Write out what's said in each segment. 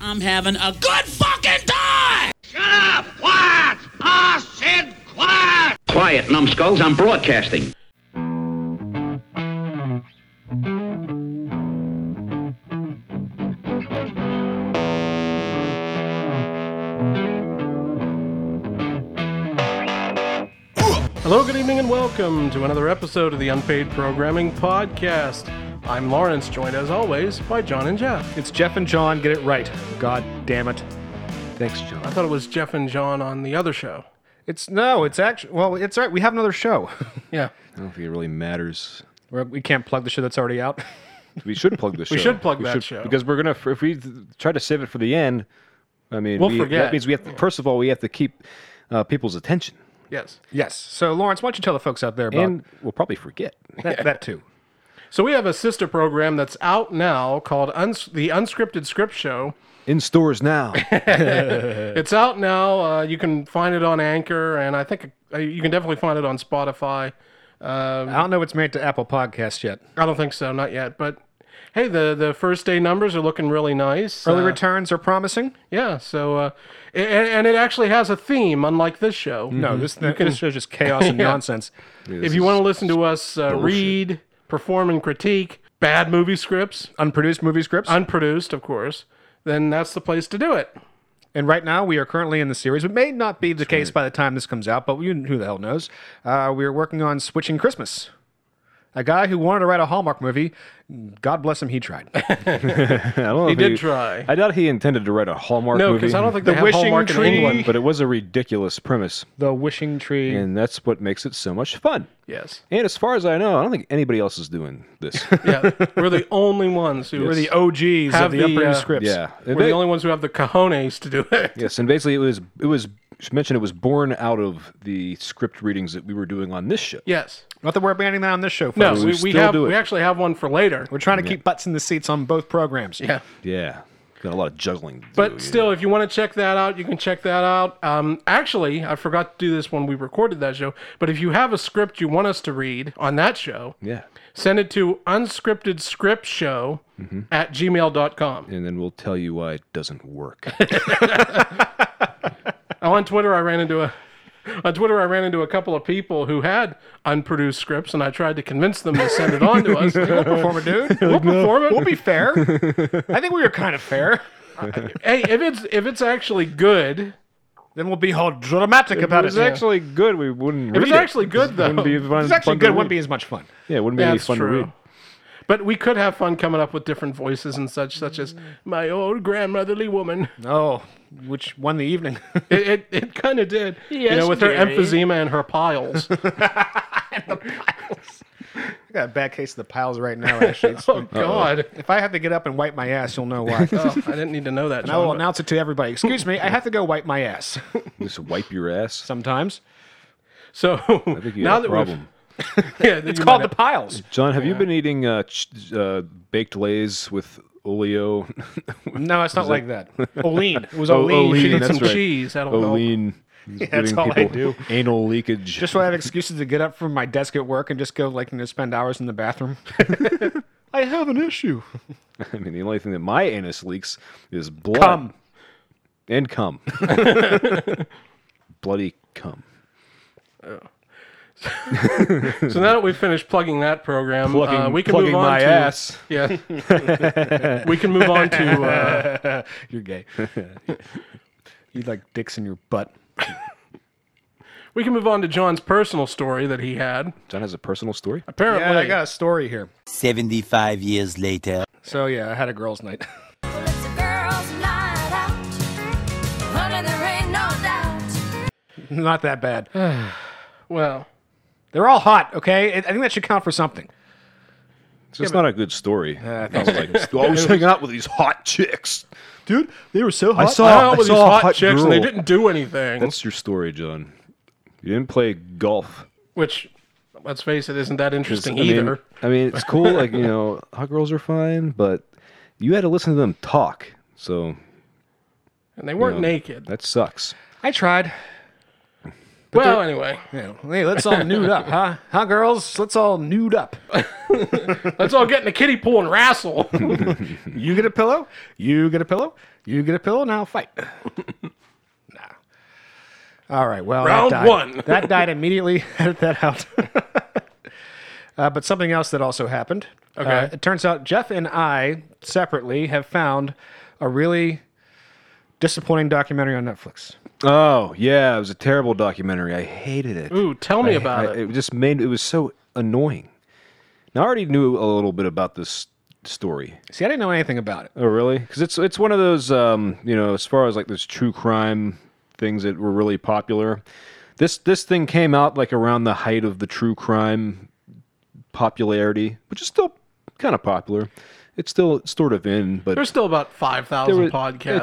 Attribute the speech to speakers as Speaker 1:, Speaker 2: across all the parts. Speaker 1: I'm having a good fucking time!
Speaker 2: Shut up! Quiet! I said quiet!
Speaker 3: Quiet, numbskulls, I'm broadcasting.
Speaker 4: Hello, good evening, and welcome to another episode of the Unpaid Programming Podcast. I'm Lawrence, joined as always by John and Jeff.
Speaker 5: It's Jeff and John. Get it right. God damn it. Thanks, John.
Speaker 4: I thought it was Jeff and John on the other show.
Speaker 5: It's no. It's actually well. It's all right. We have another show.
Speaker 4: Yeah.
Speaker 6: I don't think it really matters.
Speaker 5: We're- we can't plug the show that's already out.
Speaker 6: We should plug the show.
Speaker 4: We should plug that show.
Speaker 6: because we're gonna. If we try to save it for the end, I mean,
Speaker 4: We'll
Speaker 6: we-
Speaker 4: forget.
Speaker 6: That means we have. To, first of all, we have to keep uh, people's attention,
Speaker 4: Yes.
Speaker 5: yes. So Lawrence, why don't you tell the folks out there about
Speaker 6: and we'll probably forget.
Speaker 5: that, that too?
Speaker 4: So we have a sister program that's out now called Uns- the Unscripted Script Show.
Speaker 6: In stores now.
Speaker 4: It's out now. Uh, you can find it on Anchor, and I think uh, you can definitely find it on Spotify.
Speaker 5: I don't know what's made to Apple Podcasts yet.
Speaker 4: I don't think so, not yet. But hey, the the first day numbers are looking really nice.
Speaker 5: Early
Speaker 4: Uh,
Speaker 5: returns are promising.
Speaker 4: yeah. So uh, a- and, and it actually has a theme, unlike this show.
Speaker 5: No, Oh, this thing this show's just chaos and
Speaker 4: Yeah.
Speaker 5: nonsense.
Speaker 4: if you want to listen to us uh, read, perform, and critique bad movie scripts,
Speaker 5: Unproduced movie scripts.
Speaker 4: unproduced, of course, then that's the place to do it.
Speaker 5: And right now, we are currently in the series. It may not be the case by the time this comes out, but you, who the hell knows? Uh, we are working on Switching Christmas. A guy who wanted to write a Hallmark movie, God bless him, he tried.
Speaker 6: I don't know
Speaker 4: He
Speaker 6: if
Speaker 4: did try.
Speaker 6: I doubt he intended to write a Hallmark
Speaker 4: No,
Speaker 6: movie.
Speaker 4: because I don't think
Speaker 5: The
Speaker 4: they have
Speaker 5: Wishing
Speaker 4: Hallmark
Speaker 5: Tree.
Speaker 4: in England.
Speaker 6: But it was a ridiculous premise,
Speaker 5: the Wishing Tree.
Speaker 6: and that's what makes it so much fun.
Speaker 4: Yes.
Speaker 6: And as far as I know, I don't think anybody else is doing this.
Speaker 4: Yeah. We're the only ones who
Speaker 5: We're the OGs
Speaker 4: Have
Speaker 5: of the,
Speaker 4: the,
Speaker 5: upbringing
Speaker 4: uh,
Speaker 5: scripts.
Speaker 6: yeah.
Speaker 4: We're
Speaker 6: And
Speaker 4: the
Speaker 6: they-
Speaker 4: only ones who have the cojones to do it.
Speaker 6: Yes, and basically it was it was she mentioned it was born out of the script readings that we were doing on this show.
Speaker 4: Yes.
Speaker 5: Not that we're abandoning that on this show.
Speaker 4: No,
Speaker 5: folks.
Speaker 4: we,
Speaker 6: we
Speaker 4: we,
Speaker 6: still
Speaker 4: have
Speaker 6: do it.
Speaker 4: we actually have one for later.
Speaker 5: we're trying to keep butts in the seats on both programs.
Speaker 4: Yeah.
Speaker 6: Yeah. Got a lot of juggling. To do,
Speaker 4: But
Speaker 6: you
Speaker 4: still, if you want to check that out, you can check that out. Um, actually, I forgot to do this when we recorded that show. But if you have a script you want us to read on that show,
Speaker 6: know. Yeah.
Speaker 4: send it to unscriptedscriptshow at gmail.com.
Speaker 6: And then we'll tell you why it doesn't work.
Speaker 4: Oh, On Twitter, I ran into a. On Twitter, I ran into a couple of people who had unproduced scripts, and I tried to convince them to send it on to us.
Speaker 5: We'll perform it, dude. We'll perform it. We'll be fair. I think we were kind of fair.
Speaker 4: hey, if it's if it's actually good,
Speaker 5: Then we'll be all dramatic about it.
Speaker 6: actually good. We wouldn't.
Speaker 4: if it's actually good though,
Speaker 6: fun,
Speaker 5: it's actually good. It wouldn't be as much fun.
Speaker 6: Yeah, it wouldn't be any
Speaker 4: that's
Speaker 6: fun to read.
Speaker 4: true. But we could have fun coming up with different voices and such, such
Speaker 6: Mm.
Speaker 4: as my old grandmotherly woman.
Speaker 5: Oh, which won the evening.
Speaker 4: It it, it kind of did, you know, with her emphysema and her piles.
Speaker 5: I got a bad case of the piles right now, actually. It's-
Speaker 4: oh God,
Speaker 5: if I have to get up and wipe my ass, you'll know why.
Speaker 4: oh, I didn't need to know that.
Speaker 5: I
Speaker 4: John,
Speaker 5: will
Speaker 4: but-
Speaker 5: announce it to everybody. Excuse me, I have to go wipe my ass
Speaker 6: Just wipe your ass.
Speaker 5: sometimes.
Speaker 4: So
Speaker 6: I think you
Speaker 4: now
Speaker 6: have
Speaker 4: that
Speaker 6: a problem.
Speaker 4: we've yeah, it's
Speaker 5: It's called the piles.
Speaker 6: John, have you been eating uh, ch- uh, baked lays with oleo?
Speaker 5: No, it's not like that. Olean. It was
Speaker 6: Oh,
Speaker 5: Olean.
Speaker 6: Olean,
Speaker 5: She did
Speaker 6: that's
Speaker 5: some
Speaker 4: some
Speaker 6: right.
Speaker 4: cheese.
Speaker 6: Oh,
Speaker 4: That'll help.
Speaker 6: Olean.
Speaker 5: that's all I do.
Speaker 6: Anal leakage.
Speaker 5: Just so I have excuses to get up from my desk at work and just go, like, you know, spend hours in the bathroom. I have an issue.
Speaker 6: I mean, the only thing that my anus leaks is blood.
Speaker 5: Cum.
Speaker 6: And cum. Bloody cum.
Speaker 4: So now that we've finished plugging that program,
Speaker 6: Plugging-
Speaker 4: uh, we can
Speaker 6: plugging
Speaker 4: move on
Speaker 6: my
Speaker 4: to,
Speaker 6: ass.
Speaker 4: Yeah, we can move on to uh,
Speaker 5: You're gay. you like dicks in your butt.
Speaker 4: we can move on to John's personal story that he had.
Speaker 6: John has a personal story.
Speaker 4: Apparently,
Speaker 5: Yeah, I got a story here.
Speaker 7: 75 years later.
Speaker 5: So, yeah, I had a girl's night.
Speaker 8: It's a girls' night out. Honey, there ain't no doubt.
Speaker 5: not that bad.
Speaker 4: well.
Speaker 5: They're all hot, okay? I I think that should count for something.
Speaker 6: It's just not a good story. I, was like, I was hanging out with these hot chicks.
Speaker 5: Dude, they were so
Speaker 6: I
Speaker 4: I hung
Speaker 6: saw,
Speaker 4: out
Speaker 6: Oh, I
Speaker 4: with these
Speaker 6: saw a
Speaker 4: hot,
Speaker 6: hot
Speaker 4: chicks
Speaker 6: girl.
Speaker 4: and they didn't do anything.
Speaker 6: That's your story, John. You didn't play golf.
Speaker 4: which, let's face it, isn't that
Speaker 6: 'Cause,
Speaker 4: interesting
Speaker 6: I mean-
Speaker 4: either.
Speaker 6: I mean, it's cool. Like, you know, hot girls are fine, but you had to listen to them talk. So
Speaker 4: And they weren't
Speaker 6: No.
Speaker 4: naked.
Speaker 6: that sucks.
Speaker 5: I tried.
Speaker 4: well, anyway,
Speaker 5: Yeah, hey, let's all nude up, huh? Huh, girls? Let's all nude up.
Speaker 4: let's all get in the kiddie pool and wrestle.
Speaker 5: You get a pillow. You get a pillow. You get a pillow. Now fight. nah. All right. Well, that
Speaker 4: Round
Speaker 5: died.
Speaker 4: one.
Speaker 5: that died immediately. Edit that out. uh, but something else that also happened.
Speaker 4: Okay.
Speaker 5: Uh, it turns out Jeff and I separately have found a really disappointing documentary on Netflix.
Speaker 6: Oh yeah, it was a terrible documentary. I hated it.
Speaker 4: Ooh, tell me
Speaker 6: I-
Speaker 4: about
Speaker 6: I- It
Speaker 4: it.
Speaker 6: just made it was so annoying. Now I already knew a little bit about this story.
Speaker 5: See, I didn't know anything about it.
Speaker 6: Oh, really? Because it's it's one of those um, you know, as far as like those true crime things that were really popular. This this thing came out like around the height of the true crime popularity, which is still kind of popular. It's still sort of in, but
Speaker 4: There's still about five
Speaker 6: there
Speaker 4: thousand
Speaker 6: were-
Speaker 4: podcasts.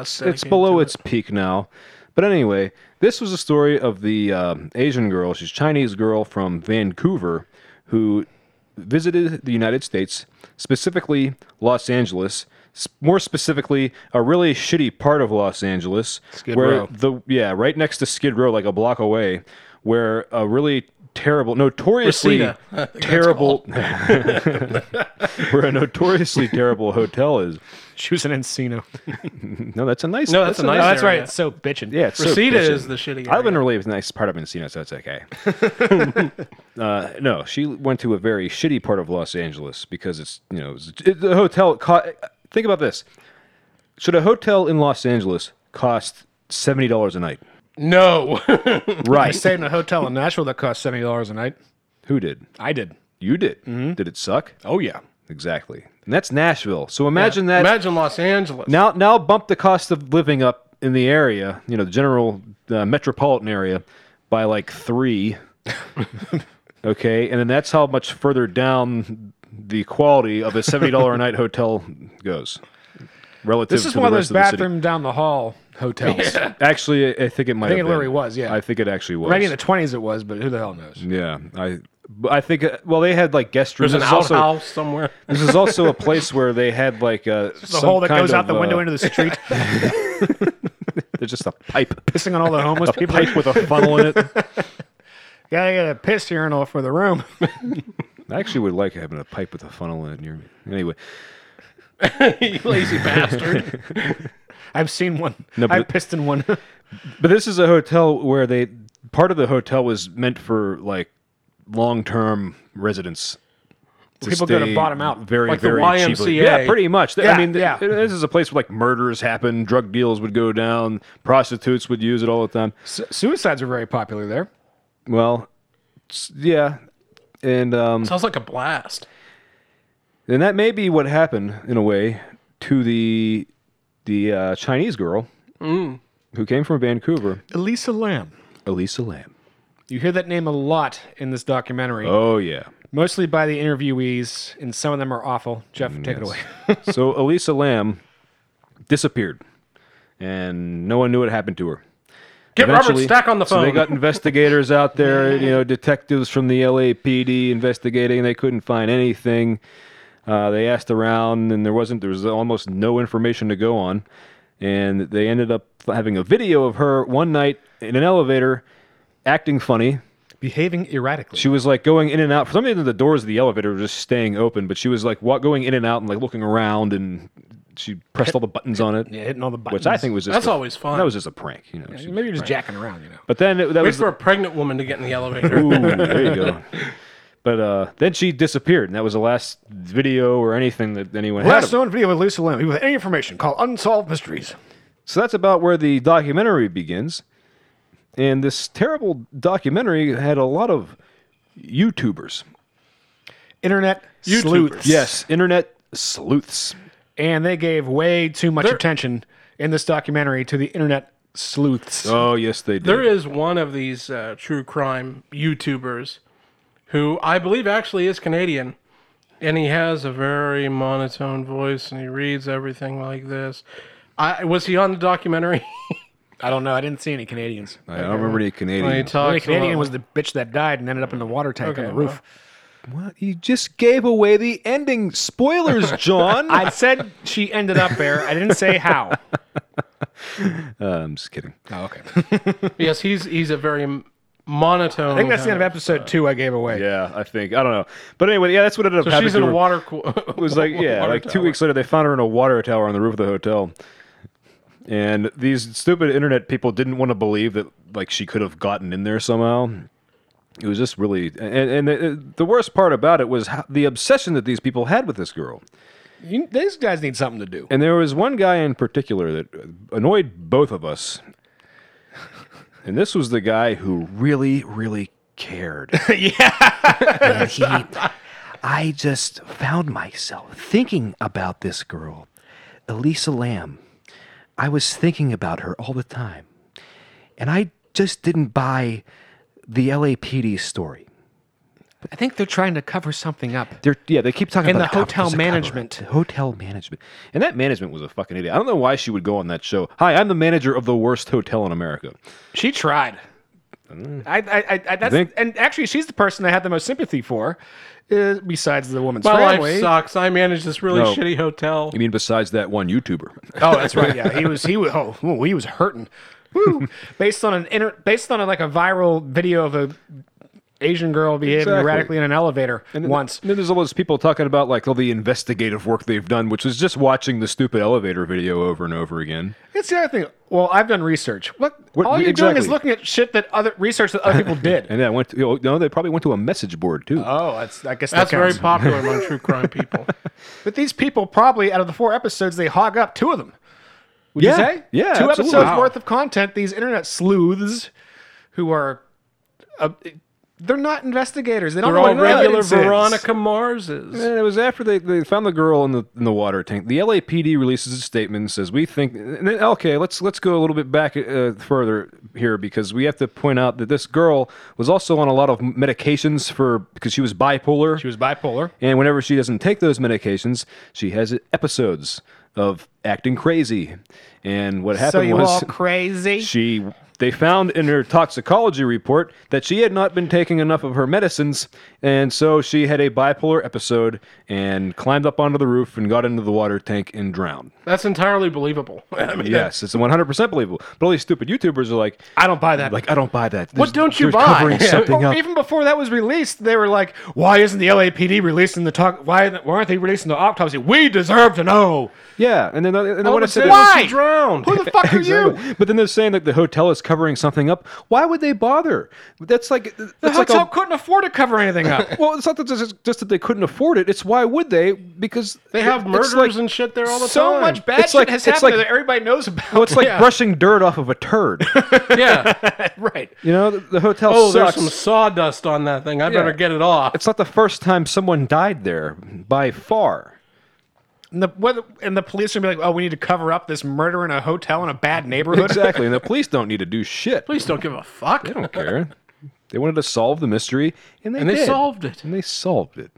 Speaker 6: It's, it's
Speaker 4: dedicated
Speaker 6: below
Speaker 4: to
Speaker 6: its peak now. But anyway, this was a story of the um, Asian girl. She's a Chinese girl from Vancouver who visited the United States, specifically Los Angeles. s- More specifically, a really shitty part of Los Angeles, Skid where
Speaker 5: Row.
Speaker 6: the yeah, right next to Skid Row, like a block away, where a really terrible, notoriously
Speaker 4: Reseda. I
Speaker 6: terrible, where a notoriously terrible hotel is.
Speaker 5: She was an Encino.
Speaker 6: No, that's a nice.
Speaker 4: No, that's a nice
Speaker 5: Oh, that's
Speaker 4: area.
Speaker 5: right. It's so bitchin'.
Speaker 6: Yeah, it's so
Speaker 4: Reseda
Speaker 6: bitchin'.
Speaker 4: is the shitty
Speaker 6: I live in
Speaker 4: area.
Speaker 6: a really nice part of Encino, so it's okay. uh, no, she went to a very shitty part of Los Angeles because it's you know it's, it, the hotel. Co- think about this: should a hotel in Los Angeles cost seventy dollars a night?
Speaker 4: No.
Speaker 5: I
Speaker 6: Right?
Speaker 5: stayed in a hotel in Nashville that cost seventy dollars a night.
Speaker 6: Who did?
Speaker 5: I did.
Speaker 6: You did.
Speaker 4: Mm-hmm.
Speaker 6: Did it suck?
Speaker 5: Oh yeah.
Speaker 6: Exactly. And that's Nashville. So imagine that.
Speaker 4: Imagine Los Angeles.
Speaker 6: Now, now bump the cost of living up in the area, you know, the general uh, metropolitan area, by like three. okay, and then that's how much further down the quality of a seventy dollar a night hotel goes. Relative
Speaker 5: This is
Speaker 6: to
Speaker 5: one of
Speaker 6: the
Speaker 5: those
Speaker 6: rest the city.
Speaker 5: bathroom down the hall hotels.
Speaker 6: Actually, I I think it might.
Speaker 5: think
Speaker 6: have
Speaker 5: it literally
Speaker 6: been.
Speaker 5: was, yeah.
Speaker 6: I think it actually was.
Speaker 5: Maybe in the twenties it was, but who the hell knows?
Speaker 6: yeah, I. But I think. uh, Well, they had like guest rooms.
Speaker 4: There's an
Speaker 6: This is also-
Speaker 4: outhouse somewhere.
Speaker 6: This is also a place where they had like uh, a
Speaker 5: The hole that goes out the window into the street,
Speaker 6: There's uh, just a pipe,
Speaker 5: pissing on all the homeless people.
Speaker 6: pipe with a funnel in it.
Speaker 5: Gotta get a piss urinal for the room.
Speaker 6: I actually would like having a pipe with a funnel in it near me. Anyway,
Speaker 4: you lazy bastard.
Speaker 5: I've seen one.
Speaker 6: No, but-
Speaker 5: I've pissed in one.
Speaker 6: but this is a hotel where they part of the hotel was meant for like long term residents.
Speaker 5: People go to bottom out.
Speaker 6: very
Speaker 4: Like the
Speaker 6: very cheaply.
Speaker 4: YMCA.
Speaker 6: Yeah, pretty much. Th- I
Speaker 5: Yeah,
Speaker 6: mean, th-
Speaker 5: yeah.
Speaker 6: this is a place where like murders happen, drug deals would go down, prostitutes would use it all the time.
Speaker 5: Su- suicides are very popular there.
Speaker 6: Well, s- yeah, and um,
Speaker 4: Sounds like a blast.
Speaker 6: And that may be what happened in a way to the the uh, Chinese girl
Speaker 4: Mm.
Speaker 6: who came from Vancouver,
Speaker 5: Elisa Lamb.
Speaker 6: Elisa Lam.
Speaker 5: You hear that name a lot in this documentary,
Speaker 6: Oh yeah.
Speaker 5: mostly by the interviewees, and some of them are awful. Jeff, take it away.
Speaker 6: so Elisa Lam disappeared, and no one knew what happened to her.
Speaker 4: Get Robert
Speaker 6: Eventually-
Speaker 4: Stack on the
Speaker 6: So
Speaker 4: phone.
Speaker 6: they got investigators out there, you know, detectives from the LAPD investigating. They couldn't find anything. Uh, they asked around, and there wasn't. There was almost no information to go on. And they ended up having a video of her one night in an elevator, acting funny.
Speaker 5: Behaving erratically.
Speaker 6: She was like going in and out. For some reason, the doors of the elevator were just staying open, but she was like wa- going in and out and like looking around, and she pressed all the buttons on it,
Speaker 5: yeah, hitting all the buttons.
Speaker 6: which I think was just
Speaker 4: That's
Speaker 6: a-
Speaker 4: always fun.
Speaker 6: That was just a prank, you know. she-
Speaker 5: maybe you're just jacking around, you know.
Speaker 6: But then it, that
Speaker 4: Wait
Speaker 6: was
Speaker 4: for a pregnant woman to get in the elevator.
Speaker 6: Ooh, there you go. But uh, then she disappeared, and that was the last video or anything that anyone had.
Speaker 5: Last
Speaker 6: of her.
Speaker 5: known video of Elisa Lam. With any information, call Unsolved Mysteries.
Speaker 6: So that's about where the documentary begins. And this terrible documentary had a lot of YouTubers.
Speaker 5: Internet sleuths.
Speaker 6: Yes, internet sleuths.
Speaker 5: and they gave way too much
Speaker 4: There-
Speaker 5: attention in this documentary to the internet sleuths.
Speaker 6: Oh, yes, they did.
Speaker 4: there is one of these uh, true crime YouTubers who I believe actually is Canadian. And he has a very monotone voice and he reads everything like this. I, was he on the documentary?
Speaker 5: I don't know. I didn't see any Canadians.
Speaker 6: I don't remember any
Speaker 4: when he
Speaker 6: Canadian.
Speaker 5: The only
Speaker 4: talks
Speaker 5: Canadian
Speaker 4: about-
Speaker 5: was the bitch that died and ended up in the water tank on the
Speaker 4: well.
Speaker 5: roof.
Speaker 6: You just gave away the ending. Spoilers, John.
Speaker 5: I said she ended up there. I didn't say how.
Speaker 6: Uh, I'm just kidding.
Speaker 5: Oh, okay.
Speaker 4: Yes, he's he's a very monotone.
Speaker 5: I think that's the end of episode two I gave away.
Speaker 6: Yeah, I think I don't know, but anyway, yeah, that's what ended up
Speaker 4: So
Speaker 6: happening.
Speaker 4: she's
Speaker 6: to
Speaker 4: in a
Speaker 6: her.
Speaker 4: water cool.
Speaker 6: It was like yeah, like two weeks later, they found her in a water tower on the roof of the hotel, and these stupid internet people didn't want to believe that like she could have gotten in there somehow. It was just really, and, and the, the worst part about it was how, the obsession that these people had with this girl.
Speaker 5: You, these guys need something to do.
Speaker 6: And there was one guy in particular that annoyed both of us. And this was the guy who really, really cared. yeah. he, I just found myself thinking about this girl, Elisa Lamb. I was thinking about her all the time. And I just didn't buy the LAPD story.
Speaker 5: I think they're trying to cover something up.
Speaker 6: They're yeah, they keep talking
Speaker 5: And
Speaker 6: about
Speaker 5: the
Speaker 6: a cover-
Speaker 5: hotel
Speaker 6: it's a cover-up.
Speaker 5: management.
Speaker 6: The hotel management, and that management was a fucking idiot. I don't know why she would go on that show. Hi, I'm the manager of the worst hotel in America.
Speaker 5: She tried. I, I, I, I that's,
Speaker 6: Mm. Think-
Speaker 5: and actually, she's the person I had the most sympathy for, uh, besides the woman's
Speaker 4: My
Speaker 5: family.
Speaker 4: life sucks. I manage this really
Speaker 6: No.
Speaker 4: shitty hotel.
Speaker 6: You mean besides that one YouTuber?
Speaker 5: Oh, that's right. Yeah, he was. He was. Oh, ooh, he was hurting. Woo. based on an inter, based on a, like a viral video of a Asian girl behaving
Speaker 6: Exactly.
Speaker 5: erratically in an elevator once.
Speaker 6: And then there's all those people talking about like all the investigative work they've done, which is just watching the stupid elevator video over and over again.
Speaker 5: That's the other thing. Well, I've done research. What,
Speaker 6: What-
Speaker 5: all you're doing is
Speaker 6: exactly.
Speaker 5: looking at shit that other research that other people did.
Speaker 6: And then I went. To, you know, no, they probably went to a message board too.
Speaker 5: oh, that's I guess that
Speaker 4: That's very
Speaker 5: counts.
Speaker 4: popular among true crime people.
Speaker 5: But these people probably out of the four episodes they hog up two of them. Would
Speaker 6: Yeah.
Speaker 5: you say?
Speaker 6: Yeah,
Speaker 5: two
Speaker 6: absolutely.
Speaker 5: episodes
Speaker 6: Wow.
Speaker 5: worth of content. These internet sleuths, who are, uh, they're not investigators. They don't
Speaker 4: They're
Speaker 5: know
Speaker 4: all
Speaker 5: what
Speaker 4: regular
Speaker 5: evidence is.
Speaker 4: Veronica Marses.
Speaker 6: And it was after they, they found the girl in the in the water tank. The LAPD releases a statement and says we think. And then, okay, let's let's go a little bit back uh, further here because we have to point out that this girl was also on a lot of medications for because she was bipolar.
Speaker 5: She was bipolar.
Speaker 6: and whenever she doesn't take those medications, she has episodes of acting crazy. And what happened
Speaker 5: So you
Speaker 6: was
Speaker 5: all crazy?
Speaker 6: she they found in her toxicology report that she had not been taking enough of her medicines and so she had a bipolar episode and climbed up onto the roof and got into the water tank and drowned
Speaker 4: That's entirely believable. I mean,
Speaker 6: yes it's 100% believable but all these stupid youtubers are like
Speaker 5: I don't buy that.
Speaker 6: like i don't buy that
Speaker 4: What don't you
Speaker 6: they're
Speaker 4: buy?
Speaker 6: covering
Speaker 4: Yeah.
Speaker 6: something
Speaker 5: Well,
Speaker 6: up
Speaker 5: Even before that was released, they were like, "Why isn't the LAPD releasing the talk? Why, why aren't they releasing the autopsy? We deserve to know."
Speaker 6: yeah and then and then
Speaker 4: I
Speaker 6: what
Speaker 4: would
Speaker 6: i said
Speaker 4: say
Speaker 6: is-
Speaker 5: Why?
Speaker 4: she drowned.
Speaker 5: Who the fuck are you?
Speaker 6: Exactly. But then they're saying that the hotel is covering something up. Why would they bother? That's like the
Speaker 5: The hotel couldn't afford to cover anything up.
Speaker 6: well, it's not that just, just that they couldn't afford it. It's why would they? Because
Speaker 4: They have murders
Speaker 6: it's like-
Speaker 4: and shit there all the
Speaker 5: so
Speaker 4: time.
Speaker 5: much bad
Speaker 6: It's
Speaker 5: shit
Speaker 6: like-
Speaker 5: has
Speaker 6: it's
Speaker 5: happened
Speaker 6: like-
Speaker 5: that everybody knows about.
Speaker 6: Well, Oh, it's like
Speaker 4: Yeah.
Speaker 6: brushing dirt off of a turd.
Speaker 4: Yeah.
Speaker 5: right.
Speaker 6: You know, the, the hotel
Speaker 4: Oh, there's
Speaker 6: sucks.
Speaker 4: some sawdust on that thing. I better get it off.
Speaker 6: It's not the first time someone died there, by far.
Speaker 5: And the, whether, and the police are gonna be like, "Oh, we need to cover up this murder in a hotel in a bad neighborhood."
Speaker 6: Exactly, and the police don't need to do shit.
Speaker 4: Please don't give a fuck.
Speaker 6: They don't care. They wanted to solve the mystery, and they
Speaker 4: And they
Speaker 6: did.
Speaker 4: solved it.
Speaker 6: And they solved it.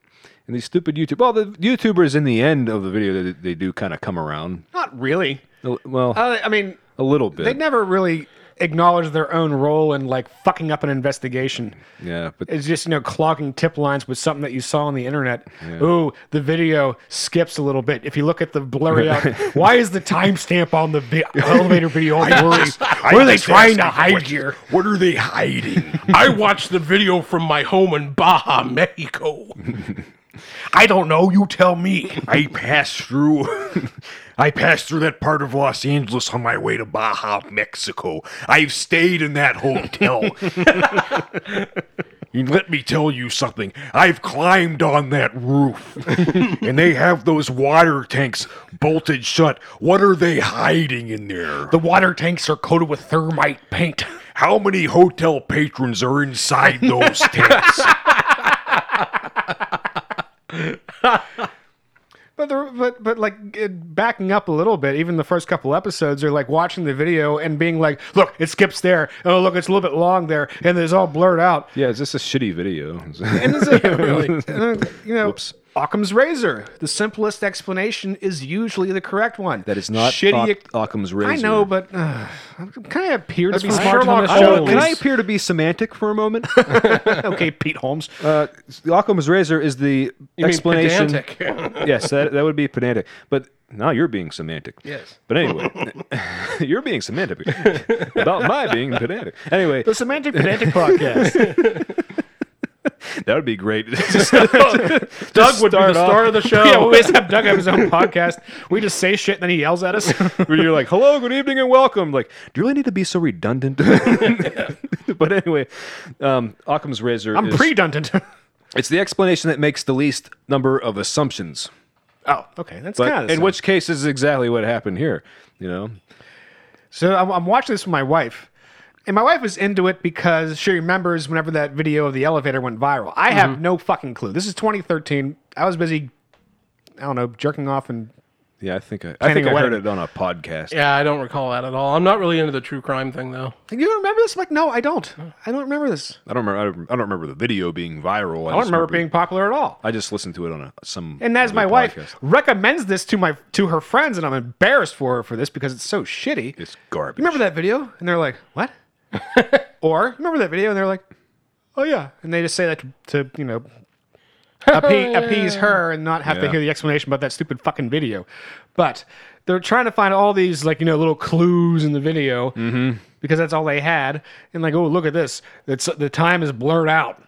Speaker 6: And these stupid YouTube. Well, the YouTubers in the end of the video, they, they do kind of come around.
Speaker 5: Not really.
Speaker 6: Well,
Speaker 5: Uh, I mean,
Speaker 6: a little bit.
Speaker 5: they never really acknowledge their own role in like fucking up an investigation.
Speaker 6: yeah, but
Speaker 5: It's just you know clogging tip lines with something that you saw on the internet. Ooh, the video skips a little bit. If you look at the blurry out, why is the timestamp on the vi- elevator video all blurry? what are they trying to hide here?
Speaker 4: What are they hiding? I watched the video from my home in Baja, Mexico.
Speaker 5: I don't know. You tell me.
Speaker 9: I passed through. I passed through that part of Los Angeles on my way to Baja, Mexico. I've stayed in that hotel. And Let me tell you something. I've climbed on that roof, and they have those water tanks bolted shut. What are they hiding in there?
Speaker 5: The water tanks are coated with thermite paint.
Speaker 9: How many hotel patrons are inside those tanks?
Speaker 5: But the, but but like it, backing up a little bit, even the first couple episodes are like watching the video and being like, "Look, it skips there. Oh, look, it's a little bit long there, and it's all blurred out."
Speaker 6: yeah, it's just a shitty video.
Speaker 5: And it's like, really, you know,
Speaker 6: Whoops.
Speaker 5: Occam's razor. The simplest explanation is usually the correct one.
Speaker 6: That is not
Speaker 5: shitty. e-
Speaker 6: Oc- Occam's razor.
Speaker 5: I know, but uh, can I appear to be
Speaker 6: Let's be on
Speaker 5: smart Sherlock
Speaker 6: this show.
Speaker 5: Holmes?
Speaker 6: Can I appear to be semantic for a moment?
Speaker 5: okay, Pete Holmes.
Speaker 6: uh, Occam's razor is the
Speaker 4: You mean
Speaker 6: explanation.
Speaker 4: pedantic.
Speaker 6: yes, that, that would be pedantic. But now you're being semantic.
Speaker 4: Yes.
Speaker 6: But anyway, you're being semantic about my being pedantic. Anyway,
Speaker 5: the Semantic Pedantic Podcast.
Speaker 6: that would be great.
Speaker 4: Doug would be
Speaker 6: start
Speaker 4: the
Speaker 6: off-
Speaker 4: star of the show.
Speaker 5: yeah, we always have Doug have his own podcast. We just say shit and then he yells at us.
Speaker 6: where you're like, "Hello, good evening, and welcome." Like, do you really need to be so redundant? but anyway, um, Occam's razor.
Speaker 5: I'm
Speaker 6: is,
Speaker 5: pre-redundant.
Speaker 6: It's the explanation that makes the least number of assumptions.
Speaker 5: oh, okay, that's
Speaker 6: But
Speaker 5: kind of
Speaker 6: in which case is exactly what happened here. You know,
Speaker 5: So I'm, I'm watching this with my wife, and my wife is into it because she remembers whenever that video of the elevator went viral. I have no fucking clue. This is 2013. I was busy, I don't know, jerking off and
Speaker 6: yeah, I think I, I
Speaker 5: Planning
Speaker 6: think
Speaker 5: a
Speaker 6: I heard
Speaker 5: wedding.
Speaker 6: it on a podcast.
Speaker 4: Yeah, I don't recall that at all. I'm not really into the true crime thing though.
Speaker 5: you don't remember this? I'm like, no, I don't. I don't remember this.
Speaker 6: I don't remember. I don't, I don't remember the video being viral.
Speaker 5: I don't remember it being popular at all.
Speaker 6: I just listened to it on a, some.
Speaker 5: And as
Speaker 6: other
Speaker 5: my
Speaker 6: podcast.
Speaker 5: wife recommends this to my to her friends, and I'm embarrassed for her for this because it's so shitty.
Speaker 6: it's garbage.
Speaker 5: you remember that video? And they're like, what? or remember that video? And they're like, oh yeah. And they just say that to, to you know appe- appease her and not have to
Speaker 6: Yeah.
Speaker 5: hear the explanation about that stupid fucking video. But they're trying to find all these like you know little clues in the video
Speaker 6: Mm-hmm.
Speaker 5: because that's all they had. And like, oh look at this. It's the time is blurred out.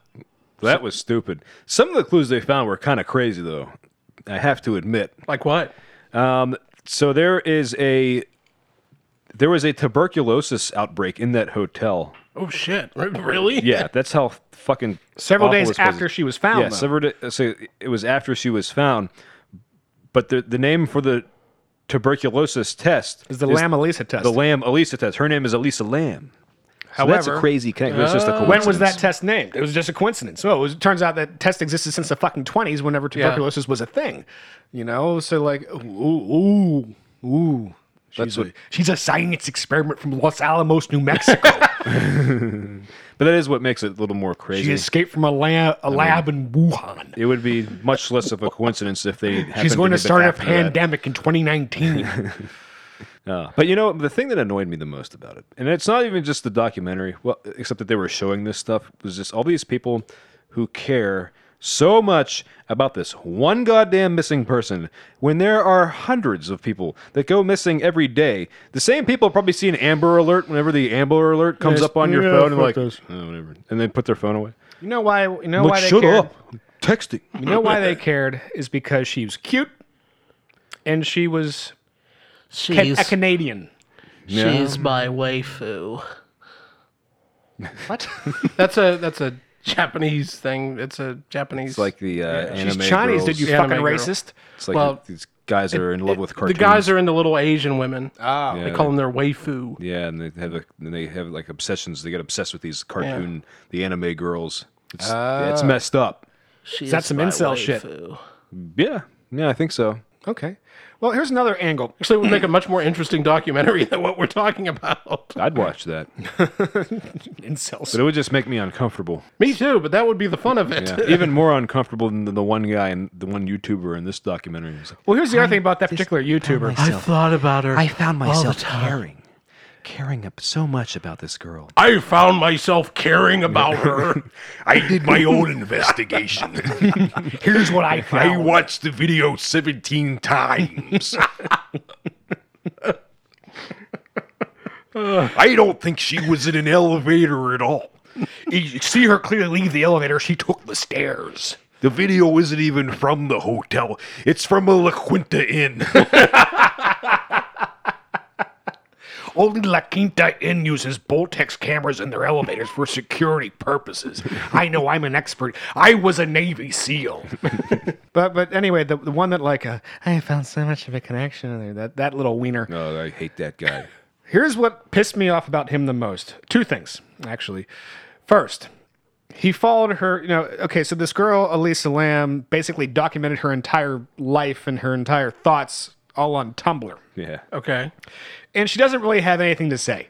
Speaker 6: That was stupid. Some of the clues they found were kind of crazy, though. I have to admit.
Speaker 4: Like what?
Speaker 6: So there is a there was a tuberculosis outbreak in that hotel.
Speaker 4: Oh shit! Re- Really?
Speaker 6: Yeah, that's how fucking
Speaker 5: Several
Speaker 6: awful
Speaker 5: days
Speaker 6: this was.
Speaker 5: after she was found.
Speaker 6: Yeah,
Speaker 5: though.
Speaker 6: several da- so it was after she was found. But the the name for the tuberculosis test
Speaker 5: is the Lamb Elisa test.
Speaker 6: The Lamb Elisa test. Her name is Elisa Lamb. So that's a
Speaker 5: However- uh,
Speaker 6: crazy connection. That's just a
Speaker 5: When was that
Speaker 6: coincidence.
Speaker 5: test named? It was just a coincidence. So it, was, it turns out that test existed since the fucking twenties, whenever tuberculosis was a thing. You know, so like, ooh, ooh, ooh. She's,
Speaker 6: what-
Speaker 5: a, she's a science experiment from Los Alamos, New Mexico.
Speaker 6: But that is what makes it a little more
Speaker 5: she
Speaker 6: crazy.
Speaker 5: escaped from a, la- a lab in Wuhan.
Speaker 6: It would be much less of a coincidence if they. happened
Speaker 5: She's going to
Speaker 6: get the
Speaker 5: start a
Speaker 6: after that.
Speaker 5: pandemic in 2019.
Speaker 6: Uh, but you know, the thing that annoyed me the most about it, and it's not even just the documentary, well, except that they were showing this stuff, was just all these people who care so much about this one goddamn missing person when there are hundreds of people that go missing every day. The same people probably see an Amber Alert whenever the Amber Alert comes
Speaker 5: Yes.
Speaker 6: up on your
Speaker 5: Yeah,
Speaker 6: phone and
Speaker 5: fuck
Speaker 6: like,
Speaker 5: those.
Speaker 6: "Oh, whatever," and they put their phone away.
Speaker 5: you know why? You know
Speaker 6: Like,
Speaker 5: why they
Speaker 6: shut
Speaker 5: cared?
Speaker 6: up! I'm texting.
Speaker 5: You know why they cared is because she was cute, and she was ca-
Speaker 1: She's
Speaker 5: a Canadian.
Speaker 1: she's my waifu.
Speaker 5: What?
Speaker 4: That's a that's a Japanese thing. It's a Japanese.
Speaker 6: It's like the uh, anime.
Speaker 5: She's Chinese,
Speaker 6: girls.
Speaker 5: did you
Speaker 4: Yeah,
Speaker 5: fucking
Speaker 4: anime girl.
Speaker 5: racist?
Speaker 6: It's like
Speaker 4: Well,
Speaker 6: these guys are in love with
Speaker 4: the
Speaker 6: cartoons.
Speaker 4: guys are into little Asian women.
Speaker 1: Ah.
Speaker 5: Oh,
Speaker 4: they call them their waifu.
Speaker 6: Yeah, and they have a, and they have like obsessions. They get obsessed with these cartoon, the anime girls. It's, yeah,
Speaker 10: Ah.
Speaker 6: it's messed up.
Speaker 1: She's
Speaker 5: that some
Speaker 1: my
Speaker 5: incel shit?
Speaker 1: waifu.
Speaker 6: Yeah, yeah, I think so.
Speaker 5: Okay. Well, here's another angle.
Speaker 4: Actually, it would make a much more interesting documentary than what we're talking about.
Speaker 6: I'd watch that,
Speaker 5: Incels.
Speaker 6: but it would just make me uncomfortable.
Speaker 4: Me too, but that would be the fun of it.
Speaker 6: Yeah, even more uncomfortable than the one guy and the one YouTuber in this documentary. It's like,
Speaker 5: Well, here's the other thing about that particular YouTuber.
Speaker 1: I thought about her.
Speaker 10: I found myself
Speaker 1: time.
Speaker 10: caring, caring up so much about this girl.
Speaker 4: I found myself caring about her.
Speaker 9: I did my own investigation.
Speaker 5: Here's what I
Speaker 9: I
Speaker 5: found.
Speaker 9: watched the video 17 times. I don't think she was in an elevator at all.
Speaker 5: You see her clearly leave the elevator. She took the stairs.
Speaker 9: The video isn't even from the hotel. It's from a La Quinta Inn.
Speaker 5: Only La Quinta Inn uses Boltex cameras in their elevators for security purposes. I know I'm an expert. I was a Navy SEAL. but but anyway, the, the one that like uh, I found so much of a connection in there. That that little wiener.
Speaker 6: oh, I hate that guy.
Speaker 5: Here's what pissed me off about him the most. Two things, actually. First, he followed her, you know, okay, so this girl, Elisa Lamb, basically documented her entire life and her entire thoughts all on Tumblr.
Speaker 6: Yeah,
Speaker 4: okay.
Speaker 5: And she doesn't really have anything to say.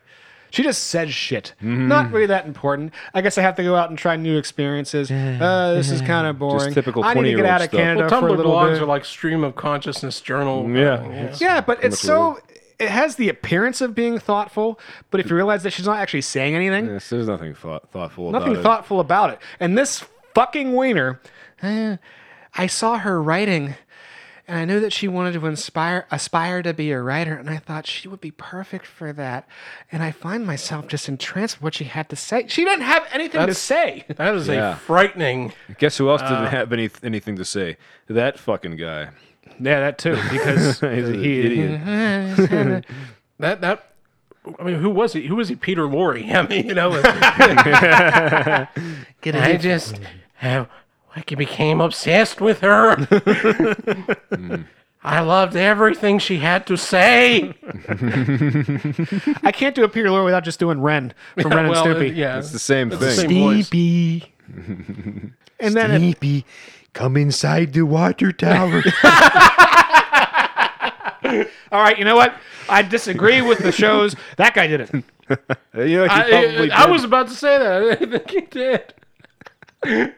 Speaker 5: She just said shit.
Speaker 6: Mm-hmm.
Speaker 5: Not really that important. I guess I have to go out and try new experiences. Uh, this is kind of boring.
Speaker 6: typical
Speaker 5: I need to get
Speaker 6: 20-year-old
Speaker 5: out of
Speaker 6: stuff.
Speaker 5: Canada
Speaker 4: Well,
Speaker 5: for a
Speaker 4: Tumblr
Speaker 5: little
Speaker 4: blogs
Speaker 5: bit.
Speaker 4: are like stream of consciousness journal.
Speaker 6: Oh, Yeah.
Speaker 4: thing,
Speaker 5: yeah, but it's so. It has the appearance of being thoughtful, but if you realize that she's not actually saying anything,
Speaker 6: Yes, there's nothing thought, thoughtful
Speaker 5: nothing
Speaker 6: about it.
Speaker 5: thoughtful about it. And this fucking wiener, eh, I saw her writing, and I knew that she wanted to inspire, aspire to be a writer, and I thought she would be perfect for that. And I find myself just entranced with what she had to say. She didn't have anything to
Speaker 4: That's-
Speaker 5: say.
Speaker 4: That is
Speaker 6: Yeah.
Speaker 4: a frightening.
Speaker 6: Guess who else
Speaker 10: Uh,
Speaker 6: didn't have any, anything to say? That fucking guy.
Speaker 5: Yeah, that too, because
Speaker 10: uh,
Speaker 6: He's an idiot.
Speaker 4: That that. I mean, who was he? Who was he? Peter Lorre. I mean, you know.
Speaker 1: Get
Speaker 4: I
Speaker 1: it?
Speaker 4: just I, I became obsessed with her. I loved everything she had to say.
Speaker 5: I can't do a Peter Lorre without just doing Ren from Ren and
Speaker 4: well,
Speaker 5: Stimpy.
Speaker 4: uh, yeah,
Speaker 6: It's the same
Speaker 4: the
Speaker 6: thing.
Speaker 4: same voice.
Speaker 10: Sleepy,
Speaker 5: And then it-
Speaker 10: sleepy, come inside the water tower.
Speaker 5: all right, you know what? I disagree with the shows. That guy did it.
Speaker 6: You know, he
Speaker 4: I,
Speaker 6: probably
Speaker 4: I
Speaker 6: did.
Speaker 4: was about to say that. I didn't think he did.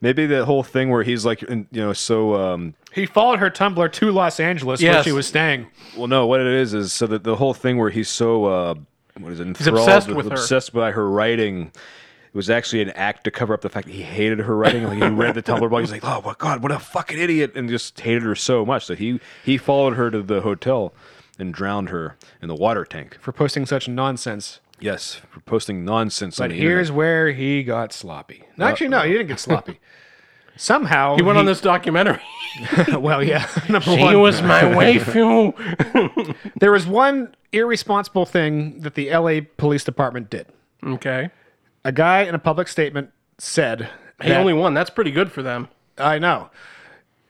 Speaker 6: Maybe that whole thing where he's like, in- you know, so um,
Speaker 5: He followed her Tumblr to Los Angeles where
Speaker 4: Yes.
Speaker 5: she was staying.
Speaker 6: Well, no, what it is is so that the whole thing where he's so uh, what is it, enthralled,
Speaker 4: obsessed with her.
Speaker 6: obsessed by her writing. It was actually an act to cover up the fact that he hated her writing. Like he read the Tumblr blog, he's like, "Oh my god, what a fucking idiot!" and just hated her so much that he he followed her to the hotel and drowned her in the water tank.
Speaker 5: for posting such nonsense.
Speaker 6: Yes, for posting nonsense.
Speaker 5: But
Speaker 6: on the
Speaker 5: here's
Speaker 6: internet. Uh,
Speaker 5: where he got sloppy. No, actually, no, he didn't get sloppy. Somehow
Speaker 4: Uh, He went on this documentary.
Speaker 5: Well, yeah, number
Speaker 4: She
Speaker 5: one,
Speaker 4: was my waifu.
Speaker 5: there was one irresponsible thing that the L.A. Police Department did.
Speaker 4: okay.
Speaker 5: A guy in a public statement said,
Speaker 4: He
Speaker 5: that-
Speaker 4: only won. That's pretty good for them.
Speaker 5: I know,"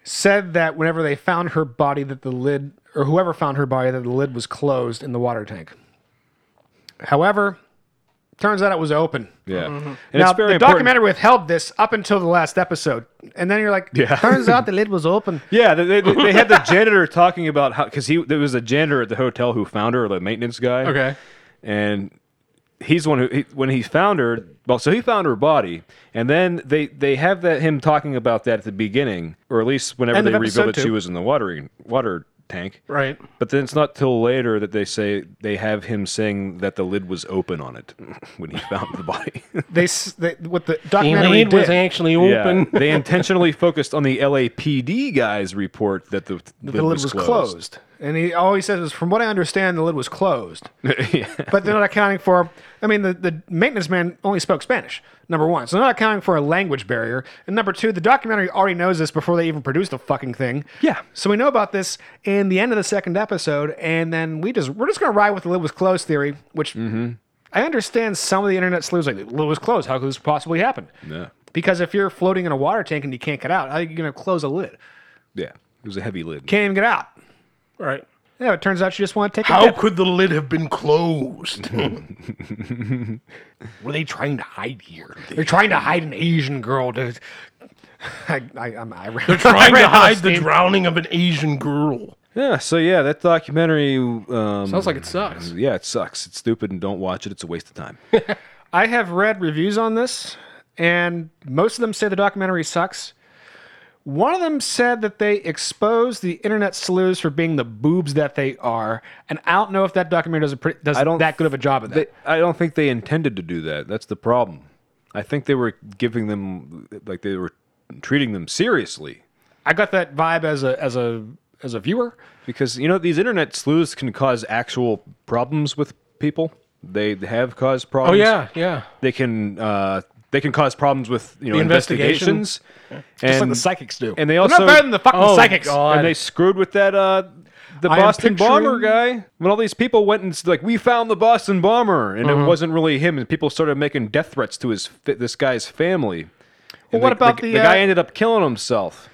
Speaker 5: said that whenever they found her body, that the lid or whoever found her body, that the lid was closed in the water tank. However, turns out it was open.
Speaker 6: yeah, and
Speaker 5: now,
Speaker 6: it's very
Speaker 5: the
Speaker 6: important.
Speaker 5: documentary withheld this up until the last episode, and then you're like, turns out the lid was open.
Speaker 6: Yeah, they, they, they had the janitor talking about how because he there was a janitor at the hotel who found her, the maintenance guy.
Speaker 4: Okay.
Speaker 6: and he's the one who he, when he found her well so he found her body and then they they have that him talking about that at the beginning or at least whenever
Speaker 5: End
Speaker 6: they
Speaker 5: of
Speaker 6: reveal
Speaker 5: episode
Speaker 6: that she
Speaker 5: two.
Speaker 6: was in the watering water tank
Speaker 4: Right.
Speaker 6: but then it's not till later that they say they have him saying that the lid was open on it when he found the body
Speaker 5: They, s- they what the
Speaker 4: The
Speaker 5: documentary
Speaker 4: lead was
Speaker 5: did.
Speaker 4: actually
Speaker 6: Yeah,
Speaker 4: open.
Speaker 6: they intentionally focused on the lapd guy's report that the, lid,
Speaker 5: The lid
Speaker 6: was, closed,
Speaker 5: and he all he says is, "From what I understand, the lid was closed." But they're not accounting for. I mean, the, the maintenance man only spoke Spanish. Number one, so they're not accounting for a language barrier. And number two, the documentary already knows this before they even produced the fucking thing.
Speaker 6: Yeah.
Speaker 5: So we know about this in the end of the second episode, and then we just we're just gonna ride with the lid was closed theory, which
Speaker 6: Mm-hmm.
Speaker 5: I understand some of the internet sleuths like the lid was closed. How could this possibly happen?
Speaker 6: Yeah.
Speaker 5: Because if you're floating in a water tank and you can't get out, how are you gonna close a lid?
Speaker 6: yeah it was a heavy lid
Speaker 5: Can't even get out.
Speaker 4: right.
Speaker 5: Yeah, it turns out she just wanted to take a
Speaker 4: How
Speaker 5: dip.
Speaker 4: could the lid have been closed?
Speaker 5: Were they trying to hide here? They're trying to hide an Asian girl. To, I, I, I'm, I ran,
Speaker 4: They're trying
Speaker 5: I
Speaker 4: to
Speaker 5: ran out of
Speaker 4: hide the
Speaker 5: steam.
Speaker 4: drowning of an Asian girl.
Speaker 6: yeah so yeah that documentary um,
Speaker 4: Sounds like it sucks.
Speaker 6: yeah it sucks it's stupid and don't watch it it's a waste of time
Speaker 5: I have read reviews on this, and most of them say the documentary sucks. One of them said that they expose the internet sleuths for being the boobs that they are, and I don't know if that documentary does a pretty, does
Speaker 6: I don't
Speaker 5: that good of a job of that.
Speaker 6: They, I don't think they intended to do that. That's the problem. I think they were giving them like they were treating them seriously
Speaker 5: I got that vibe as a as a as a viewer.
Speaker 6: because you know these internet sleuths can cause actual problems with people. They have caused
Speaker 4: Oh
Speaker 6: problems.
Speaker 4: yeah, yeah.
Speaker 6: They can uh, they can cause problems with you know
Speaker 4: The
Speaker 6: investigations,
Speaker 4: investigations.
Speaker 6: and
Speaker 5: Just like the psychics do.
Speaker 6: and they
Speaker 5: They're
Speaker 6: also-
Speaker 5: not better than the fucking
Speaker 4: Oh,
Speaker 5: psychics.
Speaker 4: God.
Speaker 6: and they screwed with that uh the
Speaker 5: I am
Speaker 6: Boston bomber
Speaker 5: picturing-
Speaker 6: guy. When all these people went and s- like we found the Boston bomber and
Speaker 5: Mm-hmm.
Speaker 6: it wasn't really him and people started making death threats to his fa- this guy's family. And
Speaker 5: what about
Speaker 6: the,
Speaker 5: the,
Speaker 6: guy
Speaker 5: uh,
Speaker 6: ended up killing himself?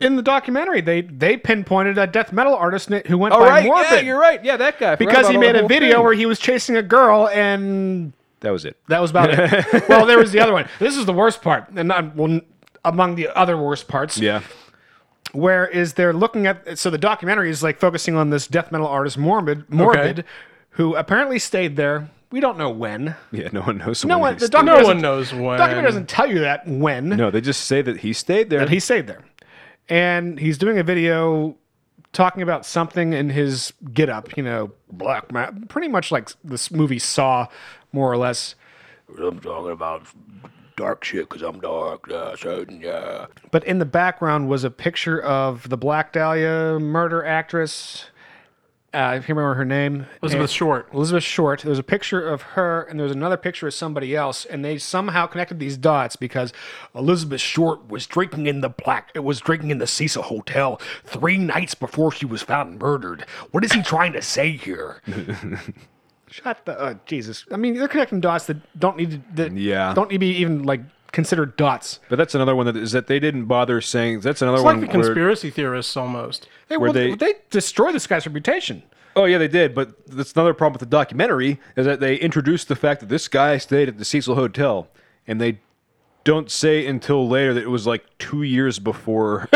Speaker 5: in the documentary, they they pinpointed a death metal artist who went
Speaker 6: All
Speaker 5: by
Speaker 6: Oh, right,
Speaker 5: Morbid
Speaker 6: yeah, you're right. Yeah, that guy. I forgot
Speaker 5: because
Speaker 6: about
Speaker 5: he
Speaker 6: all
Speaker 5: made
Speaker 6: the
Speaker 5: a
Speaker 6: whole
Speaker 5: video
Speaker 6: thing.
Speaker 5: where he was chasing a girl and
Speaker 6: that was it.
Speaker 5: that was about it. well, there was the other one. This is the worst part, and not well, n- among the other worst parts.
Speaker 6: Yeah,
Speaker 5: Where is they're looking at? So the documentary is like focusing on this death metal artist Morbid, Morbid, who apparently stayed there We don't know when.
Speaker 6: Yeah, no one knows.
Speaker 5: No
Speaker 6: when
Speaker 5: one.
Speaker 6: he
Speaker 5: The
Speaker 6: stayed.
Speaker 5: document
Speaker 4: No
Speaker 5: doesn't-
Speaker 4: one knows when.
Speaker 5: Documentary doesn't tell you that when.
Speaker 6: No, they just say that he stayed there.
Speaker 5: that he stayed there. And he's doing a video talking about something in his get up, you know, black ma pretty much like this movie Saw, more or less.
Speaker 9: I'm talking about dark shit because I'm dark. Yeah, certain, yeah.
Speaker 5: But in the background was a picture of the Black Dahlia murder actress. Uh, I can't remember her name.
Speaker 4: Elizabeth
Speaker 5: And-
Speaker 4: Short.
Speaker 5: Elizabeth Short. There was a picture of her, and there was another picture of somebody else, and they somehow connected these dots because Elizabeth Short was drinking in the black. It was drinking in the Cecil Hotel three nights before she was found murdered. What is he trying to say here? Shut the uh, Jesus! I mean, they're connecting dots that don't need to, that
Speaker 6: Yeah.
Speaker 5: don't need to be even like considered dots.
Speaker 6: but that's another one that is that they didn't bother saying. That's another
Speaker 4: It's
Speaker 6: one
Speaker 4: like the
Speaker 6: where-
Speaker 4: conspiracy theorists almost.
Speaker 5: They,
Speaker 6: Were
Speaker 5: well,
Speaker 6: they-
Speaker 5: they they destroy this guy's reputation.
Speaker 6: Oh yeah, they did. But that's another problem with the documentary is that they introduced the fact that this guy stayed at the Cecil Hotel, and they don't say until later that it was like two years before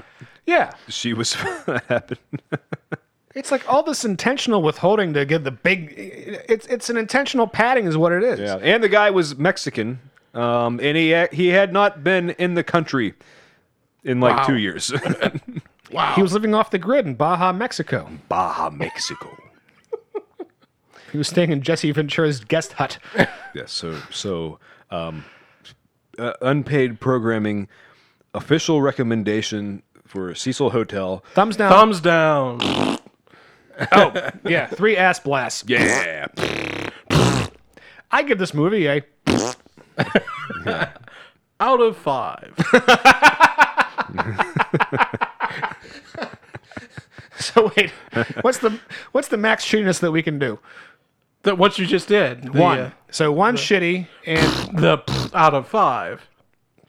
Speaker 5: Yeah,
Speaker 6: she was that happened.
Speaker 5: It's like all this intentional withholding to give the big. It's it's an intentional padding, is what it is.
Speaker 6: Yeah, and the guy was Mexican, um, and he ha- he had not been in the country in like two years.
Speaker 5: He was living off the grid in Baja, Mexico.
Speaker 9: Baja, Mexico.
Speaker 5: He was staying in Jesse Ventura's guest hut.
Speaker 6: yeah, so so um, uh, unpaid programming, official recommendation for Cecil Hotel.
Speaker 5: Thumbs down.
Speaker 4: Thumbs down.
Speaker 5: yeah, three ass blasts.
Speaker 6: Yeah,
Speaker 5: I give this movie a.
Speaker 4: Out of five.
Speaker 5: So wait, what's the what's the max shittiness that we can do?
Speaker 4: that what you just did. The,
Speaker 5: One.
Speaker 4: uh,
Speaker 5: so one shitty, and
Speaker 4: the pfft out of five.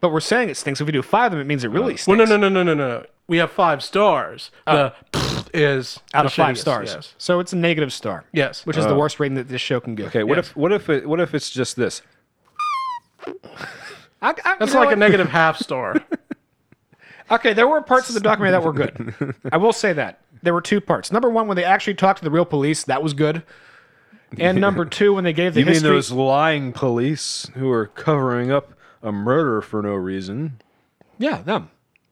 Speaker 5: but we're saying it stinks. If we do five of them, it means it really stinks.
Speaker 4: Well, no, no, no, no, no, no. We have five stars. the pfft is
Speaker 5: Oh. Out
Speaker 4: the
Speaker 5: of five
Speaker 4: shittiest,
Speaker 5: stars,
Speaker 4: Yes. Uh,
Speaker 5: so it's a negative star.
Speaker 4: Yes.
Speaker 5: which is the worst rating that this show can get.
Speaker 6: Okay, what if what if it, what if it's just this?
Speaker 5: I, I,
Speaker 4: That's like a negative half star.
Speaker 5: Okay, there were parts of the documentary that were good. I will say that. There were two parts. Number one, when they actually talked to the real police, that was good. And number two, when they gave the
Speaker 6: You mean
Speaker 5: history.
Speaker 6: those lying police who are covering up a murder for no reason?
Speaker 5: Yeah, them.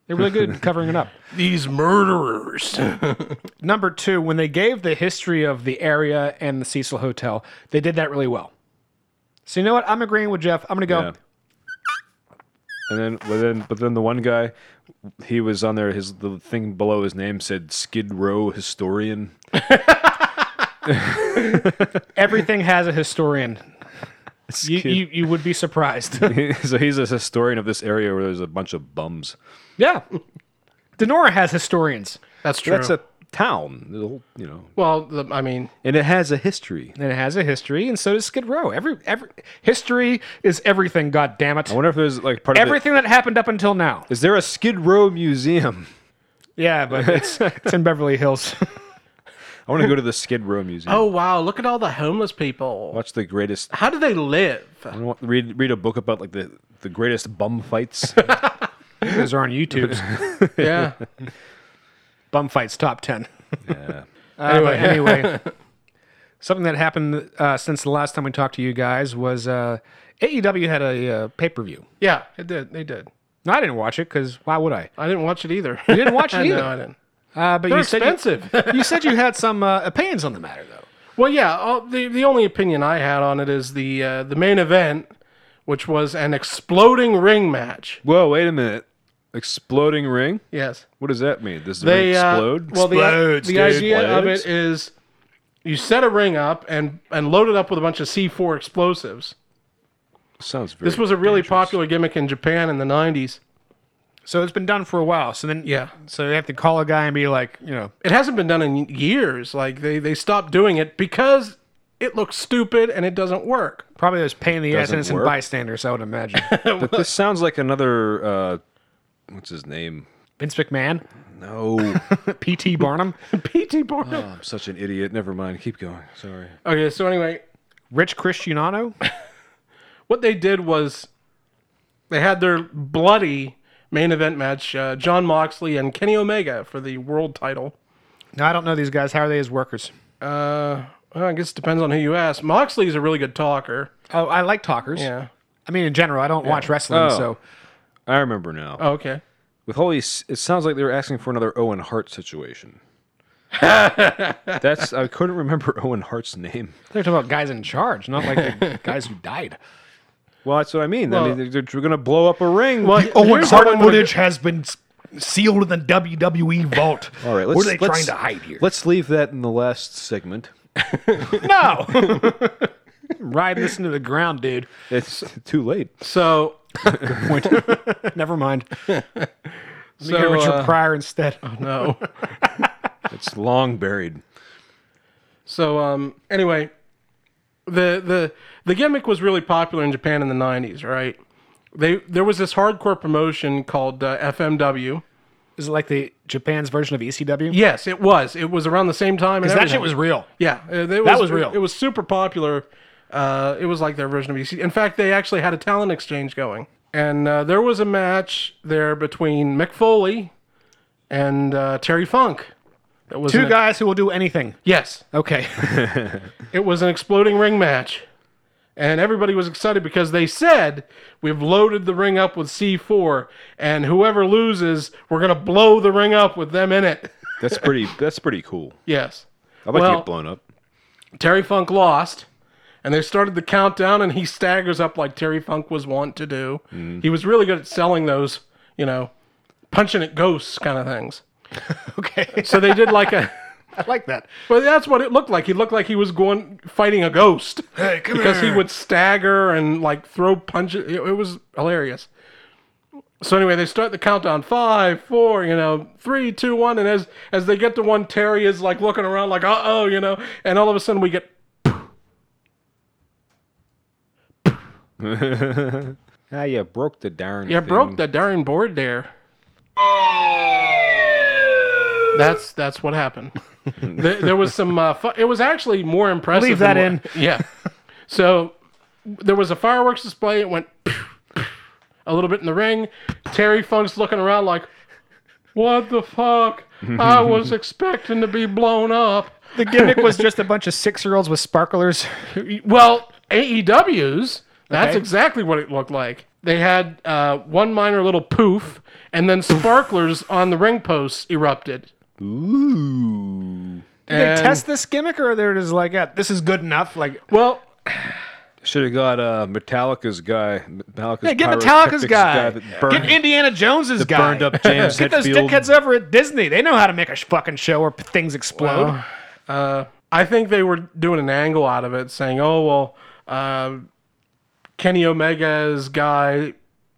Speaker 5: They're really good at covering it up.
Speaker 4: These murderers.
Speaker 5: Number two, when they gave the history of the area and the Cecil Hotel, they did that really well. So you know what? I'm agreeing with Jeff. I'm gonna go.
Speaker 6: Yeah. And then, but then, but then the one guy, he was on there. His the thing below his name said Skid Row historian.
Speaker 5: Everything has a historian. You,
Speaker 6: Skid-
Speaker 5: you, you would be surprised.
Speaker 6: so he's a historian of this area where there's a bunch of bums.
Speaker 5: yeah. Denora has historians.
Speaker 4: That's true.
Speaker 6: That's a town, the whole- you know,
Speaker 4: well, the, I mean,
Speaker 6: and it has a history.
Speaker 5: And it has a history, and so does Skid Row. Every every history is everything. God damn it!
Speaker 6: I wonder if there's like part of
Speaker 5: Everything that happened up until now.
Speaker 6: it. Is there a Skid Row museum?
Speaker 5: Yeah, but it's, it's in Beverly Hills.
Speaker 6: I want to go to the Skid Row museum.
Speaker 4: oh wow, look at all the homeless people.
Speaker 6: watch the greatest.
Speaker 4: How do they live?
Speaker 6: I want- Read read a book about like the the greatest bum fights.
Speaker 5: Those are on YouTube.
Speaker 4: Yeah.
Speaker 5: Bum fights top ten.
Speaker 6: yeah.
Speaker 5: anyway, anyway, something that happened uh, since the last time we talked to you guys was uh, AEW had a uh, pay per view.
Speaker 4: yeah, it did. They did.
Speaker 5: No, I didn't watch it because why would I?
Speaker 4: I didn't watch it either.
Speaker 5: You didn't watch it either.
Speaker 4: no, I didn't.
Speaker 5: Uh, but
Speaker 4: They're
Speaker 5: you said you-
Speaker 4: expensive.
Speaker 5: you, said you had some uh, opinions on the matter, though.
Speaker 4: Well, yeah. All, the the only opinion I had on it is the uh, the main event, which was an exploding ring match.
Speaker 6: Whoa, wait a minute. Exploding ring?
Speaker 4: Yes,
Speaker 6: What does that mean? Does the
Speaker 4: they
Speaker 6: ring
Speaker 4: uh,
Speaker 6: explode?
Speaker 4: well, the-
Speaker 9: Explodes,
Speaker 4: the,
Speaker 9: dude.
Speaker 4: idea of
Speaker 6: Explodes?
Speaker 4: it is you set a ring up and and load it up with a bunch of C four explosives.
Speaker 6: Sounds very
Speaker 4: This was a really
Speaker 6: dangerous.
Speaker 4: popular gimmick in Japan in the nineties.
Speaker 5: So it's been done for a while. So then,
Speaker 4: Yeah.
Speaker 5: So you have to call a guy and be like, you know,
Speaker 4: It hasn't been done in years. Like they they stopped doing it because it looks stupid and it doesn't work.
Speaker 5: probably there's pain in the ass
Speaker 6: Doesn't
Speaker 5: innocent
Speaker 6: work.
Speaker 5: bystanders. I would imagine.
Speaker 6: But this sounds like another uh what's his name?
Speaker 5: Vince McMahon,
Speaker 6: No.
Speaker 5: P.T. Barnum,
Speaker 4: PT Barnum.
Speaker 6: I'm such an idiot. Never mind. Keep going. Sorry.
Speaker 4: Okay, so anyway,
Speaker 5: Rich Cristiano.
Speaker 4: what they did was they had their bloody main event match uh, John Moxley and Kenny Omega for the world title.
Speaker 5: No, I don't know these guys. How are they as workers?
Speaker 4: Uh, Well, I guess it depends on who you ask. Moxley's a really good talker.
Speaker 5: Oh, I like talkers.
Speaker 4: Yeah.
Speaker 5: I mean, in general, I don't watch wrestling,
Speaker 6: Oh.
Speaker 5: so
Speaker 6: I remember now.
Speaker 4: Oh, okay.
Speaker 6: With Holy, S- it sounds like they were asking for another Owen Hart situation. That's I couldn't remember Owen Hart's name.
Speaker 5: they're talking about guys in charge, not like the guys who died.
Speaker 6: Well, that's what I mean. I
Speaker 4: Well-
Speaker 6: mean, they're, they're going to blow up a ring.
Speaker 4: Well,
Speaker 5: Owen
Speaker 4: here's
Speaker 5: Hart
Speaker 4: how I look
Speaker 5: footage has been s- sealed in the WWE vault.
Speaker 6: All right, let's,
Speaker 5: what are they
Speaker 6: let's-
Speaker 5: trying to hide here?
Speaker 6: Let's leave that in the last segment.
Speaker 5: E. no, riding this into the ground, dude.
Speaker 6: It's too late.
Speaker 4: at- So,
Speaker 5: Never mind.
Speaker 4: so
Speaker 5: Get Richard
Speaker 4: uh,
Speaker 5: Pryor instead.
Speaker 4: no.
Speaker 6: It's long buried.
Speaker 4: So um anyway, the the the gimmick was really popular in Japan in the 90s, right? They there was this hardcore promotion called uh, FMW.
Speaker 5: Is it like the Japan's version of E ECW?
Speaker 4: Yes, it was. It was around the same time and
Speaker 5: Because that shit
Speaker 4: everything.
Speaker 5: was real.
Speaker 4: Yeah, uh, it was,
Speaker 5: was real.
Speaker 4: It, was super popular. Uh, it was like their version of EC. In fact, they actually had a talent exchange going, and uh, there was a match there between Mick Foley and uh, Terry Funk. That was
Speaker 5: Two
Speaker 4: an-
Speaker 5: guys who will do anything.
Speaker 4: Yes,
Speaker 5: Okay.
Speaker 4: it was an exploding ring match, and everybody was excited because they said we've loaded the ring up with C4, and whoever loses, we're gonna blow the ring up with them in it.
Speaker 6: That's pretty. that's pretty cool.
Speaker 4: Yes.
Speaker 6: I'd like to
Speaker 4: Well-
Speaker 6: get blown up.
Speaker 4: Terry Funk lost, and they started the countdown, and he staggers up like Terry Funk was wont to do. He was really good at selling those, you know, punching at ghosts kind of things.
Speaker 5: okay.
Speaker 4: So they did like a.
Speaker 5: I like that.
Speaker 4: But that's what it looked like. He looked like he was going fighting a ghost
Speaker 5: Hey, come
Speaker 4: because
Speaker 5: here.
Speaker 4: he would stagger and like throw punches. It, it was hilarious. So anyway, they start the countdown: five, four, you know, three, two, one. And as as they get to one, Terry is like looking around, like, "Uh oh," you know. And all of a sudden, we get
Speaker 6: Ah, you broke the darn.
Speaker 4: Yeah,
Speaker 6: thing.
Speaker 4: broke the darn board there. That's that's what happened. there, there was some. Uh, fu- it was actually more impressive.
Speaker 5: Leave that
Speaker 4: than what- Yeah. So there was a fireworks display. It went a little bit in the ring. Terry Funk's looking around like, "What the fuck? I was expecting to be blown up."
Speaker 5: The gimmick was just a bunch of six year olds with sparklers.
Speaker 4: Well, AEW's, that's
Speaker 5: Okay.
Speaker 4: exactly what it looked like. They had uh, one minor little poof, and then sparklers on the ring posts erupted.
Speaker 6: Ooh.
Speaker 5: Did they
Speaker 4: And-
Speaker 5: test this gimmick or they're just like, yeah, this is good enough? Like,
Speaker 4: Well,
Speaker 6: Should have got uh, Metallica's guy. Metallica's
Speaker 5: yeah, get
Speaker 6: pyrotechnics
Speaker 5: Metallica's guy.
Speaker 6: that burned,
Speaker 5: get Indiana Jones's guy.
Speaker 6: burned up James
Speaker 5: Get those
Speaker 6: Hetfield.
Speaker 5: dickheads over at Disney. They know how to make a sh- fucking show where p- things explode.
Speaker 4: I think they were doing an angle out of it, saying, "Oh well, uh, Kenny Omega's guy,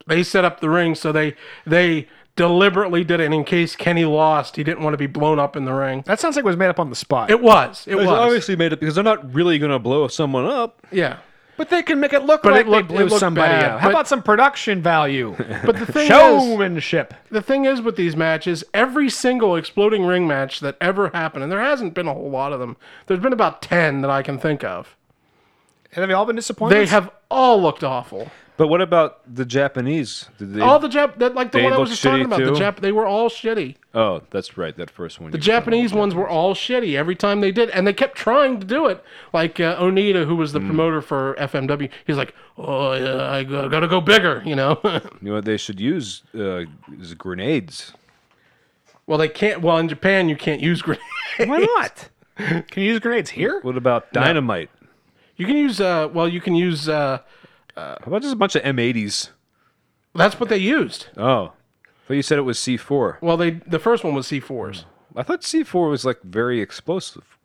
Speaker 4: they set up the ring, so they they deliberately did it and in case Kenny lost. He didn't want to be blown up in the ring.
Speaker 5: that sounds like it was made up on the spot.
Speaker 4: It was, it
Speaker 6: It's
Speaker 4: was,
Speaker 6: obviously made it because they're not really going to blow someone up.
Speaker 4: yeah."
Speaker 5: but they can make it look
Speaker 4: But
Speaker 5: like
Speaker 4: it looked-
Speaker 5: they blew
Speaker 4: it looked
Speaker 5: somebody
Speaker 4: bad,
Speaker 5: up. How
Speaker 4: but-
Speaker 5: about some production value?
Speaker 4: But the thing is,
Speaker 5: Showmanship.
Speaker 4: the thing is with these matches, every single exploding ring match that ever happened, and there hasn't been a whole lot of them. There's been about ten that I can think of.
Speaker 5: Have they all been disappointed?
Speaker 4: They have all looked awful.
Speaker 6: But what about the Japanese? Did they,
Speaker 4: all the Jap, that, like the
Speaker 6: they
Speaker 4: one I
Speaker 6: look
Speaker 4: was just talking
Speaker 6: shitty
Speaker 4: about, the
Speaker 6: too?
Speaker 4: Jap, they were all shitty.
Speaker 6: oh, that's right. That first one.
Speaker 4: The Japanese ones were all shitty every time they did, and they kept trying to do it. Like uh, Onita, who
Speaker 6: Mm.
Speaker 4: was the promoter for FMW, he's like, "Oh, yeah, I go- gotta go bigger," you know.
Speaker 6: You know what they should use uh, is grenades.
Speaker 4: well, they can't. Well, in Japan, you can't use grenades.
Speaker 5: Why not? Can you use grenades here?
Speaker 6: What about dynamite?
Speaker 4: You can use. Uh, well, you can use. Uh,
Speaker 6: How about just a bunch of M80s?
Speaker 4: that's what they used.
Speaker 6: Oh, but you said it was C4.
Speaker 4: Well, they the first one was C4s
Speaker 6: I thought C4 was like very explosive.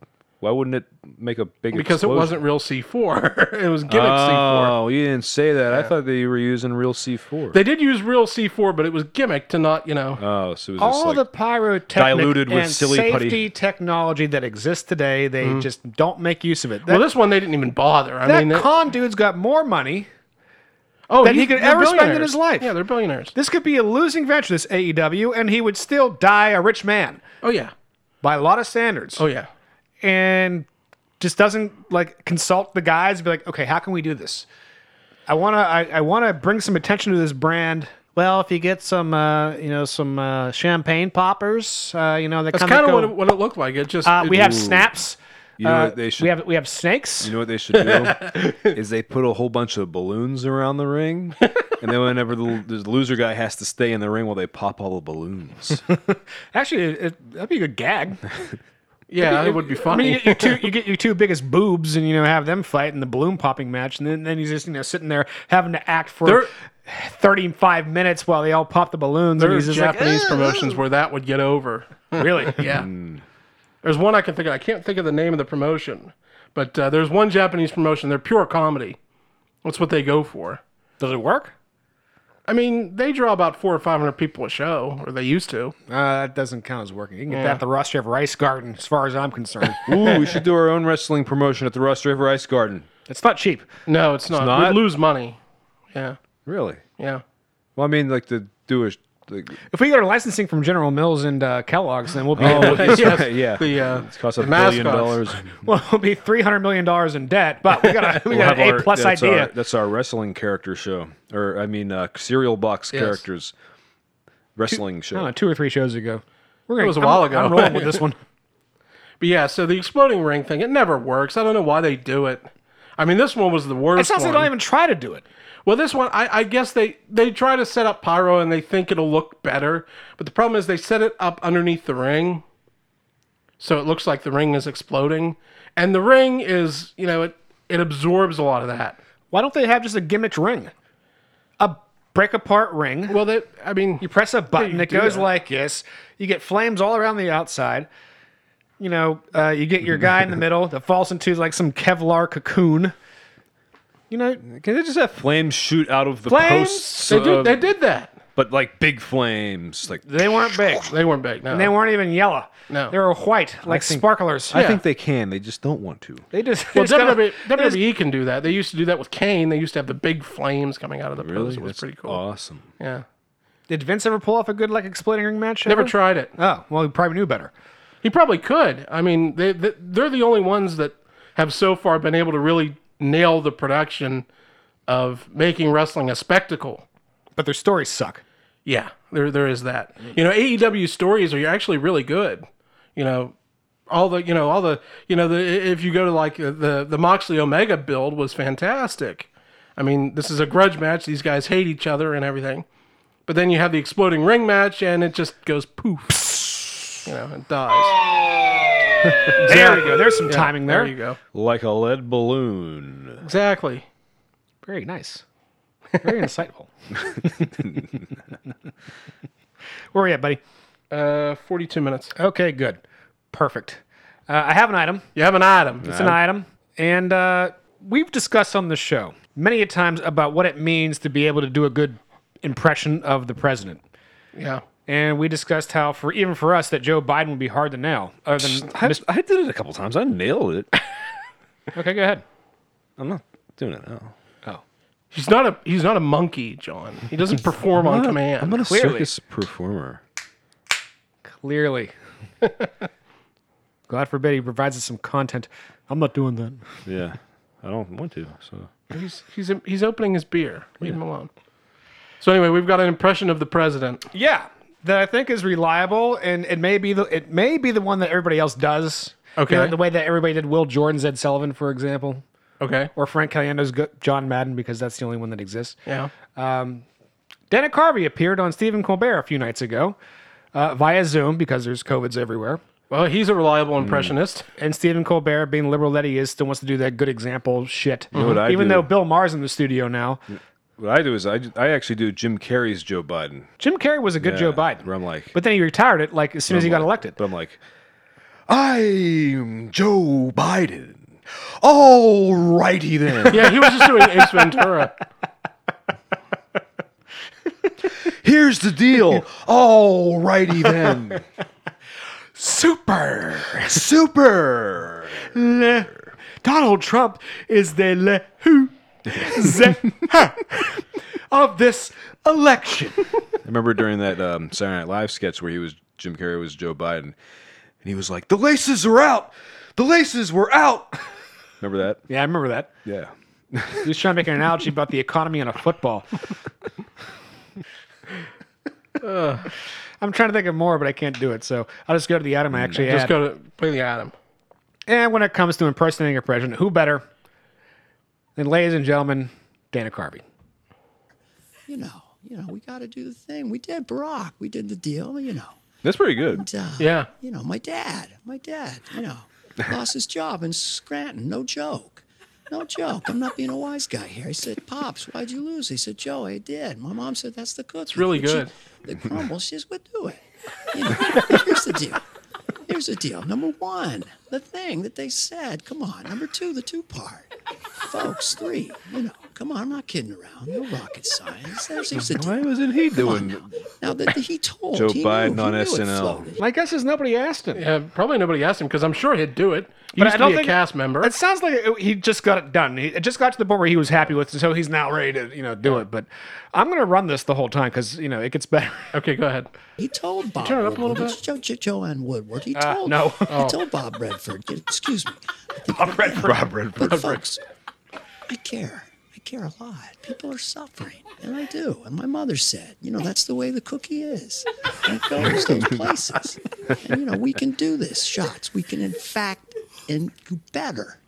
Speaker 6: Why wouldn't it make a big
Speaker 4: because it
Speaker 6: explosion?
Speaker 4: wasn't real C4. it was gimmick C4.
Speaker 6: Oh, you didn't say that. I thought they were using real C4.
Speaker 4: They did use real C4, but it was gimmick to not, you know.
Speaker 5: Uh.
Speaker 6: oh, so it was just
Speaker 5: all
Speaker 6: like,
Speaker 5: the pyrotechnic
Speaker 6: diluted with
Speaker 5: and
Speaker 6: silly
Speaker 5: safety
Speaker 6: putty. Mm.
Speaker 5: technology that exists today, they just don't make use of it. That,
Speaker 4: well, this one they didn't even bother. I
Speaker 5: that
Speaker 4: mean, they-
Speaker 5: con dude's got more money
Speaker 4: oh,
Speaker 5: that he
Speaker 4: he's-
Speaker 5: could
Speaker 4: they're
Speaker 5: ever spend in
Speaker 4: billionaires.
Speaker 5: his life.
Speaker 4: Yeah, they're billionaires.
Speaker 5: This could be a losing venture, this AEW, and he would still die a rich man
Speaker 4: Oh yeah,
Speaker 5: by a lot of standards.
Speaker 4: oh yeah.
Speaker 5: And just doesn't like consult the guys, be like, okay, how can we do this? I wanna I, I wanna bring some attention to this brand. Well, if you get some, uh, you know, some uh, champagne poppers, uh, you know, that
Speaker 4: That's kind of what, it- what it looked like. It just
Speaker 5: Uh,
Speaker 4: it-
Speaker 5: we have snaps.
Speaker 6: You know
Speaker 5: Uh,
Speaker 6: what they should.
Speaker 5: we have we have snakes.
Speaker 6: you know what they should do is they put a whole bunch of balloons around the ring, and then whenever the, the loser guy has to stay in the ring while they pop all the balloons.
Speaker 5: Actually, it, it- that'd be a good gag.
Speaker 4: Yeah, it would be
Speaker 5: I mean, you
Speaker 4: funny.
Speaker 5: get your two you get your two biggest boobs, and you know have them fight in the balloon popping match, and then, then he's just you know sitting there having to act for
Speaker 4: There-
Speaker 5: thirty five minutes while they all pop the balloons, and he's
Speaker 4: There's
Speaker 5: just
Speaker 4: Japanese
Speaker 5: like, "Ah."
Speaker 4: promotions where that would get over.
Speaker 5: "Ugh." really,
Speaker 4: Yeah.
Speaker 5: Hmm.
Speaker 4: There's one I can think of. I can't think of the name of the promotion, but uh, there's one Japanese promotion. They're pure comedy. That's what they go for.
Speaker 5: does it work?
Speaker 4: I mean, they draw about four or five hundred people a show, or they used to.
Speaker 5: Uh, that doesn't count as working. You can get that at the roster of Rice Garden, as far as I'm concerned.
Speaker 6: Ooh, we should do our own wrestling promotion at the Rust River Ice Garden.
Speaker 5: it's not cheap.
Speaker 4: No, it's not.
Speaker 6: not?
Speaker 4: We'd lose money. Yeah,
Speaker 6: Really?
Speaker 4: yeah.
Speaker 6: Well, I mean, like to do a like,
Speaker 5: If we get our licensing from General Mills and uh, Kellogg's, then we'll be
Speaker 4: Oh,
Speaker 6: that's
Speaker 4: Yes,
Speaker 6: right, yeah.
Speaker 4: The uh,
Speaker 6: It's cost a
Speaker 4: the
Speaker 6: billion
Speaker 4: mascots.
Speaker 6: dollars.
Speaker 5: well, we'll be three hundred million dollars in debt. But we got a we got
Speaker 6: We'll
Speaker 5: an
Speaker 6: have
Speaker 5: A plus
Speaker 6: that's
Speaker 5: idea.
Speaker 6: Our, that's our wrestling character show, or I mean, uh, cereal box characters wrestling
Speaker 5: I don't know,
Speaker 6: show.
Speaker 5: Oh, two or three shows ago. We're gonna,
Speaker 4: It was a while
Speaker 5: I'm-
Speaker 4: ago.
Speaker 5: I'm rolling with this one.
Speaker 4: But yeah, so the exploding ring thing, it never works. I don't know why they do it. I mean, this one was the
Speaker 5: It
Speaker 4: worst.
Speaker 5: sounds like
Speaker 4: one.
Speaker 5: they don't even try to do it.
Speaker 4: Well, this one, I, I guess they they try to set up pyro and they think it'll look better, but the problem is they set it up underneath the ring, so it looks like the ring is exploding, and the ring is you know it it absorbs a lot of that.
Speaker 5: Why don't they have just a gimmick ring? A break apart ring.
Speaker 4: Well, that I mean,
Speaker 5: you press a button,
Speaker 4: you
Speaker 5: it
Speaker 4: do
Speaker 5: goes
Speaker 4: that.
Speaker 5: like this. You get flames all around the outside. You know, uh, you get your guy in the middle that falls into like some Kevlar cocoon. You know,
Speaker 6: Can they just have flames shoot out of the
Speaker 5: Flames?
Speaker 6: posts?
Speaker 4: they did
Speaker 6: of-
Speaker 4: they did that.
Speaker 6: but like big flames. Like
Speaker 5: they weren't big.
Speaker 4: They weren't big. No,
Speaker 5: They weren't even yellow.
Speaker 4: No.
Speaker 5: They were white, like
Speaker 6: think-
Speaker 5: sparklers.
Speaker 6: I think they can. They just don't want to.
Speaker 5: They just
Speaker 4: Well, E,
Speaker 5: they just gotta-
Speaker 4: WWE,
Speaker 5: they just-
Speaker 4: WWE can do that. They used to do that with Kane. They used to have the big flames coming out of the post. It was
Speaker 6: That's
Speaker 4: pretty cool.
Speaker 6: Awesome.
Speaker 4: Yeah,
Speaker 5: Did Vince ever pull off a good like exploding ring match?
Speaker 4: never
Speaker 5: ever?
Speaker 4: tried it.
Speaker 5: Oh well, he probably knew better.
Speaker 4: He probably could. I mean, they, they they're the only ones that have so far been able to really nail the production of making wrestling a spectacle.
Speaker 5: But their stories suck.
Speaker 4: Yeah, there there is that. You know, AEW stories are actually really good. You know, all the you know all the you know the if you go to like uh, the the Moxley Omega build was fantastic. I mean, this is a grudge match. These guys hate each other and everything. But then you have the exploding ring match, and it just goes poof. You know, it dies.
Speaker 5: There we go. There's some
Speaker 4: Yeah,
Speaker 5: timing there.
Speaker 4: There you go.
Speaker 6: Like a lead balloon.
Speaker 4: Exactly.
Speaker 5: Very nice. Very insightful. Where are we at, buddy?
Speaker 4: Uh, 42 minutes.
Speaker 5: Okay, good. Perfect. Uh, I have an item.
Speaker 4: You have an item. It's
Speaker 5: It's an item. And uh, we've discussed on the show many a times about what it means to be able to do a good impression of the president.
Speaker 4: an- yeah.
Speaker 5: And we discussed how, for even for us, that Joe Biden would be hard to nail. Other than
Speaker 6: I, I did it a couple times. I nailed it.
Speaker 5: okay, go ahead.
Speaker 6: I'm not doing it now.
Speaker 4: He's not a he's not a monkey, John. He doesn't perform on command.
Speaker 6: I'm not a
Speaker 5: Clearly.
Speaker 6: circus performer.
Speaker 5: Clearly, God forbid he provides us some content. I'm not doing that.
Speaker 6: Yeah, I don't want to. So
Speaker 4: He's he's he's opening his beer. Leave him alone. So anyway, we've got an impression of the president.
Speaker 5: Yeah, that I think is reliable, and it may be the it may be the one that everybody else does.
Speaker 4: Okay.
Speaker 5: You know, the way that everybody did Will Jordan's Ed Sullivan, for example,
Speaker 4: Okay.
Speaker 5: or Frank Caliendo's Go- John Madden, because that's the only one that exists.
Speaker 4: Yeah.
Speaker 5: Dana Carvey appeared on Stephen Colbert a few nights ago uh, via Zoom because there's COVIDs everywhere.
Speaker 4: Well, he's a reliable impressionist.
Speaker 5: And Stephen Colbert, being liberal that he is, still wants to do that good example shit.
Speaker 6: what I
Speaker 5: Even
Speaker 6: do?
Speaker 5: though Bill Maher's in the studio now,
Speaker 6: what I do is I, I actually do Jim Carrey's Joe Biden.
Speaker 5: Jim Carrey was a good
Speaker 6: Yeah,
Speaker 5: Joe Biden.
Speaker 6: where I'm like-
Speaker 5: but then he retired it like as soon as he got elected.
Speaker 6: But I'm like,
Speaker 9: I'm Joe Biden. All righty then.
Speaker 4: Yeah, he was just doing Ace Ventura.
Speaker 9: Here's the deal. All righty then.
Speaker 5: Super.
Speaker 9: Super.
Speaker 5: Le- Donald Trump is the le who ze- of this election.
Speaker 6: I remember during that um, Saturday Night Live sketch where he was Jim Carrey was Joe Biden, and he was like, "The laces are out. The laces were out." Remember that?
Speaker 5: Yeah, I remember that.
Speaker 6: Yeah.
Speaker 5: He was trying to make an analogy about the economy and a football. I'm trying to think of more, but I can't do it. So I'll Mm, just go to the item I actually
Speaker 4: Just
Speaker 5: had.
Speaker 4: go to play the Adam.
Speaker 5: And when it comes to impersonating a president, who better than, ladies and gentlemen, Dana Carvey?
Speaker 11: You know, you know, we got to do the thing. We did Barack. We did the deal. You know,
Speaker 6: That's pretty good.
Speaker 11: And, uh,
Speaker 4: Yeah.
Speaker 11: You know, my dad, my dad, you know, lost his job in Scranton. No joke. No joke. I'm not being a wise guy here. He said, Pops, why'd you lose? He said, Joe, I did. My mom said, That's the cookie. It's
Speaker 4: really good.
Speaker 11: the crumble. She says, What do it? You know, here's the deal. Here's the deal. Number one, the thing that they said. Come on. Number two, the two part. Folks, three, you know, come on. I'm not kidding around. No rocket science. There's, here's the
Speaker 6: Why
Speaker 11: deal.
Speaker 6: wasn't he doing?
Speaker 11: Now that he told
Speaker 6: Joe
Speaker 11: he
Speaker 6: Biden
Speaker 11: knew,
Speaker 6: on
Speaker 11: he knew it
Speaker 6: SNL.
Speaker 11: floated.
Speaker 5: My guess is nobody asked him.
Speaker 4: Yeah, Uh, probably nobody asked him because I'm sure he'd do it. He used to be a cast member.
Speaker 5: It sounds like it- he just got it done. He, it just got to the point where he was happy with it, so he's now ready to you know do it. But I'm gonna run this the whole time because you know it gets better.
Speaker 4: Okay, go ahead.
Speaker 11: He told Bob
Speaker 4: turn it up a little
Speaker 11: Woodward,
Speaker 4: bit?
Speaker 11: Jo- Jo- Joanne Woodward. He
Speaker 5: Uh,
Speaker 11: told
Speaker 5: no.
Speaker 11: he told Bob Redford. Excuse me,
Speaker 5: Bob Redford.
Speaker 9: Bob Redford.
Speaker 11: but folks, I care. I care a lot. People are suffering, and I do. And my mother said, you know, that's the way the cookie is. And it goes those places. And you know, we can do this. Shots. We can, in fact, and do better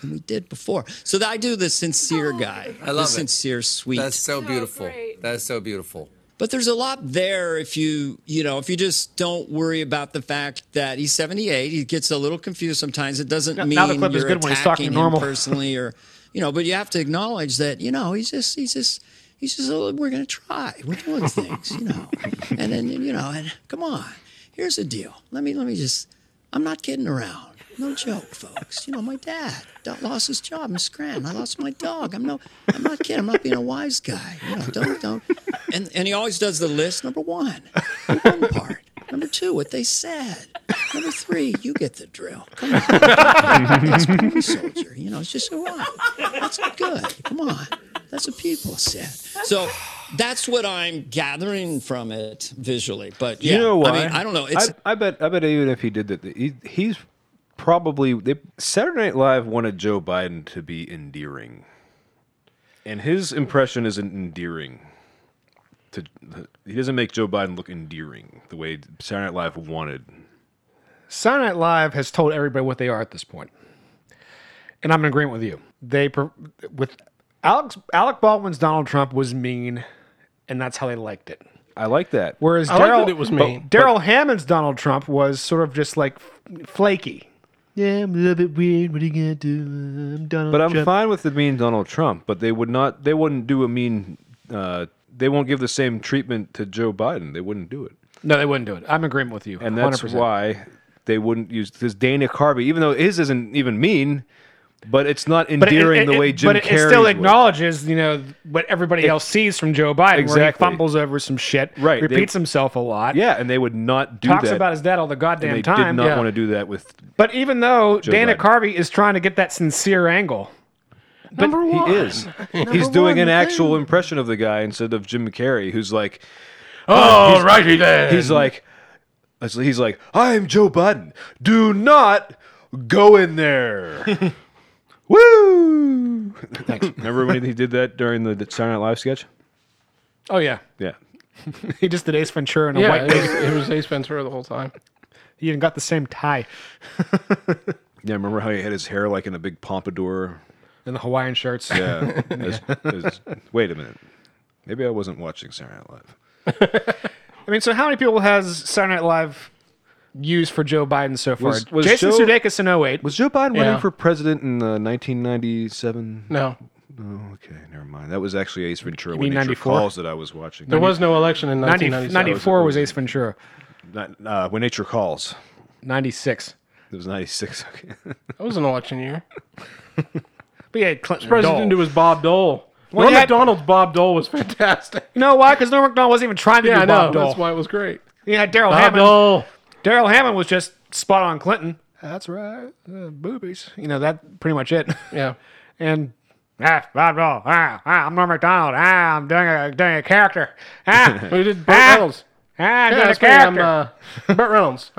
Speaker 11: than we did before. So I do the sincere guy.
Speaker 12: I love
Speaker 11: the
Speaker 12: it.
Speaker 11: sincere, sweet.
Speaker 12: That's so beautiful. That is so beautiful.
Speaker 11: But there's a lot there if you, you know, if you just don't worry about the fact that he's 78, he gets a little confused sometimes. It doesn't
Speaker 5: Now-
Speaker 11: mean
Speaker 5: now the clip is
Speaker 11: you're
Speaker 5: good when he's
Speaker 11: attacking
Speaker 5: talking
Speaker 11: him
Speaker 5: normal.
Speaker 11: personally or, you know, but you have to acknowledge that, you know, he's just, he's just, he's just, a, we're going to try. We're doing things, you know, and then, you know, and come on, here's the deal. Let me, let me just, I'm not kidding around. No joke, folks. You know, my dad don't- lost his job in Scranton. I lost my dog. I'm no, I'm not kidding. I'm not being a wise guy. You know, don't, don't. And and he always does the list. Number one, the one part. Number two, what they said. Number three, you get the drill. Come on, That's Pony soldier. You know, it's just so wow. That's good. Come on, that's what people said. So. That's what I'm gathering from it visually, but yeah,
Speaker 6: you know
Speaker 11: I
Speaker 6: why?
Speaker 11: mean, I don't know. It's
Speaker 6: I, I bet. I bet even if he did that, he, he's probably they, Saturday Night Live wanted Joe Biden to be endearing, and his impression isn't endearing. To he doesn't make Joe Biden look endearing the way Saturday Night Live wanted.
Speaker 5: Saturday Night Live has told everybody what they are at this point, and I'm in agreement with you. They pro- with Alex Alec Baldwin's Donald Trump was mean, and that's how they liked it.
Speaker 6: I like that.
Speaker 5: Whereas
Speaker 4: I like
Speaker 5: Daryl
Speaker 4: that it was mean.
Speaker 5: Daryl Hammond's Donald Trump was sort of just like f- flaky.
Speaker 10: Yeah, I'm a little bit weird. What are you gonna do? I'm Donald
Speaker 6: But I'm
Speaker 10: Trump.
Speaker 6: fine with the mean Donald Trump. But they would not. They wouldn't do a mean. Uh, they won't give the same treatment to Joe Biden. They wouldn't do it.
Speaker 5: No, they wouldn't do it. I'm in agreement with you.
Speaker 6: and that's
Speaker 5: 100%.
Speaker 6: why they wouldn't use this Dana Carvey, even though his isn't even mean, but it's not
Speaker 5: But it-
Speaker 6: endearing
Speaker 5: it-
Speaker 6: the
Speaker 5: it-
Speaker 6: way Jim
Speaker 5: but it, it
Speaker 6: Carrey.
Speaker 5: still acknowledges, you know, what everybody else sees from Joe Biden. Where he
Speaker 6: Exactly.
Speaker 5: fumbles over some shit,
Speaker 6: Right, they-
Speaker 5: Repeats himself a lot.
Speaker 6: Yeah, and they would not do
Speaker 5: talks
Speaker 6: that.
Speaker 5: about his dad all the
Speaker 6: and
Speaker 5: goddamn
Speaker 6: they
Speaker 5: time.
Speaker 6: did not
Speaker 5: Yeah.
Speaker 6: want to do that with.
Speaker 5: But even though Dana
Speaker 6: Biden.
Speaker 5: Carvey is trying to get that sincere angle,
Speaker 4: Number
Speaker 6: He
Speaker 4: one.
Speaker 6: is. He's doing an
Speaker 4: one,
Speaker 6: actual impression of the guy instead of Jim Carrey, who's like,
Speaker 4: Oh, righty then.
Speaker 6: he's like, he's like, I'm Joe Biden. Do not go in there. Woo! Remember when he did that during the Saturday Night Live sketch?
Speaker 5: oh yeah,
Speaker 6: Yeah.
Speaker 5: he just did Ace Ventura in a
Speaker 4: yeah,
Speaker 5: white.
Speaker 4: it was, it was Ace Ventura the whole time.
Speaker 5: He even got the same tie
Speaker 6: Yeah, remember how he had his hair like in a big pompadour?
Speaker 5: in the Hawaiian shirts.
Speaker 6: Yeah. As- as- wait a minute. Maybe I wasn't watching Saturday Night Live.
Speaker 5: I mean, so how many people has Saturday Night Live used for Joe Biden so far?
Speaker 6: Was- was
Speaker 5: Jason
Speaker 6: Joe-
Speaker 5: Sudeikis in 08.
Speaker 6: Was Joe Biden
Speaker 4: Yeah.
Speaker 6: running for president in uh, 1997?
Speaker 4: No,
Speaker 6: Oh, okay, never mind. That was actually Ace Ventura:
Speaker 5: mean
Speaker 6: When Nature
Speaker 5: 94?
Speaker 6: Calls that I was watching.
Speaker 4: there was no election in
Speaker 5: 90,
Speaker 4: 1997.
Speaker 5: 94 was Ace Ventura.
Speaker 6: Not- uh, When Nature Calls.
Speaker 5: 96.
Speaker 6: It was 96. Okay.
Speaker 4: That was an election year.
Speaker 5: But yeah, Clinton
Speaker 4: President
Speaker 5: Dole.
Speaker 4: was Bob Dole.
Speaker 5: Well,
Speaker 4: Norm
Speaker 5: yeah.
Speaker 4: McDonald's Bob Dole was fantastic.
Speaker 5: No, why? Because Norm Macdonald wasn't even trying to
Speaker 4: Yeah, I
Speaker 5: do
Speaker 4: know.
Speaker 5: Bob Dole.
Speaker 4: That's why it was great.
Speaker 5: Yeah, Daryl
Speaker 4: Bob
Speaker 5: Hammond.
Speaker 4: Dole.
Speaker 5: Daryl Hammond was just spot on Clinton. That's right, uh, boobies. You know that pretty much it.
Speaker 4: Yeah.
Speaker 5: and ah, Bob Dole. Ah, ah, I'm Norm Macdonald. Ah, I'm doing a doing a character. Ah,
Speaker 4: We did Burt
Speaker 5: ah,
Speaker 4: Reynolds.
Speaker 5: Ah, I'm
Speaker 4: Yeah,
Speaker 5: doing a
Speaker 4: that's right, I'm,
Speaker 5: character.
Speaker 4: uh, Burt Reynolds.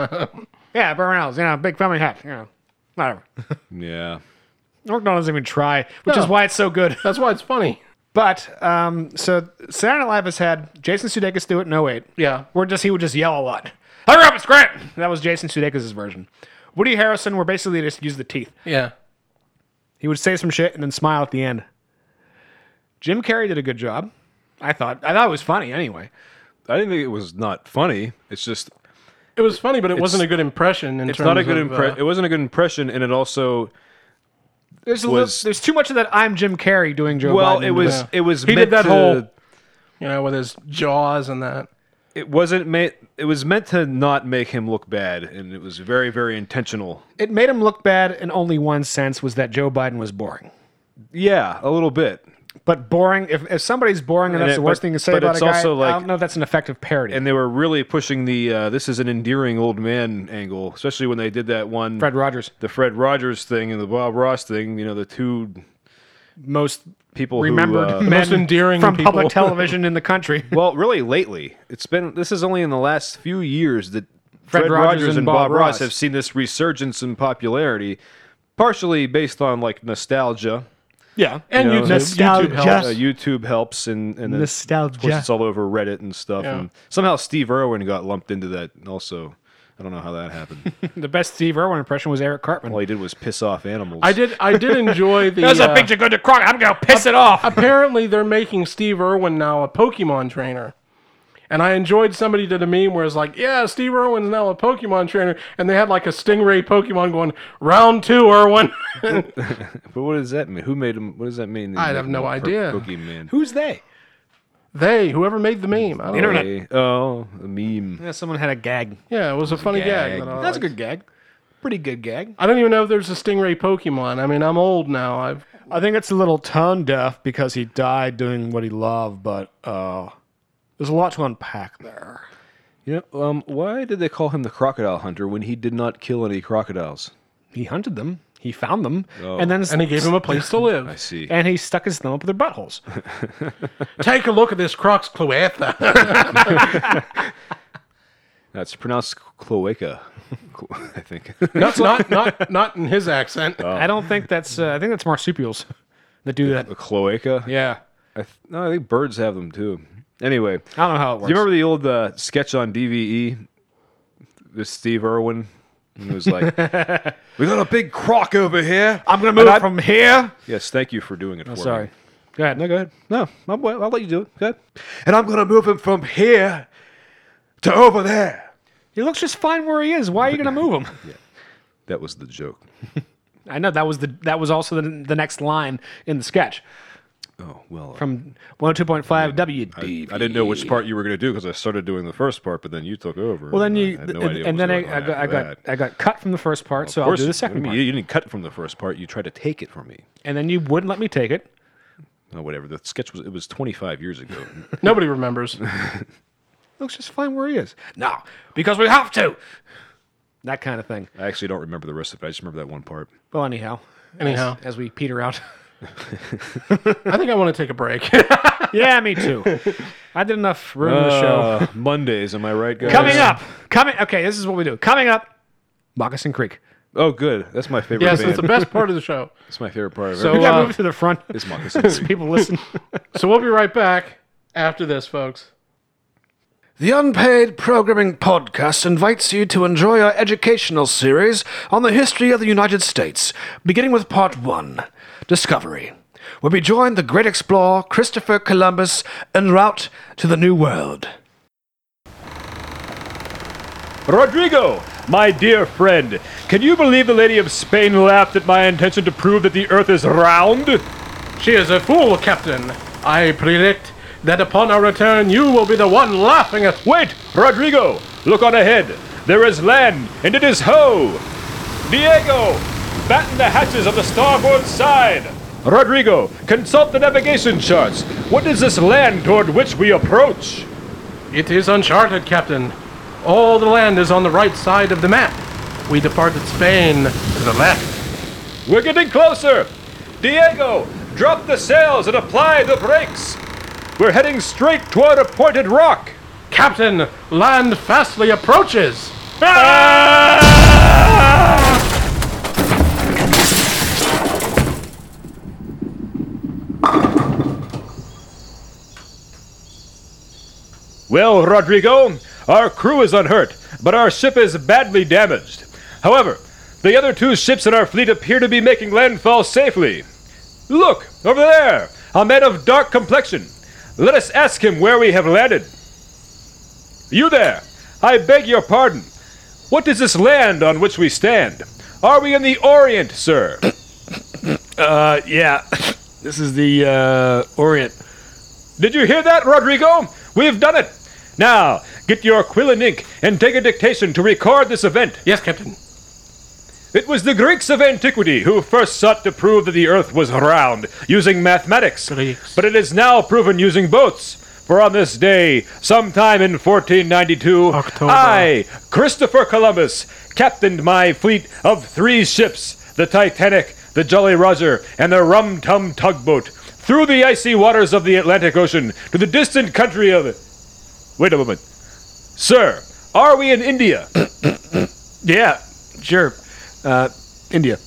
Speaker 5: yeah, Burt Reynolds. You know, big family hat. You know, whatever.
Speaker 6: yeah.
Speaker 5: Norm Macdonald doesn't even try, which
Speaker 4: No.
Speaker 5: is why it's so good.
Speaker 4: That's why it's funny.
Speaker 5: But um, so Saturday Night Live has had Jason Sudeikis do it in 08.
Speaker 4: Yeah.
Speaker 5: where just he would just yell a lot. Hurry up, it's Grant. That was Jason Sudeikis' version. Woody Harrison, where basically they just use the teeth.
Speaker 4: Yeah.
Speaker 5: He would say some shit and then smile at the end. Jim Carrey did a good job. I thought. I thought it was funny anyway.
Speaker 6: I didn't think it was not funny. It's just
Speaker 4: It was funny, but it wasn't a
Speaker 6: It's-
Speaker 4: good impression. In
Speaker 6: it's
Speaker 4: terms
Speaker 6: not a good
Speaker 4: of, uh,
Speaker 6: impression. it wasn't a good impression, and it also
Speaker 5: There's a
Speaker 6: Was-
Speaker 5: little, there's too much of that I'm Jim Carrey doing Joe
Speaker 6: well,
Speaker 5: Biden
Speaker 6: it was
Speaker 5: impression.
Speaker 6: it was
Speaker 4: He
Speaker 6: meant
Speaker 4: did that
Speaker 6: to,
Speaker 4: whole- you know, with his jaws and that.
Speaker 6: It wasn't meant. It was meant to not make him look bad, and it was very very intentional.
Speaker 5: It made him look bad in only one sense was that Joe Biden was boring.
Speaker 6: Yeah, a little bit.
Speaker 5: But boring, if, if somebody's boring and,
Speaker 6: And
Speaker 5: that's
Speaker 6: it-
Speaker 5: the worst
Speaker 6: but-
Speaker 5: thing to say
Speaker 6: but
Speaker 5: about
Speaker 6: it's
Speaker 5: a guy,
Speaker 6: also
Speaker 5: I
Speaker 6: like-
Speaker 5: don't know if that's an effective parody.
Speaker 6: And they were really pushing the uh, this is an endearing old man angle, especially when they did that one
Speaker 5: Fred Rogers,
Speaker 6: the Fred Rogers thing and the Bob Ross thing. You know, the two
Speaker 5: most
Speaker 6: people
Speaker 5: remembered
Speaker 6: who, uh,
Speaker 5: men
Speaker 4: most endearing
Speaker 5: from
Speaker 4: people.
Speaker 5: public television in the country.
Speaker 6: well, really lately, it's been this is only in the last few years that
Speaker 5: Fred
Speaker 6: Fred,
Speaker 5: Rogers
Speaker 6: Rogers,
Speaker 5: and
Speaker 6: and,
Speaker 5: Bob
Speaker 6: Bob Ross.
Speaker 5: Ross.
Speaker 6: have seen this resurgence in popularity, partially based on like nostalgia.
Speaker 5: yeah,
Speaker 4: And
Speaker 6: You know,
Speaker 4: YouTube,
Speaker 5: nostalgia.
Speaker 4: YouTube helps.
Speaker 6: Uh, YouTube helps, and and then, of course
Speaker 5: Nostalgia.
Speaker 6: it's all over Reddit and stuff.
Speaker 4: Yeah.
Speaker 6: And somehow Steve Irwin got lumped into that also. I don't know how that happened.
Speaker 5: The best Steve Irwin impression was Eric Cartman.
Speaker 6: all he did was piss off animals.
Speaker 4: I did. I did enjoy the.
Speaker 5: There's a
Speaker 4: uh,
Speaker 5: picture good to crock. I'm gonna piss it off.
Speaker 4: apparently they're making Steve Irwin now a Pokemon trainer. And I enjoyed somebody did a meme where it's like, yeah, Steve Irwin's now a Pokemon trainer, and they had like a stingray Pokemon going round two, Irwin.
Speaker 6: But what does that mean? Who made him? What does that mean?
Speaker 4: I have no idea.
Speaker 6: Pokemon.
Speaker 5: Who's they?
Speaker 4: they, whoever made the meme, I don't know.
Speaker 5: Internet.
Speaker 6: Oh, a meme.
Speaker 5: Yeah, someone had a gag.
Speaker 4: Yeah, it was a funny
Speaker 6: Gag.
Speaker 4: gag. that I
Speaker 5: That's a
Speaker 4: liked.
Speaker 5: good gag. Pretty good gag.
Speaker 4: I don't even know if there's a stingray Pokemon. I mean, I'm old now. I've
Speaker 5: I think it's a little tone deaf because he died doing what he loved, but uh, there's a lot to unpack there.
Speaker 6: You know, um, why did they call him the crocodile hunter when he did not kill any crocodiles?
Speaker 5: He hunted them. He found them, Oh. and then
Speaker 4: and he gave him a place to
Speaker 6: I
Speaker 4: live.
Speaker 6: see.
Speaker 5: and he stuck his thumb up their buttholes.
Speaker 4: Take a look at this Crocs cloatha.
Speaker 6: That's pronounced cloaca, I think.
Speaker 4: not, not, not, not in his accent.
Speaker 5: I don't think that's. Uh, I think that's marsupials that do that.
Speaker 6: a cloaca?
Speaker 5: Yeah,
Speaker 6: I th- no, I think birds have them too. Anyway, do
Speaker 5: I don't know how it works.
Speaker 6: you remember the old uh, sketch on DVE with Steve Irwin? And it was like, we got a big croc over here.
Speaker 5: I'm gonna move from here. Oh,
Speaker 6: Yes, thank you for doing it for me.
Speaker 5: Sorry. Go ahead.
Speaker 6: No, go ahead. No, I'm, I'll let you do it. Go ahead. And I'm going to move him from here to over there.
Speaker 5: He looks just fine where he is. Why are you gonna move him?
Speaker 6: That was the joke.
Speaker 5: I know that was the that was also the, the next line in the sketch oh
Speaker 6: Oh, well.
Speaker 5: from 102.5
Speaker 6: I, I
Speaker 5: WD.
Speaker 6: didn't know which part you were going to do because I started doing the first part, but then you took over.
Speaker 5: Well, then
Speaker 6: and
Speaker 5: you
Speaker 6: I had no
Speaker 5: and,
Speaker 6: idea
Speaker 5: and
Speaker 6: what
Speaker 5: then
Speaker 6: was
Speaker 5: I,
Speaker 6: going
Speaker 5: I
Speaker 6: on
Speaker 5: got I
Speaker 6: after
Speaker 5: got,
Speaker 6: that.
Speaker 5: I got cut from the first part, so
Speaker 6: Of
Speaker 5: I'll
Speaker 6: course,
Speaker 5: do the
Speaker 6: what do
Speaker 5: second
Speaker 6: you
Speaker 5: part.
Speaker 6: mean? You didn't cut from the first part. You tried to take it from me.
Speaker 5: And then you wouldn't let me take it.
Speaker 6: Oh, whatever. The sketch was it was 25 years ago.
Speaker 4: Nobody remembers.
Speaker 5: Looks just fine where he is. No, because we have to. That kind of thing.
Speaker 6: I actually don't remember the rest of it. I just remember that one part.
Speaker 5: Well, anyhow,
Speaker 4: Anyhow,
Speaker 5: as we peter out.
Speaker 4: I think I want to take a break.
Speaker 5: yeah, me too. I did enough room in the show.
Speaker 6: Uh, Mondays, am I right, guys?
Speaker 5: Coming up, coming. Okay, this is what we do. Coming up, Moccasin Creek.
Speaker 6: Oh, good. That's my favorite.
Speaker 4: yes,
Speaker 6: band.
Speaker 4: it's the best part of the show.
Speaker 6: That's my favorite part. Of
Speaker 4: So,
Speaker 6: everything.
Speaker 5: We gotta
Speaker 4: uh,
Speaker 5: move to the front.
Speaker 6: It's Moccasin Creek.
Speaker 5: People listen.
Speaker 4: So we'll be right back after this, folks.
Speaker 5: The Unpaid Programming Podcast invites you to enjoy our educational series on the history of the United States, beginning with Part 1 Discovery, where we join the great explorer Christopher Columbus en route to the New World.
Speaker 13: Rodrigo, my dear friend, can you believe the lady of Spain laughed at my intention to prove that the earth is round?
Speaker 4: She is a fool, Captain. I predict that upon our return, you will be the one laughing at.
Speaker 13: Wait, Rodrigo, look on ahead. There is land, and it is ho! Diego, batten the hatches on the starboard side. Rodrigo, consult the navigation charts. What is this land toward which we approach?
Speaker 4: It is uncharted, Captain. All the land is on the right side of the map. We departed Spain to the left.
Speaker 13: We're getting closer! Diego, drop the sails and apply the brakes! We're heading straight toward a pointed rock!
Speaker 4: Captain, land fastly approaches.
Speaker 13: Well, Rodrigo, our crew is unhurt, but our ship is badly damaged. However, The other two ships in our fleet appear to be making landfall safely. Look, over there, a man of dark complexion. Let us ask him where we have landed. You there, I beg your pardon. What is this land on which we stand? Are we in the Orient, sir?
Speaker 14: Uh, yeah. This is the uh, Orient.
Speaker 13: Did you hear that, Rodrigo? We've done it. Now, get your quill and ink and take a dictation to record this event.
Speaker 4: Yes, Captain.
Speaker 13: It was the Greeks of antiquity who first sought to prove that the earth was round using mathematics. But it is now proven using boats. For on this day, sometime in 1492, I, Christopher Columbus, captained my fleet of three ships the Titanic, the Jolly Roger, and the Rum Tum tugboat through the icy waters of the Atlantic Ocean to the distant country of. Wait a moment. Sir, are we in India?
Speaker 14: yeah, sure. Uh, India.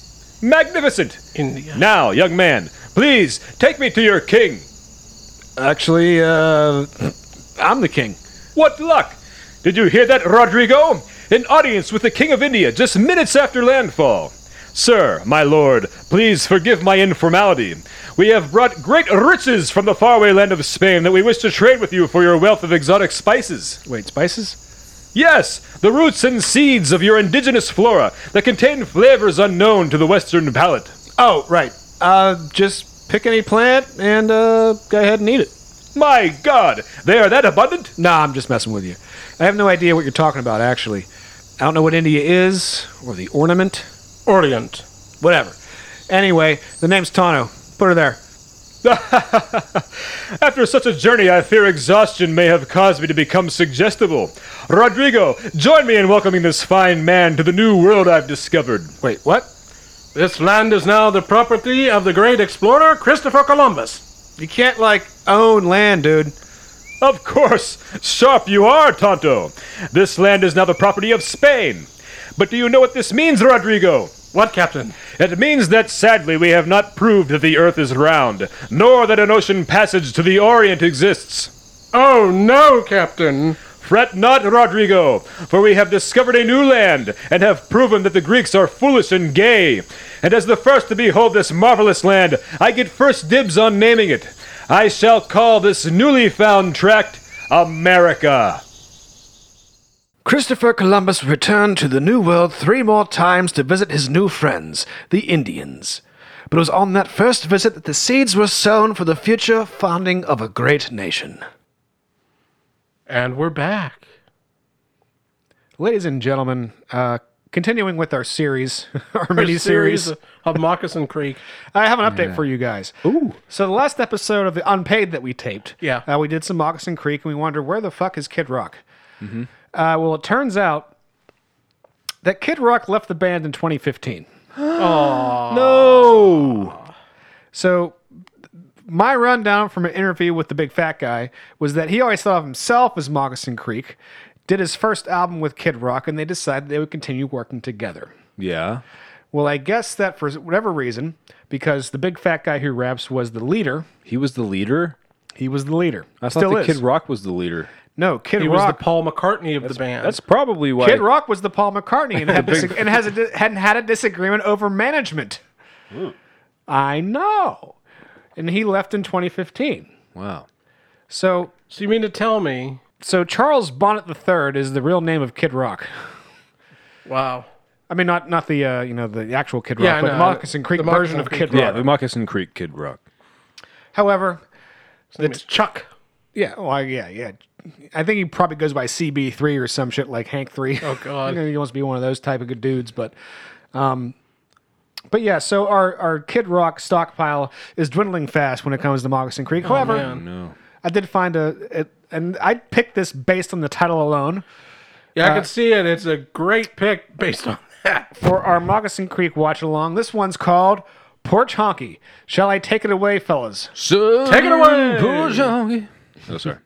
Speaker 13: Magnificent!
Speaker 4: India.
Speaker 13: Now, young man, please take me to your king.
Speaker 14: Actually, uh, I'm the king.
Speaker 13: What luck! Did you hear that, Rodrigo? An audience with the king of India just minutes after landfall. Sir, my lord, please forgive my informality. We have brought great riches from the faraway land of Spain that we wish to trade with you for your wealth of exotic spices.
Speaker 14: Wait, spices?
Speaker 13: Yes, the roots and seeds of your indigenous flora that contain flavors unknown to the Western palate.
Speaker 14: Oh, right. Uh, just pick any plant and uh, go ahead and eat it.
Speaker 13: My God, they are that abundant?
Speaker 14: Nah, I'm just messing with you. I have no idea what you're talking about, actually. I don't know what India is, or the ornament.
Speaker 4: Orient.
Speaker 14: Whatever. Anyway, the name's Tano. Put her there.
Speaker 13: After such a journey, I fear exhaustion may have caused me to become suggestible. Rodrigo, join me in welcoming this fine man to the new world I've discovered.
Speaker 14: Wait, what?
Speaker 4: This land is now the property of the great explorer Christopher Columbus.
Speaker 14: You can't, like, own land, dude.
Speaker 13: Of course! Sharp you are, Tonto! This land is now the property of Spain. But do you know what this means, Rodrigo?
Speaker 4: What, Captain?
Speaker 13: It means that sadly we have not proved that the Earth is round, nor that an ocean passage to the Orient exists.
Speaker 4: Oh no, Captain!
Speaker 13: Fret not, Rodrigo, for we have discovered a new land, and have proven that the Greeks are foolish and gay. And as the first to behold this marvelous land, I get first dibs on naming it. I shall call this newly found tract America.
Speaker 14: Christopher Columbus returned to the New World three more times to visit his new friends, the Indians. But it was on that first visit that the seeds were sown for the future founding of a great nation.
Speaker 4: And we're back.
Speaker 5: Ladies and gentlemen, uh, continuing with our series, our, our mini series
Speaker 4: of Moccasin Creek,
Speaker 5: I have an update yeah. for you guys.
Speaker 14: Ooh.
Speaker 5: So, the last episode of the Unpaid that we taped,
Speaker 4: yeah.
Speaker 5: Uh, we did some Moccasin Creek and we wondered where the fuck is Kid Rock? Mm-hmm. Uh, well, it turns out that Kid Rock left the band in 2015.
Speaker 4: oh
Speaker 5: no! So my rundown from an interview with the big fat guy was that he always thought of himself as Moccasin Creek. Did his first album with Kid Rock, and they decided they would continue working together.
Speaker 14: Yeah.
Speaker 5: Well, I guess that for whatever reason, because the big fat guy who raps was the leader.
Speaker 14: He was the leader.
Speaker 5: He was the leader.
Speaker 14: I
Speaker 5: Still
Speaker 14: thought
Speaker 5: is.
Speaker 14: Kid Rock was the leader.
Speaker 5: No, Kid
Speaker 4: he
Speaker 5: Rock
Speaker 4: was the Paul McCartney of the band.
Speaker 14: That's probably why
Speaker 5: Kid Rock was the Paul McCartney and, had dis- and has di- hadn't had a disagreement over management.
Speaker 14: Ooh.
Speaker 5: I know, and he left in 2015.
Speaker 14: Wow.
Speaker 5: So,
Speaker 4: so you mean to tell me?
Speaker 5: So Charles Bonnet III is the real name of Kid Rock.
Speaker 4: Wow.
Speaker 5: I mean, not not the uh, you know the actual Kid Rock,
Speaker 4: Yeah, I
Speaker 5: but
Speaker 4: know.
Speaker 5: Moccasin Creek
Speaker 4: The
Speaker 5: version
Speaker 4: Moccasin
Speaker 5: of
Speaker 4: Creek.
Speaker 5: Kid Rock.
Speaker 6: Yeah, the Moccasin Creek Kid Rock.
Speaker 5: However,
Speaker 4: It's Chuck.
Speaker 5: yeah, well, yeah, yeah. I think he probably goes by CB3 or some shit like Hank 3.
Speaker 4: Oh God.
Speaker 5: You know, he wants to be one of those type of good dudes, but um but yeah, so our, our Kid Rock stockpile is dwindling fast when it comes to Moccasin Creek. However,
Speaker 4: Oh, man.
Speaker 5: I did find a, it and I picked this based on the title alone
Speaker 4: Yeah, I
Speaker 5: Uh,
Speaker 4: can see it. It's a great pick based on that.
Speaker 5: for our Moccasin Creek watch along. This one's called Porch Honky. Shall I take it away, fellas?
Speaker 6: So
Speaker 4: Take it away.
Speaker 6: Oh, sorry.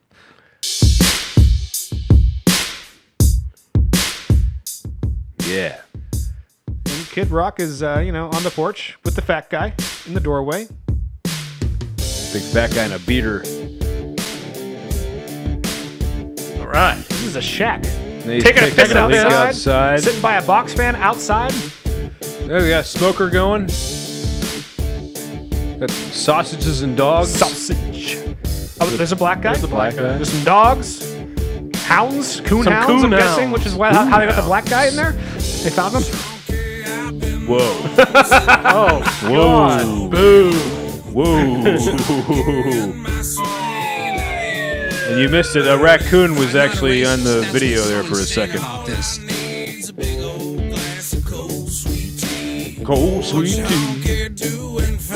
Speaker 6: Yeah.
Speaker 5: And Kid Rock is uh, you know on the porch with the fat guy in the doorway.
Speaker 6: Big fat guy in a beater.
Speaker 4: All right.
Speaker 5: This is a shack.
Speaker 6: And he's
Speaker 5: Taking a
Speaker 6: taking
Speaker 5: piss
Speaker 6: a leak
Speaker 5: outside,
Speaker 6: outside.
Speaker 5: sitting by a box fan outside.
Speaker 13: There we got a smoker going. Got sausages and dogs.
Speaker 5: Sausage. Oh, there's a black guy.
Speaker 13: There's a black guy.
Speaker 5: There's some dogs, hounds, coon
Speaker 13: Some
Speaker 5: hounds.
Speaker 13: coon
Speaker 5: I'm guessing,
Speaker 13: hounds.
Speaker 5: which is why, how,
Speaker 13: Coon
Speaker 5: how they got the black guy in there. They found him.
Speaker 13: Whoa. oh. Whoa.
Speaker 5: God.
Speaker 13: Boo. Whoa. and you missed it. A raccoon was actually on the video there for a second. Cold sweet tea.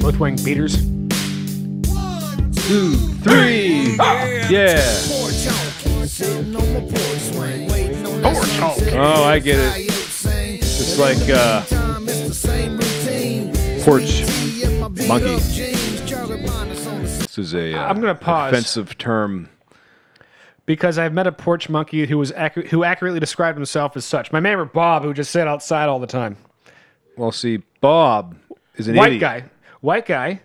Speaker 5: Both wearing beaters.
Speaker 13: Two, three. Yeah. Oh, I get it. It's like uh, porch monkey. This is a. Uh,
Speaker 5: I'm gonna pause.
Speaker 13: Offensive term.
Speaker 5: because I've met a porch monkey who was accu- who accurately described himself as such. My neighbor Bob, who just sat outside all the time,
Speaker 6: Well, see, Bob is an
Speaker 5: white
Speaker 6: idiot.
Speaker 5: guy, white guy,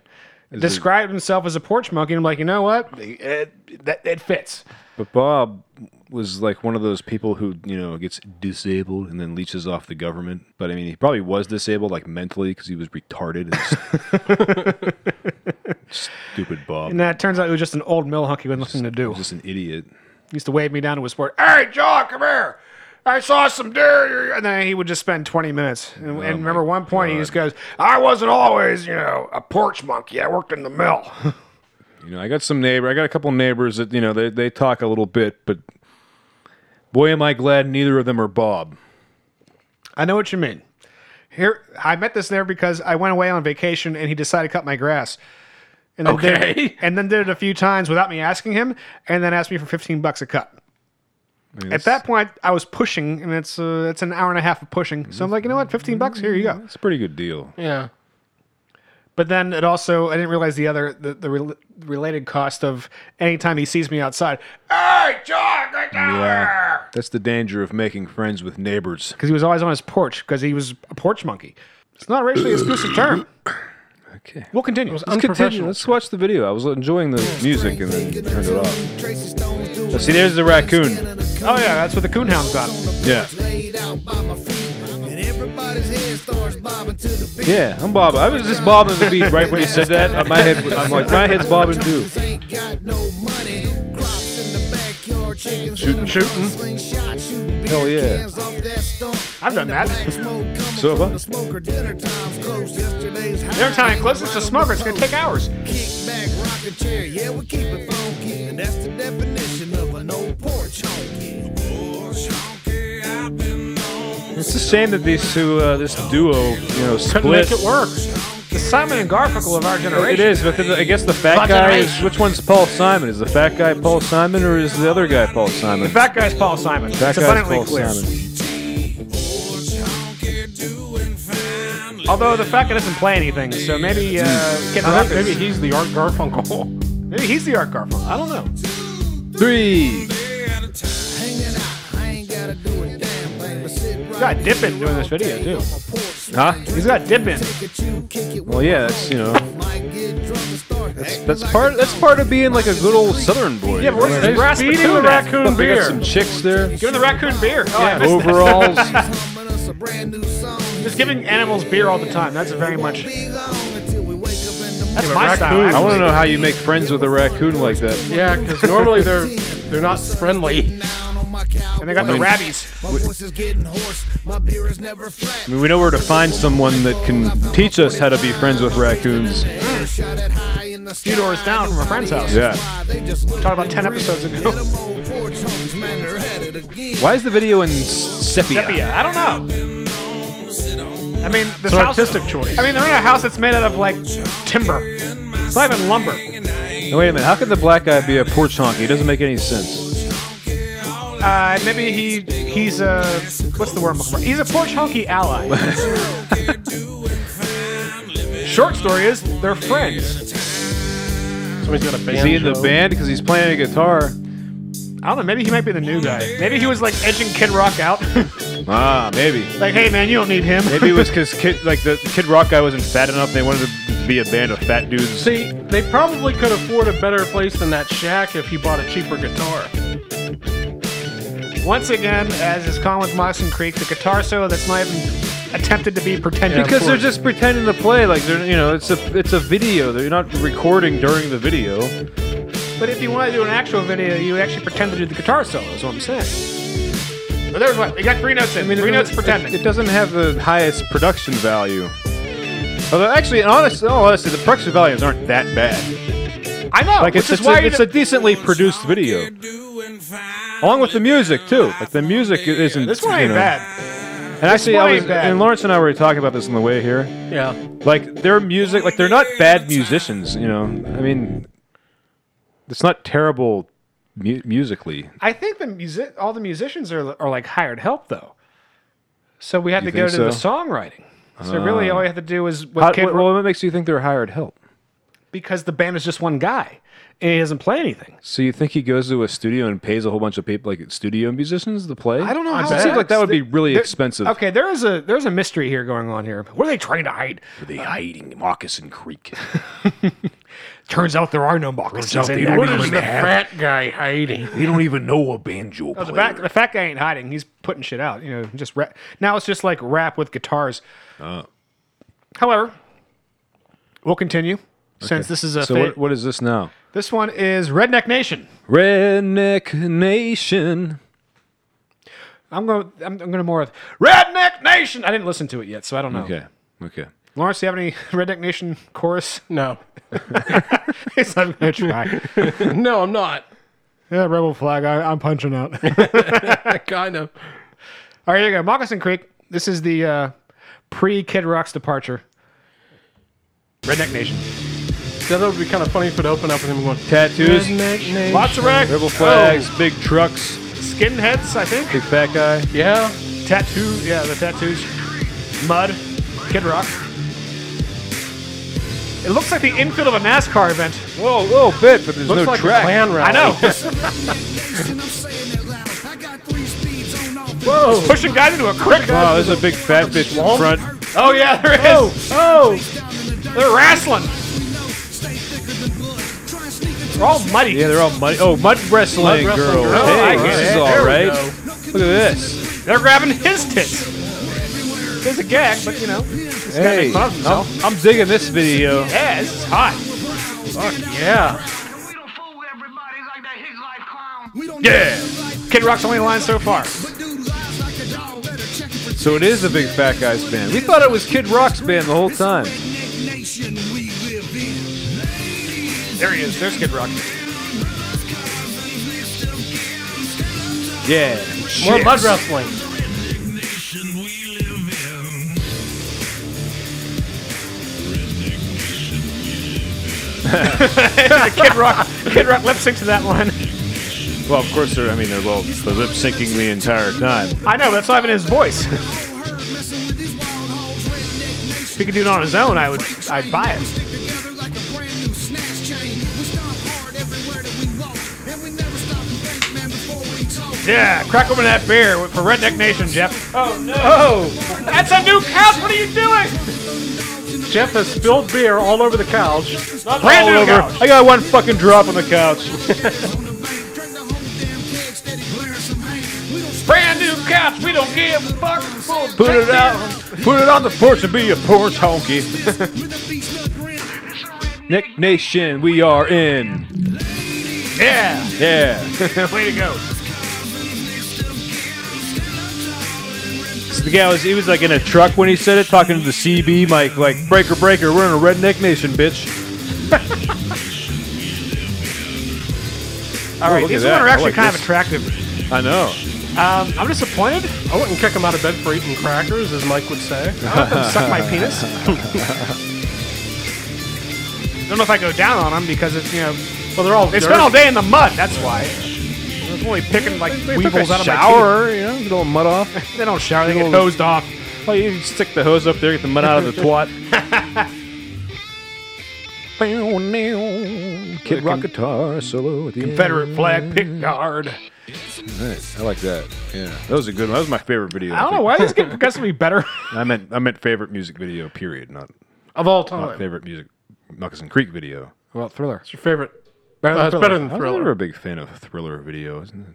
Speaker 5: described himself as a porch monkey. And I'm like, you know what? It, that it fits.
Speaker 6: But Bob was like one of those people who, you know, gets disabled and then leeches off the government. But I mean, he probably was disabled, like mentally, because he was retarded. and s- Stupid Bob.
Speaker 5: And that turns out it was just an old mill hunky with nothing to do.
Speaker 6: Just an idiot.
Speaker 5: He used to wave me down to his sport. Hey, John, come here. I saw some deer, and then he would just spend 20 minutes. And, and remember, one point he just goes, "I wasn't always, you know, a porch monkey. I worked in the mill."
Speaker 6: You know, I got some neighbor. I got a couple neighbors that you know they they talk a little bit, but boy, am I glad neither of them are Bob.
Speaker 5: I know what you mean. Here, I met this there because I went away on vacation and he decided to cut my grass. And then
Speaker 4: Okay.
Speaker 5: Did, and then did it a few times without me asking him, and then asked me for fifteen bucks a cut.
Speaker 6: I mean,
Speaker 5: At that point, I was pushing, and it's uh, it's an hour and a half of pushing. So I'm like, you know what, fifteen bucks, here you go.
Speaker 6: It's a pretty good deal.
Speaker 5: Yeah. But then it also, I didn't realize the other, the, the rel- related cost of anytime he sees me outside. Hey, John, get down here!
Speaker 6: Yeah, that's the danger of making friends with neighbors.
Speaker 5: Because he was always on his porch, because he was a porch monkey. It's not a racially exclusive term.
Speaker 6: Okay.
Speaker 5: We'll continue.
Speaker 6: Let's continue. Let's watch the video. I was enjoying the music and then turned it off. Now, see, there's the raccoon.
Speaker 5: Oh yeah, that's what the coon hound's on.
Speaker 6: Yeah. Yeah, I'm bobbing. I was just bobbing the beat right when he said that. Uh, My head, I'm like, my head's bobbing too. Shooting, shooting. Hell yeah.
Speaker 5: I've done that.
Speaker 6: So have I.
Speaker 5: Every time it closes to smoker, it's gonna take hours.
Speaker 6: It's a shame that these two, uh, this duo, you know,
Speaker 5: Couldn't make
Speaker 6: split.
Speaker 5: it work. The Simon and Garfunkel of our
Speaker 6: It
Speaker 5: generation.
Speaker 6: is, but then the- I guess the fat
Speaker 5: Fucking
Speaker 6: guy
Speaker 5: right.
Speaker 6: is. Which one's Paul Simon? Is the fat guy Paul Simon or is the other guy Paul Simon?
Speaker 5: The fat guy's Paul Simon.
Speaker 6: Fat
Speaker 5: it's
Speaker 6: guy's
Speaker 5: abundantly
Speaker 6: Paul
Speaker 5: clear.
Speaker 6: Simon.
Speaker 5: Although the fat guy doesn't play anything, so maybe uh, Kid
Speaker 4: I
Speaker 5: Rock
Speaker 4: think
Speaker 5: is-
Speaker 4: maybe he's the Art Garfunkel.
Speaker 5: maybe he's the Art Garfunkel. I don't know.
Speaker 6: Three.
Speaker 5: He's got dip in doing this video too.
Speaker 6: Huh?
Speaker 5: He's got dip in.
Speaker 6: Well, yeah, that's you know. That's, that's part. That's part of being like a good old Southern boy.
Speaker 5: Yeah, but where's his brass
Speaker 4: Feeding
Speaker 5: platoon
Speaker 4: the
Speaker 5: at?
Speaker 4: raccoon
Speaker 6: They got
Speaker 4: beer.
Speaker 6: some chicks there.
Speaker 5: Give him the raccoon beer. Oh, I
Speaker 6: Yeah,
Speaker 5: missed that.
Speaker 6: overalls.
Speaker 5: Just giving animals beer all the time. That's very much. That's
Speaker 4: a
Speaker 5: my style.
Speaker 4: raccoon-
Speaker 6: I want to know how you make friends with a raccoon like that.
Speaker 4: Yeah, because normally they're they're not friendly.
Speaker 5: And they got the
Speaker 6: mean-
Speaker 5: rabbies.
Speaker 6: I mean, we know where to find someone that can teach us how to be friends with raccoons.
Speaker 5: Few doors down from a friend's house.
Speaker 6: Yeah.
Speaker 5: Talked about ten episodes ago.
Speaker 6: Why is the video in sepia?
Speaker 5: Sepia. I don't know. I mean, this
Speaker 4: It's an
Speaker 5: house.
Speaker 4: artistic choice.
Speaker 5: I mean, they're in a house that's made out of like timber. It's not even lumber.
Speaker 6: Now, wait a minute. How could the black guy be a porch honky? It doesn't make any sense.
Speaker 5: Uh, maybe he he's a what's the word? I'm looking for? He's a porch honky ally. Short story is they're friends.
Speaker 4: Somebody's got a band.
Speaker 6: Is he in the band because he's playing a guitar?
Speaker 5: I don't know. Maybe he might be the new guy. Maybe he was like edging Kid Rock out.
Speaker 6: Ah, maybe.
Speaker 5: like, hey man, you don't need him.
Speaker 6: Maybe it was because Kid, like the Kid Rock guy wasn't fat enough. They wanted to be a band of fat dudes.
Speaker 4: See, they probably could afford a better place than that shack if he bought a cheaper guitar.
Speaker 5: Once again, as is common with Moxon Creek, the guitar solo that's not even attempted to be pretentious.
Speaker 6: because they're just pretending to play like they're you know it's a it's a video. They're not recording during the video.
Speaker 5: But if you want to do an actual video, you would actually pretend to do the guitar solo. Is what I'm saying. So there's one. You got three notes in. three
Speaker 6: it-
Speaker 5: notes
Speaker 6: it-
Speaker 5: pretending.
Speaker 6: It, doesn't have the highest production value. Although actually, in honest, in all honesty, the production values aren't that bad.
Speaker 5: I know.
Speaker 6: Like it's
Speaker 5: which is
Speaker 6: it's,
Speaker 5: why
Speaker 6: a,
Speaker 5: you
Speaker 6: it's a
Speaker 5: didn't-
Speaker 6: decently produced video. Along with the music too. Like the music isn't.
Speaker 5: This one
Speaker 6: you
Speaker 5: ain't
Speaker 6: know-
Speaker 5: bad.
Speaker 6: And actually,
Speaker 5: one
Speaker 6: I was
Speaker 5: ain't bad.
Speaker 6: and Lawrence and I were talking about this on the way here.
Speaker 4: Yeah.
Speaker 6: Like their music, like they're not bad musicians. You know, I mean, it's not terrible mu- musically.
Speaker 5: I think the music, all the musicians are, are like hired help though. So we had
Speaker 6: You
Speaker 5: to go to
Speaker 6: think
Speaker 5: the
Speaker 6: so?
Speaker 5: songwriting. So really,
Speaker 6: Ah.
Speaker 5: all you have to do is
Speaker 6: How,
Speaker 5: what Kid
Speaker 6: what, what makes you think they're hired help?
Speaker 5: because the band is just one guy and he doesn't play anything.
Speaker 6: So you think he goes to a studio and pays a whole bunch of people, like studio musicians, to play?
Speaker 5: I don't know.
Speaker 6: It
Speaker 5: how
Speaker 6: seems like that would be really
Speaker 5: there-
Speaker 6: expensive.
Speaker 5: Okay, there is a there's a mystery here going on here. What are they trying to hide? Are they
Speaker 9: hiding Moccasin Creek?
Speaker 5: Turns out there are no moccasins. in there.
Speaker 4: What is the fat guy hiding?
Speaker 9: They don't even know a banjo
Speaker 5: Oh, the, back, the fat guy ain't hiding. He's putting shit out. You know, just rap. Now it's just like rap with guitars.
Speaker 6: Uh.
Speaker 5: However, we'll continue since
Speaker 6: Okay.
Speaker 5: this is a
Speaker 6: so
Speaker 5: fa-
Speaker 6: what, what is this now?
Speaker 5: This one is Redneck Nation.
Speaker 6: Redneck Nation.
Speaker 5: I'm going. I'm, I'm going to more with Redneck Nation. I didn't listen to it yet, so I don't know.
Speaker 6: Okay. Okay.
Speaker 5: Lawrence, do you have any Redneck Nation chorus?
Speaker 4: No.
Speaker 5: It's not going to try.
Speaker 4: no, I'm not.
Speaker 5: Yeah, rebel flag. I, I'm punching out.
Speaker 4: kind of.
Speaker 5: All right, here you go. Moccasin Creek. This is the uh, pre Kid Rock's departure. Redneck Nation.
Speaker 4: That would be kind of funny if it opened up with him going
Speaker 6: Tattoos.
Speaker 4: Redneck Nation.
Speaker 5: Lots of wreck.
Speaker 6: Rebel flags,
Speaker 5: Oh.
Speaker 6: big trucks,
Speaker 5: Skinheads, I think.
Speaker 6: big fat guy.
Speaker 4: Yeah.
Speaker 5: Tattoo. Yeah, the tattoos. Mud. Kid Rock. It looks like the infield of a NASCAR event.
Speaker 6: Whoa, whoa, bit, but there's
Speaker 5: Looks
Speaker 6: no
Speaker 5: like a
Speaker 6: track.
Speaker 5: clan rally. I know. Whoa. Pushing guys into a creek.
Speaker 6: Wow, there's a big fat bitch in front.
Speaker 5: Oh yeah, there is. Oh, they're wrestling. They're all muddy.
Speaker 6: Yeah, they're all mud. Oh, mud wrestling,
Speaker 5: Mud
Speaker 6: girl.
Speaker 5: wrestling girl. Oh, I
Speaker 6: Hey,
Speaker 5: get
Speaker 6: this
Speaker 5: it.
Speaker 6: is
Speaker 5: There
Speaker 6: all
Speaker 5: we
Speaker 6: right.
Speaker 5: go.
Speaker 6: Look at this.
Speaker 5: They're grabbing his tits. There's a gag, but you know. this guy
Speaker 6: Hey,
Speaker 5: makes fun of
Speaker 6: I'm,
Speaker 5: himself.
Speaker 6: I'm digging this video.
Speaker 5: Yeah, this is hot. Fuck yeah. Yeah. Kid Rock's only line so far.
Speaker 6: So it is the big fat guy's band. We thought it was Kid Rock's band the whole time.
Speaker 5: There he is. There's Kid Rock.
Speaker 6: Yeah.
Speaker 4: More mud wrestling.
Speaker 5: Kid Rock. Kid Rock lip sync to that one.
Speaker 6: Well, of course they're. I mean, they're well, they're lip syncing the entire time.
Speaker 5: I know. That's not even his voice. if he could do it on his own, I would. I'd buy it. Yeah, crack open that beer for Redneck Nation, Jeff. Oh no! Oh, that's a new couch. What are you doing?
Speaker 4: Jeff has spilled beer all over the couch.
Speaker 5: Not brand new couch.
Speaker 6: I got one fucking drop on the couch.
Speaker 5: Brand new couch. We don't give a fuck. Full of
Speaker 6: Put it
Speaker 5: drink
Speaker 6: out. Put it on the porch and be a porch honky. Nick Nation, we are in.
Speaker 5: beer. Yeah.
Speaker 6: Yeah.
Speaker 5: Way to go.
Speaker 6: So the guy was he was like in a truck when he said it, talking to the CB mic, like breaker breaker. We're in a redneck nation, bitch.
Speaker 5: All right,
Speaker 6: look
Speaker 5: these
Speaker 6: at
Speaker 5: women
Speaker 6: that.
Speaker 5: are
Speaker 6: I
Speaker 5: actually
Speaker 6: like this.
Speaker 5: kind of attractive.
Speaker 6: I know.
Speaker 5: Um, I'm disappointed.
Speaker 4: I wouldn't kick him out of bed for eating crackers, as Mike would say.
Speaker 5: I let them suck my penis. Don't know if I go down on them because it's you know
Speaker 4: Well, they're all
Speaker 5: they spent
Speaker 4: dirty.
Speaker 5: all day in the mud. That's why. They're only picking like
Speaker 6: They took
Speaker 5: weevils
Speaker 6: a
Speaker 5: out of my
Speaker 6: shower, you know, get all mud off.
Speaker 5: teeth. They don't shower. They
Speaker 6: They
Speaker 5: get
Speaker 6: don't-
Speaker 5: hosed off.
Speaker 6: Oh, you stick the hose up there, get the mud out of the twat. Kid Rock guitar solo at the
Speaker 5: Confederate flag pick guard.
Speaker 6: Nice. I like that. Yeah, that was a good one. That was my favorite video.
Speaker 5: I don't know why this get progressively better.
Speaker 6: I meant I meant favorite music video. Period. Not
Speaker 4: Of all
Speaker 6: not
Speaker 4: time.
Speaker 6: favorite music Moccasin Creek video.
Speaker 5: Well, Thriller.
Speaker 4: It's your favorite.
Speaker 5: Better
Speaker 4: Uh, it's better than
Speaker 6: I was never
Speaker 4: Thriller.
Speaker 6: a big fan of Thriller video. Isn't it?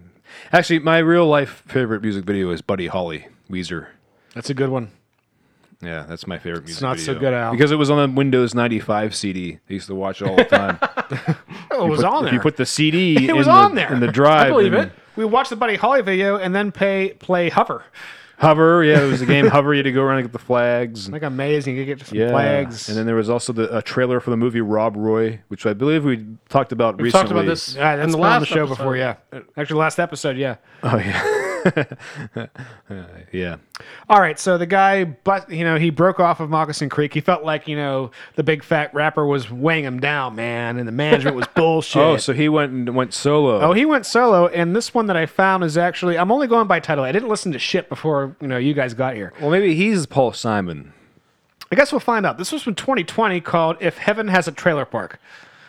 Speaker 6: Actually, my real life favorite music video is Buddy Holly, Weezer.
Speaker 5: That's a good one.
Speaker 6: Yeah, that's my favorite music
Speaker 5: not so
Speaker 6: video.
Speaker 5: good, Al.
Speaker 6: Because it was on the Windows 95 CD. I used to watch it all the time.
Speaker 5: Oh,
Speaker 6: You
Speaker 5: it was
Speaker 6: put-
Speaker 5: on
Speaker 6: if
Speaker 5: there.
Speaker 6: you put the CD
Speaker 5: it was
Speaker 6: in the-
Speaker 5: on there
Speaker 6: in the drive,
Speaker 5: I believe
Speaker 6: then-
Speaker 5: it. We watched the Buddy Holly video and then pay play hover.
Speaker 6: Hover, yeah, it was the game Hover. You had to go around and get the flags. and-
Speaker 5: Like amazing, you get some
Speaker 6: yeah,
Speaker 5: flags.
Speaker 6: and then there was also the a trailer for the movie Rob Roy, which I believe we talked about
Speaker 5: We've
Speaker 6: recently.
Speaker 5: talked about this yeah, that's
Speaker 4: in the
Speaker 5: been on the
Speaker 4: last
Speaker 5: show
Speaker 4: episode.
Speaker 5: before. Yeah, actually, last episode. Yeah.
Speaker 6: Oh yeah, Uh, yeah.
Speaker 5: All right, so the guy, but you know, he broke off of Moccasin Creek. He felt like you know the big fat rapper was weighing him down, man, and the management was bullshit.
Speaker 6: Oh, so he went and went solo.
Speaker 5: Oh, he went solo, and this one that I found is actually I'm only going by title. I didn't listen to shit before you know you guys got here.
Speaker 6: well, maybe he's Paul Simon.
Speaker 5: I guess we'll find out. This was from 2020 called "If Heaven Has a Trailer Park."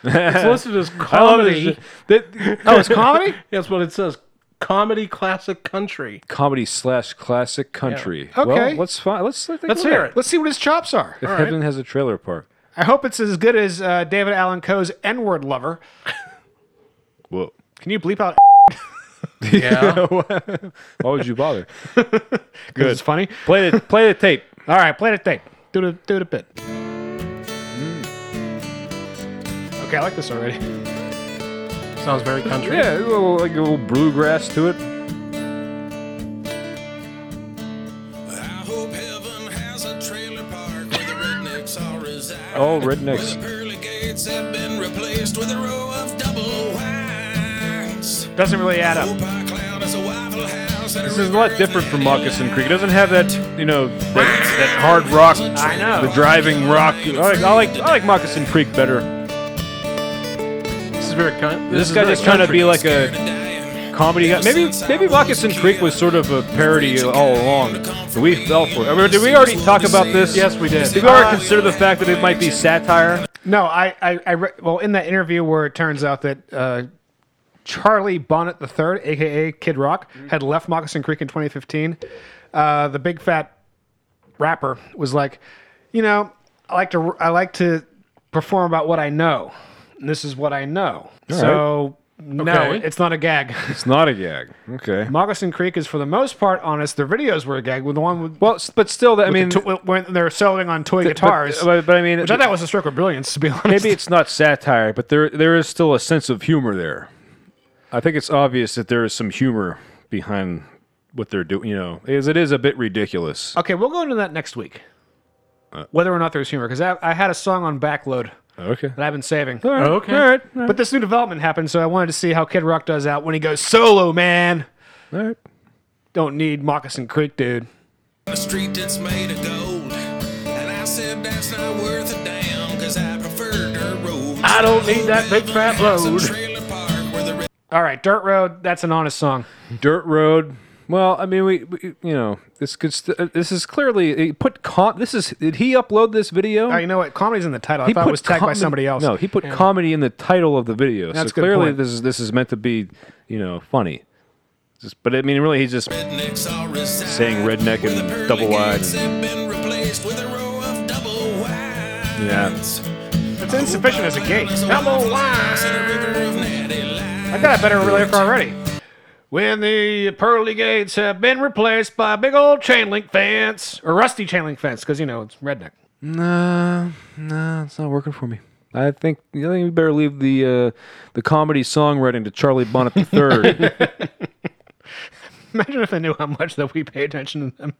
Speaker 4: It's listed as
Speaker 5: I love it.
Speaker 4: comedy.
Speaker 5: Oh, it's comedy?
Speaker 4: That's what it says. Comedy classic country.
Speaker 6: Comedy slash classic country.
Speaker 5: Okay.
Speaker 6: Well, let's find. Let's let-
Speaker 5: Let's
Speaker 6: look
Speaker 5: hear
Speaker 6: at
Speaker 5: it. Let's see what his chops are.
Speaker 6: If heaven has a trailer park.
Speaker 5: I hope it's as good as uh, David Allen Coe's N-word lover.
Speaker 6: Whoa.
Speaker 5: Can you bleep out?
Speaker 4: Yeah.
Speaker 6: Why would you bother?
Speaker 5: Good. It's funny.
Speaker 6: Play the play the tape.
Speaker 5: All right, play the tape. Do the do the bit. Mm. Okay, I like this already.
Speaker 4: Sounds very country.
Speaker 6: Yeah, a little, like a little bluegrass to it. Oh, rednecks.
Speaker 5: Doesn't really add up.
Speaker 6: This is a lot different from Moccasin Creek. It doesn't have that, you know, that, that hard rock. I
Speaker 5: know.
Speaker 6: The driving rock. I like, I like, I like Moccasin Creek better.
Speaker 4: This is very country.
Speaker 6: This, guy just trying to be like a comedy guy. Maybe, maybe Moccasin Creek was sort of a parody all along. But we fell for it. I mean, did we already talk about this?
Speaker 4: Yes, we did.
Speaker 6: Did we already consider the fact that it might be satire?
Speaker 5: No, I, I, I re- well, in that interview where it turns out that uh, Charlie Bonnet III, aka Kid Rock, had left Moccasin Creek in 2015, uh, the big fat rapper was like, you know, I like to, I like to perform about what I know. And this is what I know.
Speaker 6: All
Speaker 5: so no,
Speaker 4: Okay.
Speaker 5: it's not a gag.
Speaker 6: It's not a gag. Okay.
Speaker 5: Moccasin Creek is for the most part honest. Their videos were a gag with the one with.
Speaker 6: Well, but still, I
Speaker 5: with the
Speaker 6: mean,
Speaker 5: to- when they're selling on toy guitars,
Speaker 6: But, but I mean,
Speaker 5: which I thought was a stroke of brilliance, to be honest.
Speaker 6: maybe it's not satire, but there there is still a sense of humor there. I think it's obvious that there is some humor behind what they're doing. You know, is it is a bit ridiculous.
Speaker 5: Okay, we'll go into that next week. Whether or not there's humor, because I, I had a song on backload
Speaker 6: Okay.
Speaker 5: that I've been saving.
Speaker 4: Okay.
Speaker 6: All right.
Speaker 5: But this new development happened, so I wanted to see how Kid Rock does out when he goes solo, man.
Speaker 6: All right.
Speaker 5: Don't need Moccasin Creek, dude.
Speaker 15: A street that's made of gold. And I said that's not worth a damn, cause I prefer dirt roads.
Speaker 4: I don't need that big fat load.
Speaker 5: All right, Dirt Road, that's an honest song.
Speaker 6: Dirt road. Well, I mean, we, we you know, this could st- uh, this is clearly he put con. This is did he upload this video?
Speaker 5: Oh, you know what? Comedy's in the title. I thought it was tagged by
Speaker 6: comedy-
Speaker 5: somebody else.
Speaker 6: No, he put comedy in the title of the video.
Speaker 5: That's a
Speaker 6: so
Speaker 5: good
Speaker 6: clearly
Speaker 5: point.
Speaker 6: this is this is meant to be, you know, funny. Just, but I mean, really, he's just saying redneck and double wide. and- Yeah.
Speaker 5: It's insufficient as a gate. Come on, I got a better lyric already. When the pearly gates have been replaced by a big old chain link fence or rusty chain link fence, because you know it's redneck.
Speaker 6: No, no, it's not working for me. I think I think we better leave the uh, the comedy songwriting to Charlie Bonnet III.
Speaker 5: Imagine if they knew how much that we pay attention to them.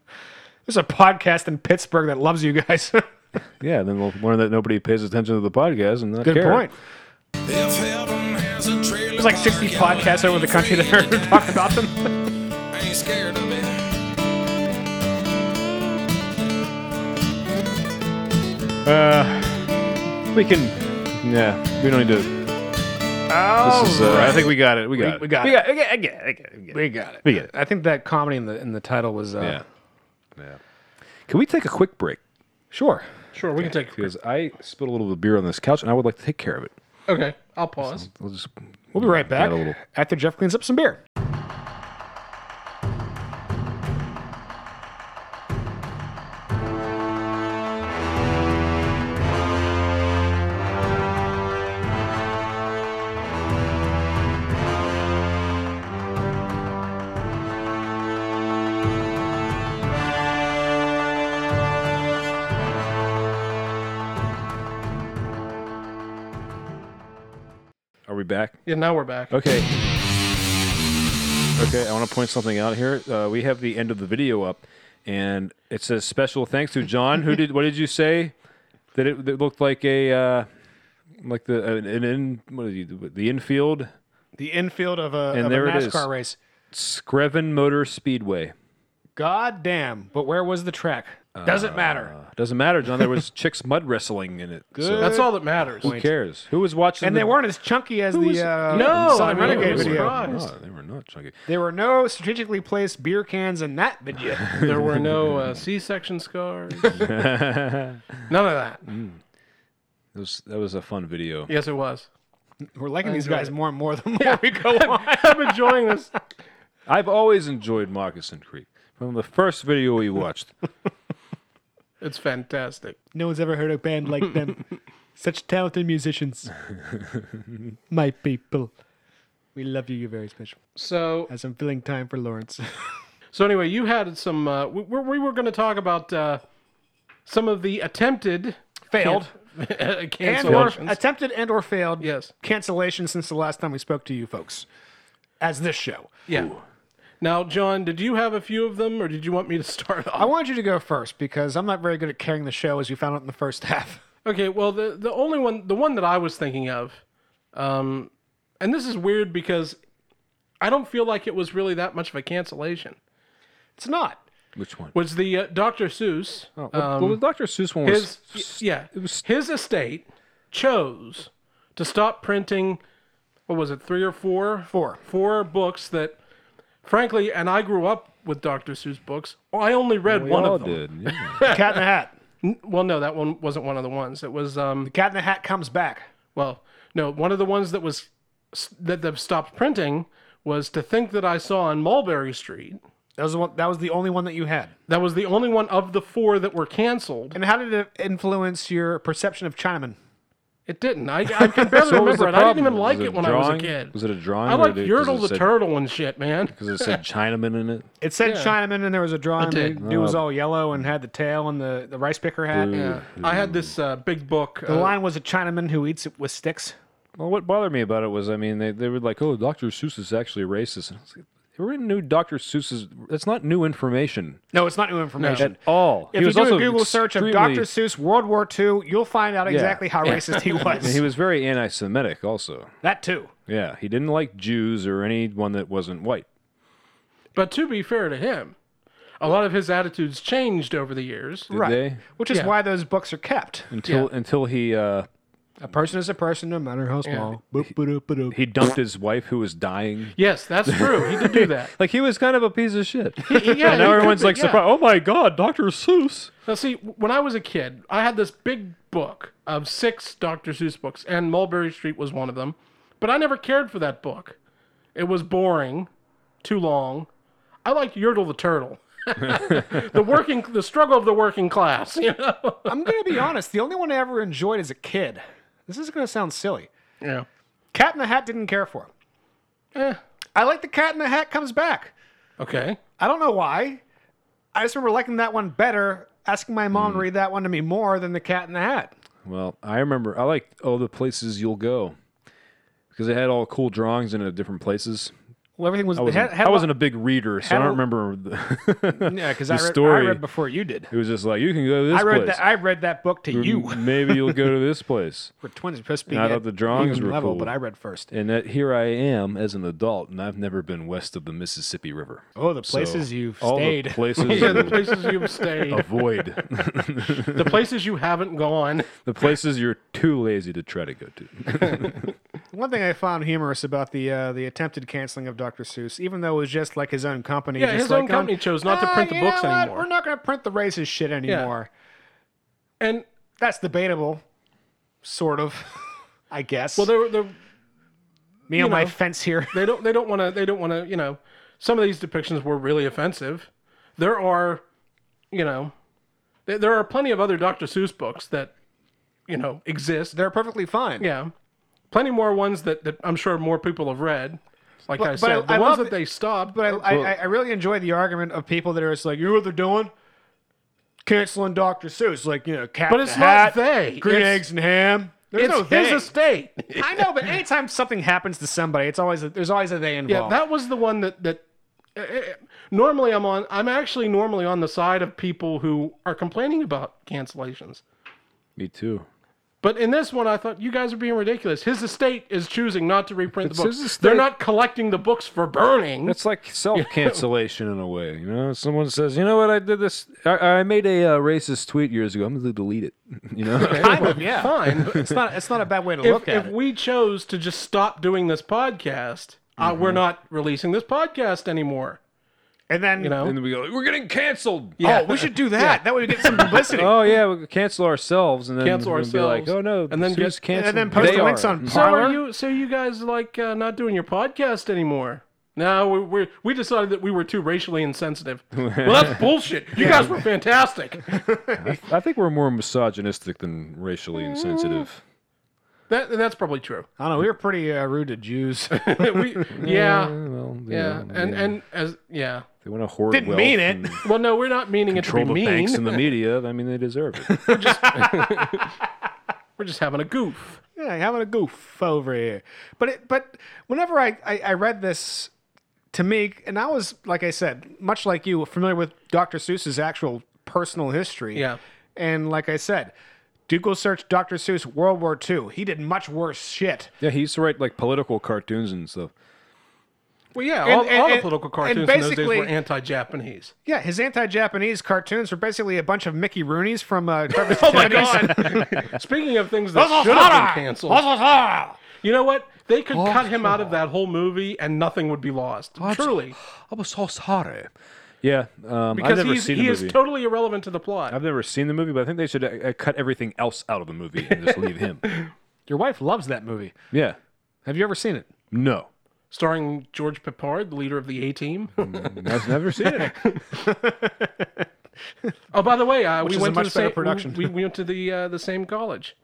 Speaker 5: There's a podcast in Pittsburgh that loves you guys.
Speaker 6: yeah, then we'll learn that nobody pays attention to the podcast and not
Speaker 5: Good
Speaker 6: care.
Speaker 5: point. There's like 60 podcasts over the country that are talking about them.
Speaker 15: Ain't scared of it.
Speaker 6: Uh, we can. Yeah, we don't need to.
Speaker 5: Oh,
Speaker 6: This is, uh, I think we got it. We got
Speaker 5: we,
Speaker 6: it.
Speaker 5: we got
Speaker 6: We
Speaker 5: it.
Speaker 6: got it. I get it. I get it.
Speaker 5: We got it.
Speaker 6: We get it.
Speaker 5: I think that comedy in the in the title was. Uh,
Speaker 6: Yeah. Yeah. Can we take a quick break?
Speaker 5: Sure.
Speaker 4: Sure, we can take.
Speaker 6: Because I spilled a little bit of beer on this couch, and I would like to take care of it.
Speaker 4: Okay, I'll pause.
Speaker 6: We'll just
Speaker 5: We'll be right back
Speaker 6: add a little.
Speaker 5: after Jeff cleans up some beer.
Speaker 6: we back?
Speaker 4: Yeah, now we're back.
Speaker 6: Okay. Okay, I want to point something out here. Uh, we have the end of the video up, and it says special thanks to John. Who did? What did you say? That it, that looked like a uh, like the an, an in what did you do? the infield
Speaker 5: The infield of a,
Speaker 6: and
Speaker 5: of
Speaker 6: there
Speaker 5: a
Speaker 6: it is
Speaker 5: NASCAR race.
Speaker 6: Screven Motor Speedway.
Speaker 5: God damn. But where was the track? Doesn't matter.
Speaker 6: Uh, doesn't matter, John. There was chicks mud wrestling in it. so-
Speaker 5: Good That's all that matters.
Speaker 6: Who
Speaker 5: point.
Speaker 6: cares? Who was watching?
Speaker 5: And
Speaker 6: the-
Speaker 5: they weren't as chunky as
Speaker 6: Who
Speaker 5: the
Speaker 6: was-
Speaker 5: uh,
Speaker 6: No,
Speaker 5: Southern
Speaker 6: I mean,
Speaker 5: Renegade
Speaker 6: they were
Speaker 5: video.
Speaker 6: not. No, they were not chunky.
Speaker 5: There were no strategically placed beer cans in that video.
Speaker 4: There were no uh, C-section scars. None of that.
Speaker 6: Mm. That was that was a fun video.
Speaker 4: Yes, it was.
Speaker 5: We're liking
Speaker 4: I
Speaker 5: these
Speaker 4: enjoyed
Speaker 5: guys
Speaker 4: it.
Speaker 5: more and more the more
Speaker 4: Yeah.
Speaker 5: we go on.
Speaker 4: I'm enjoying this.
Speaker 6: I've always enjoyed Moccasin Creek from the first video we watched.
Speaker 4: It's fantastic.
Speaker 5: No one's ever heard a band like them. Such talented musicians. My people. We love you. You're very special.
Speaker 4: So,
Speaker 5: as I'm filling time for Lawrence.
Speaker 4: So anyway, you had some. Uh, we, we we were going to talk about uh, some of the attempted
Speaker 5: Failed.
Speaker 4: can-
Speaker 5: and or
Speaker 4: cancellations.
Speaker 5: attempted and or failed
Speaker 4: yes
Speaker 5: cancellation since the last time we spoke to you folks as this show
Speaker 4: yeah. Now, John, did you have a few of them, or did you want me to start off?
Speaker 5: i wanted you to go first because i'm not very good at carrying the show as you found out in the first half
Speaker 4: Okay, well the the only one the one that I was thinking of, um, and this is weird because I don't feel like it was really that much of a cancellation.
Speaker 5: It's not.
Speaker 6: Which one?
Speaker 4: Was the uh, Dr. Seuss? Oh,
Speaker 6: well, well, the Dr. Seuss one was-
Speaker 4: His, yeah, his estate chose to stop printing. What was it? Three or four? Four. Four books that, frankly, and I grew up with Dr. Seuss books. I only read
Speaker 6: We
Speaker 4: one
Speaker 6: all
Speaker 4: of them.
Speaker 6: did. yeah.
Speaker 5: Cat in the Hat.
Speaker 4: Well, no, that one wasn't one of the ones. It was um, the
Speaker 5: Cat in the Hat comes back.
Speaker 4: Well, no, one of the ones that was that they've stopped printing was to think that I saw on Mulberry Street.
Speaker 5: That was the one, that was the only one that you had.
Speaker 4: That was the only one of the four that were canceled.
Speaker 5: and how did it influence your perception of chinaman
Speaker 4: It didn't. I, I can barely
Speaker 5: So what was
Speaker 4: remember
Speaker 5: the
Speaker 4: it. I didn't
Speaker 5: problem?
Speaker 4: even like
Speaker 6: Was
Speaker 4: it,
Speaker 6: it
Speaker 4: when I was a
Speaker 6: drawing?
Speaker 4: kid.
Speaker 6: Was it a drawing
Speaker 4: I
Speaker 6: or
Speaker 4: liked
Speaker 6: did- 'cause
Speaker 4: Yertle
Speaker 6: it
Speaker 4: the
Speaker 6: said-
Speaker 4: Turtle and shit, man.
Speaker 6: Because it said Chinaman in it.
Speaker 5: it said
Speaker 4: Yeah.
Speaker 5: chinaman and there was a drawing
Speaker 4: It
Speaker 5: the
Speaker 4: did.
Speaker 5: dude was all yellow and had the tail and the, the rice picker hat
Speaker 4: Yeah. I had this uh, big book.
Speaker 5: the
Speaker 4: uh,
Speaker 5: line was a chinaman who eats it with sticks
Speaker 6: Well, what bothered me about it was, I mean, they, they were like, "Oh, Dr. Seuss is actually racist." And I was like, they were in new Dr. Seuss's. That's not new information.
Speaker 5: No, it's not new information
Speaker 6: at all. He
Speaker 5: If you
Speaker 6: was
Speaker 5: do a
Speaker 6: also
Speaker 5: Google search of
Speaker 6: extremely-
Speaker 5: Dr. Seuss World War II, you'll find out
Speaker 6: Yeah.
Speaker 5: exactly how racist he was.
Speaker 6: And he was very anti-Semitic, also.
Speaker 5: That too.
Speaker 6: Yeah, he didn't like Jews or anyone that wasn't white.
Speaker 4: But to be fair to him, a lot of his attitudes changed over the years.
Speaker 6: Did they?
Speaker 5: Which is
Speaker 4: Yeah.
Speaker 5: why those books are kept.
Speaker 6: Until until he uh,
Speaker 5: A person is a person, no matter how small.
Speaker 6: he dumped his wife who was dying.
Speaker 4: Yes, that's true. He did do that.
Speaker 6: Like he was kind of a piece of shit.
Speaker 4: yeah,
Speaker 6: and now
Speaker 4: he
Speaker 6: everyone's
Speaker 4: could be,
Speaker 6: like
Speaker 4: yeah.
Speaker 6: surprised. Oh my god, Dr. Seuss.
Speaker 4: Now, see, when I was a kid, I had this big book of six Dr. Seuss books, and Mulberry Street was one of them. But I never cared for that book. It was boring, too long. I liked Yertle the Turtle. the working, the struggle of the working class. You know?
Speaker 5: I'm going to be honest. The only one I ever enjoyed as a kid. This is going to sound silly.
Speaker 4: Yeah.
Speaker 5: Cat in the Hat didn't care for.
Speaker 4: Eh.
Speaker 5: I like the Cat in the Hat comes back.
Speaker 4: Okay.
Speaker 5: I don't know why. I just remember liking that one better. Asking my mom to
Speaker 6: Hmm.
Speaker 5: read that one to me more than the Cat in the Hat.
Speaker 6: Well, I remember I liked all the places you'll go because it had all cool drawings in it of different places.
Speaker 5: Well, everything was.
Speaker 6: I wasn't,
Speaker 5: had- had
Speaker 6: I
Speaker 5: a lot-
Speaker 6: wasn't a big reader, so I
Speaker 5: had a-
Speaker 6: don't remember the,
Speaker 5: Yeah, because
Speaker 6: the
Speaker 5: I, read- I
Speaker 6: story.
Speaker 5: read before you did.
Speaker 6: It was just like you can go to this
Speaker 5: I read
Speaker 6: place. Hmm.
Speaker 5: that. I read that book to
Speaker 6: M-
Speaker 5: you.
Speaker 6: Maybe you'll go to this place.
Speaker 5: We're twins. We're supposed to be
Speaker 6: And I
Speaker 5: at
Speaker 6: thought the drawings
Speaker 5: even
Speaker 6: were
Speaker 5: level,
Speaker 6: cool.
Speaker 5: but I read first.
Speaker 6: And that here I am as an adult, and I've never been west of the Mississippi River.
Speaker 5: Oh, the
Speaker 6: So,
Speaker 5: places you've
Speaker 6: all
Speaker 5: stayed.
Speaker 6: The places,
Speaker 4: Yeah, the Oh.
Speaker 6: you'll
Speaker 4: places you've stayed.
Speaker 6: Avoid
Speaker 4: The places you haven't gone.
Speaker 6: the places you're too lazy to try to go to.
Speaker 5: One thing I found humorous about the uh, the attempted canceling of Dr. Seuss, even though it was just like his own company.
Speaker 4: Yeah,
Speaker 5: just
Speaker 4: his
Speaker 5: like
Speaker 4: own company chose not to
Speaker 5: "Ah,
Speaker 4: print the
Speaker 5: you
Speaker 4: books
Speaker 5: know what?
Speaker 4: anymore."
Speaker 5: We're not going to print the racist shit anymore.
Speaker 4: And
Speaker 5: that's debatable, sort of, I guess.
Speaker 4: Well, there, there
Speaker 5: me
Speaker 4: you
Speaker 5: on my
Speaker 4: know.
Speaker 5: fence here.
Speaker 4: they don't they don't want to they don't want to you know some of these depictions were really offensive there are you know th- there are plenty of other dr seuss books that you know exist
Speaker 5: they're perfectly fine
Speaker 4: yeah plenty more ones that, that i'm sure more people have read like
Speaker 5: But-
Speaker 4: i
Speaker 5: but
Speaker 4: said
Speaker 5: I-
Speaker 4: the
Speaker 5: I love
Speaker 4: ones that
Speaker 5: it-
Speaker 4: they stopped
Speaker 5: But I, I, I really enjoy the argument of people that are just like, you know what they're doing? Canceling Dr. Seuss, like you know, cat.
Speaker 4: But
Speaker 5: in
Speaker 4: it's
Speaker 5: a
Speaker 4: not
Speaker 5: hat,
Speaker 4: they.
Speaker 5: Green
Speaker 4: It's-
Speaker 5: eggs and ham. There's
Speaker 4: it's
Speaker 5: no
Speaker 4: his
Speaker 5: they.
Speaker 4: estate.
Speaker 5: I know, but anytime something happens to somebody, it's always a, there's always a they
Speaker 4: Yeah,
Speaker 5: involved.
Speaker 4: that was the one that that. eh, eh, Normally, I'm on. I'm actually normally on the side of people who are complaining about cancellations.
Speaker 6: Me too.
Speaker 4: But in this one, I thought you guys are being ridiculous. His estate is choosing not to reprint
Speaker 6: It's
Speaker 4: the
Speaker 6: his
Speaker 4: books.
Speaker 6: estate.
Speaker 4: They're not collecting the books for burning.
Speaker 6: It's like self cancellation in a way. You know, someone says, "You know what? I did this. I, I made a uh, racist tweet years ago. I'm going to delete it." You know,
Speaker 5: kind of, yeah.
Speaker 4: Fine.
Speaker 5: It's not it's not a bad way to
Speaker 4: if,
Speaker 5: look at
Speaker 4: if
Speaker 5: it.
Speaker 4: we chose to just stop doing this podcast, uh, we're not releasing this podcast anymore.
Speaker 5: And then
Speaker 4: you know,
Speaker 6: and then we go, "We're getting canceled."
Speaker 5: Oh, we should do that. That way we get some publicity.
Speaker 6: oh yeah, we could cancel ourselves and then
Speaker 4: Cancel
Speaker 6: we'll be like, "Oh
Speaker 4: ourselves.
Speaker 6: no!"
Speaker 4: And then
Speaker 6: who's
Speaker 4: get-
Speaker 6: canceled?
Speaker 5: and then post
Speaker 6: They
Speaker 5: the links
Speaker 6: are.
Speaker 5: on
Speaker 4: So are
Speaker 5: Parler?
Speaker 4: you? So you guys like uh, not doing your podcast anymore? No, we we we decided that we were too racially insensitive. well, that's bullshit. You guys were fantastic.
Speaker 6: I, I think we're more misogynistic than
Speaker 5: Mm.
Speaker 6: racially insensitive.
Speaker 4: That that's probably true.
Speaker 5: I don't know. We were pretty uh, rude to Jews.
Speaker 4: we, yeah, yeah,
Speaker 6: well,
Speaker 4: and and as yeah.
Speaker 6: They want to hoard
Speaker 5: Didn't
Speaker 6: wealth
Speaker 5: mean it.
Speaker 6: and
Speaker 4: Well, no, we're not meaning it to be
Speaker 6: Control the
Speaker 4: mean.
Speaker 6: banks and the media. I mean, they deserve it.
Speaker 4: we're just having a goof.
Speaker 5: Yeah, having a goof over here. But it, but whenever I, I, I read this to me, and I was like I said, much like you, familiar with Dr. Seuss's actual personal history.
Speaker 4: Yeah.
Speaker 5: And like I said, Google search Dr. Seuss World War II. He did much worse shit.
Speaker 6: yeah, he used to write like political cartoons and stuff.
Speaker 4: Well, yeah,
Speaker 5: And-
Speaker 4: all,
Speaker 5: and-
Speaker 4: all the
Speaker 5: and-
Speaker 4: political
Speaker 5: and
Speaker 4: cartoons in those days were
Speaker 5: basically-
Speaker 4: anti-Japanese.
Speaker 5: Yeah, his anti-Japanese cartoons were basically a bunch of Mickey Rooney's from
Speaker 4: Oh
Speaker 5: uh, Trevor's
Speaker 4: Speaking of things
Speaker 5: This
Speaker 4: that
Speaker 5: is
Speaker 4: should have
Speaker 5: horror!
Speaker 4: been canceled,
Speaker 5: This is horror!
Speaker 4: you know what? They could cut him out of that whole movie, and nothing would be lost. Truly,
Speaker 6: I was so sorry. Yeah, um, I've
Speaker 4: because
Speaker 6: never
Speaker 4: he's,
Speaker 6: seen
Speaker 4: he
Speaker 6: the
Speaker 4: is
Speaker 6: movie.
Speaker 4: totally irrelevant to the plot.
Speaker 6: I've never seen the movie, but I think they should uh, uh, cut everything else out of the movie and just leave him.
Speaker 5: Your wife loves that movie.
Speaker 6: Yeah.
Speaker 5: Have you ever seen it?
Speaker 6: No.
Speaker 4: Starring George Papard, the leader of the A Team.
Speaker 6: I've never seen it.
Speaker 4: oh, by the way, uh,
Speaker 5: Which
Speaker 4: we
Speaker 5: is a
Speaker 4: went
Speaker 5: much
Speaker 4: to the
Speaker 5: better
Speaker 4: same
Speaker 5: production.
Speaker 4: We, we went to the uh, the same college.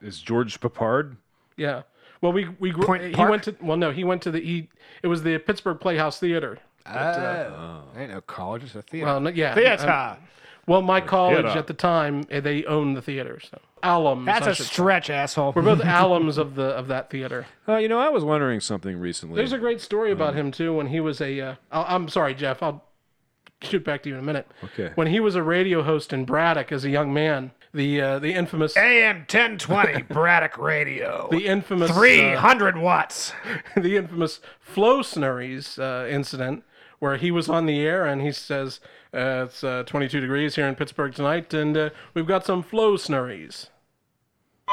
Speaker 6: Is George Papard?
Speaker 4: Yeah. Well, we we grew,
Speaker 5: Point
Speaker 4: he
Speaker 5: Park?
Speaker 4: went to well no he went to the he it was the Pittsburgh Playhouse Theater. But, uh,
Speaker 5: I Oh. ain't no college. It's a theater.
Speaker 4: Well, no- yeah.
Speaker 5: theater.
Speaker 4: um, well, my college
Speaker 5: theater.
Speaker 4: at the time eh, they owned the theater, so alums.
Speaker 5: That's
Speaker 4: I
Speaker 5: a
Speaker 4: should say.
Speaker 5: stretch, asshole.
Speaker 4: We're both alums of the of that theater.
Speaker 6: Uh, you know, I was wondering something recently.
Speaker 4: There's a great story about him too when he was a. Uh, I- I'm sorry, Jeff. I'll shoot back to you in a minute.
Speaker 6: Okay.
Speaker 4: When he was a radio host in Braddock as a young man, the uh, the infamous
Speaker 5: AM 1020 Braddock Radio.
Speaker 4: the infamous uh,
Speaker 5: 300 watts.
Speaker 4: the infamous Flo Snurries uh, incident where he was on the air and he says uh, it's uh, 22 degrees here in Pittsburgh tonight and uh, we've got some Flo Snurries.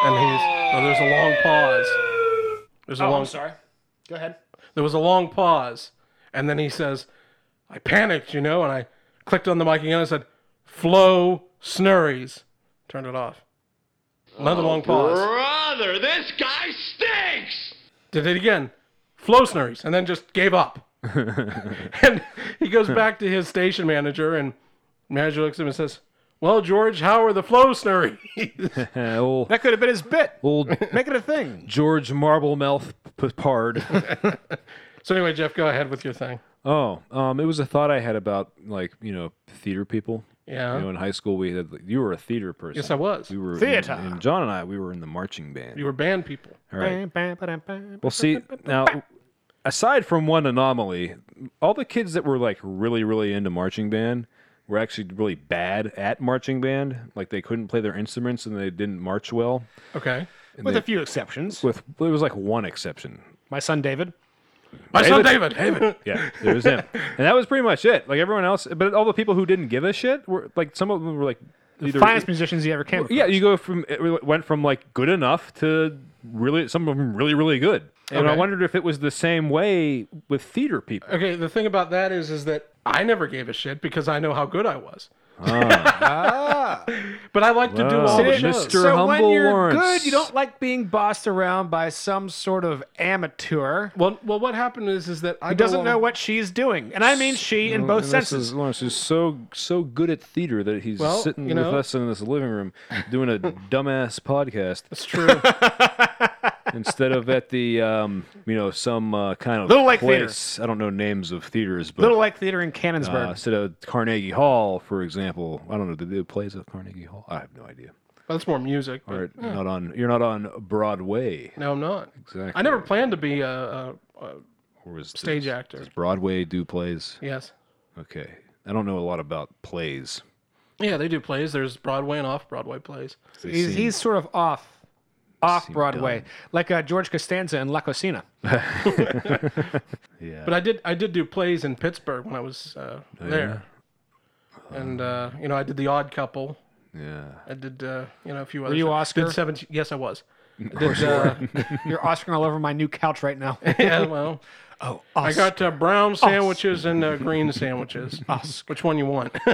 Speaker 4: And he's oh, there's a long pause. There's
Speaker 5: Oh,
Speaker 4: a long
Speaker 5: Go ahead.
Speaker 4: There was a long pause, and then he says, I panicked, you know, and I clicked on the mic again and I said, Flow Snurries. Turned it off. Another long pause.
Speaker 2: Brother, this guy stinks!
Speaker 4: Did it again. Flow Snurries, and then just gave up. and he goes back to his station manager, and manager looks at him and says, Well, George, how are the Flow Snurries?
Speaker 6: Uh, old,
Speaker 5: That could have been his bit.
Speaker 6: old
Speaker 5: Make it a thing.
Speaker 6: George Marblemouth Papard.
Speaker 4: so, anyway, Jeff, go ahead with your thing.
Speaker 6: Oh, um, it was a thought I had about like you know theater people.
Speaker 4: Yeah.
Speaker 6: You know, in high school we had you were a theater person.
Speaker 4: Yes, I was.
Speaker 6: We were
Speaker 5: Theater.
Speaker 6: And, and John and I we were in the marching band.
Speaker 4: You were band people.
Speaker 6: All right. Well, see now, aside from one anomaly, all the kids that were like really really into marching band were actually really bad at marching band. Like they couldn't play their instruments and they didn't march well.
Speaker 4: Okay.
Speaker 5: With a few exceptions.
Speaker 6: With there was like one exception.
Speaker 5: My son David.
Speaker 4: My son David.
Speaker 6: Yeah, it was him, and that was pretty much it. Like everyone else, but all the people who didn't give a shit were like some of them were like either
Speaker 5: Finest musicians he ever came
Speaker 6: Yeah, you go from it went from like good enough to really some of them really really good. And I
Speaker 4: Okay.
Speaker 6: wondered if it was the same way with theater people.
Speaker 4: Okay, the thing about that is, is that I never gave a shit because I know how good I was. but I like to do
Speaker 6: Wow.
Speaker 4: all the
Speaker 6: See,
Speaker 4: shows.
Speaker 6: Mr.
Speaker 5: So when
Speaker 6: Humble
Speaker 5: you're
Speaker 6: Lawrence.
Speaker 5: good, you don't like being bossed around by some sort of amateur
Speaker 4: Well, well, what happened is, is that I
Speaker 5: who
Speaker 4: go
Speaker 5: doesn't
Speaker 4: on-
Speaker 5: know what she's doing. And I mean she in both
Speaker 6: And this
Speaker 5: senses.
Speaker 6: Is, Lawrence is so so good at theater that he's
Speaker 4: Well,
Speaker 6: sitting
Speaker 4: you know-
Speaker 6: with us in this living room doing a dumbass podcast
Speaker 4: It's true.
Speaker 6: instead of at the um, you know some uh, kind of
Speaker 5: Little Lake Theater.
Speaker 6: place. I don't know names of theaters, but
Speaker 5: Little like theater in
Speaker 6: uh,
Speaker 5: Cannonsburg.
Speaker 6: instead of Carnegie Hall, for example. I don't know. Did they play plays at Carnegie Hall? I have no idea.
Speaker 4: That's more music. But,
Speaker 6: Or
Speaker 4: yeah.
Speaker 6: not on. You're not on Broadway.
Speaker 4: No, I'm not.
Speaker 6: Exactly.
Speaker 4: I never planned to be a, a, a
Speaker 6: Or is
Speaker 4: stage
Speaker 6: does-
Speaker 4: actor.
Speaker 6: Does Broadway do plays?
Speaker 4: Yes.
Speaker 6: Okay. I don't know a lot about plays.
Speaker 4: Yeah, they do plays. There's Broadway and off Broadway plays.
Speaker 6: They
Speaker 5: He's,
Speaker 6: seem-
Speaker 5: he's sort of off, off
Speaker 6: seem
Speaker 5: Broadway,
Speaker 6: dumb.
Speaker 5: like uh, George Costanza in La Cocina.
Speaker 6: yeah.
Speaker 4: But I did I did do plays in Pittsburgh when I was uh,
Speaker 6: Oh, yeah?
Speaker 4: there, and uh, you know I did The Odd Couple.
Speaker 6: Yeah.
Speaker 4: I did uh, you know a few
Speaker 5: Were
Speaker 4: other.
Speaker 5: you
Speaker 4: shows.
Speaker 5: Oscar?
Speaker 4: Did 17, yes, I was. I
Speaker 5: course
Speaker 4: did,
Speaker 5: you
Speaker 4: uh,
Speaker 5: You're Oscaring all over my new couch right now.
Speaker 4: yeah, well,
Speaker 5: oh,
Speaker 4: I got uh, brown sandwiches and uh, green sandwiches. Which one you want?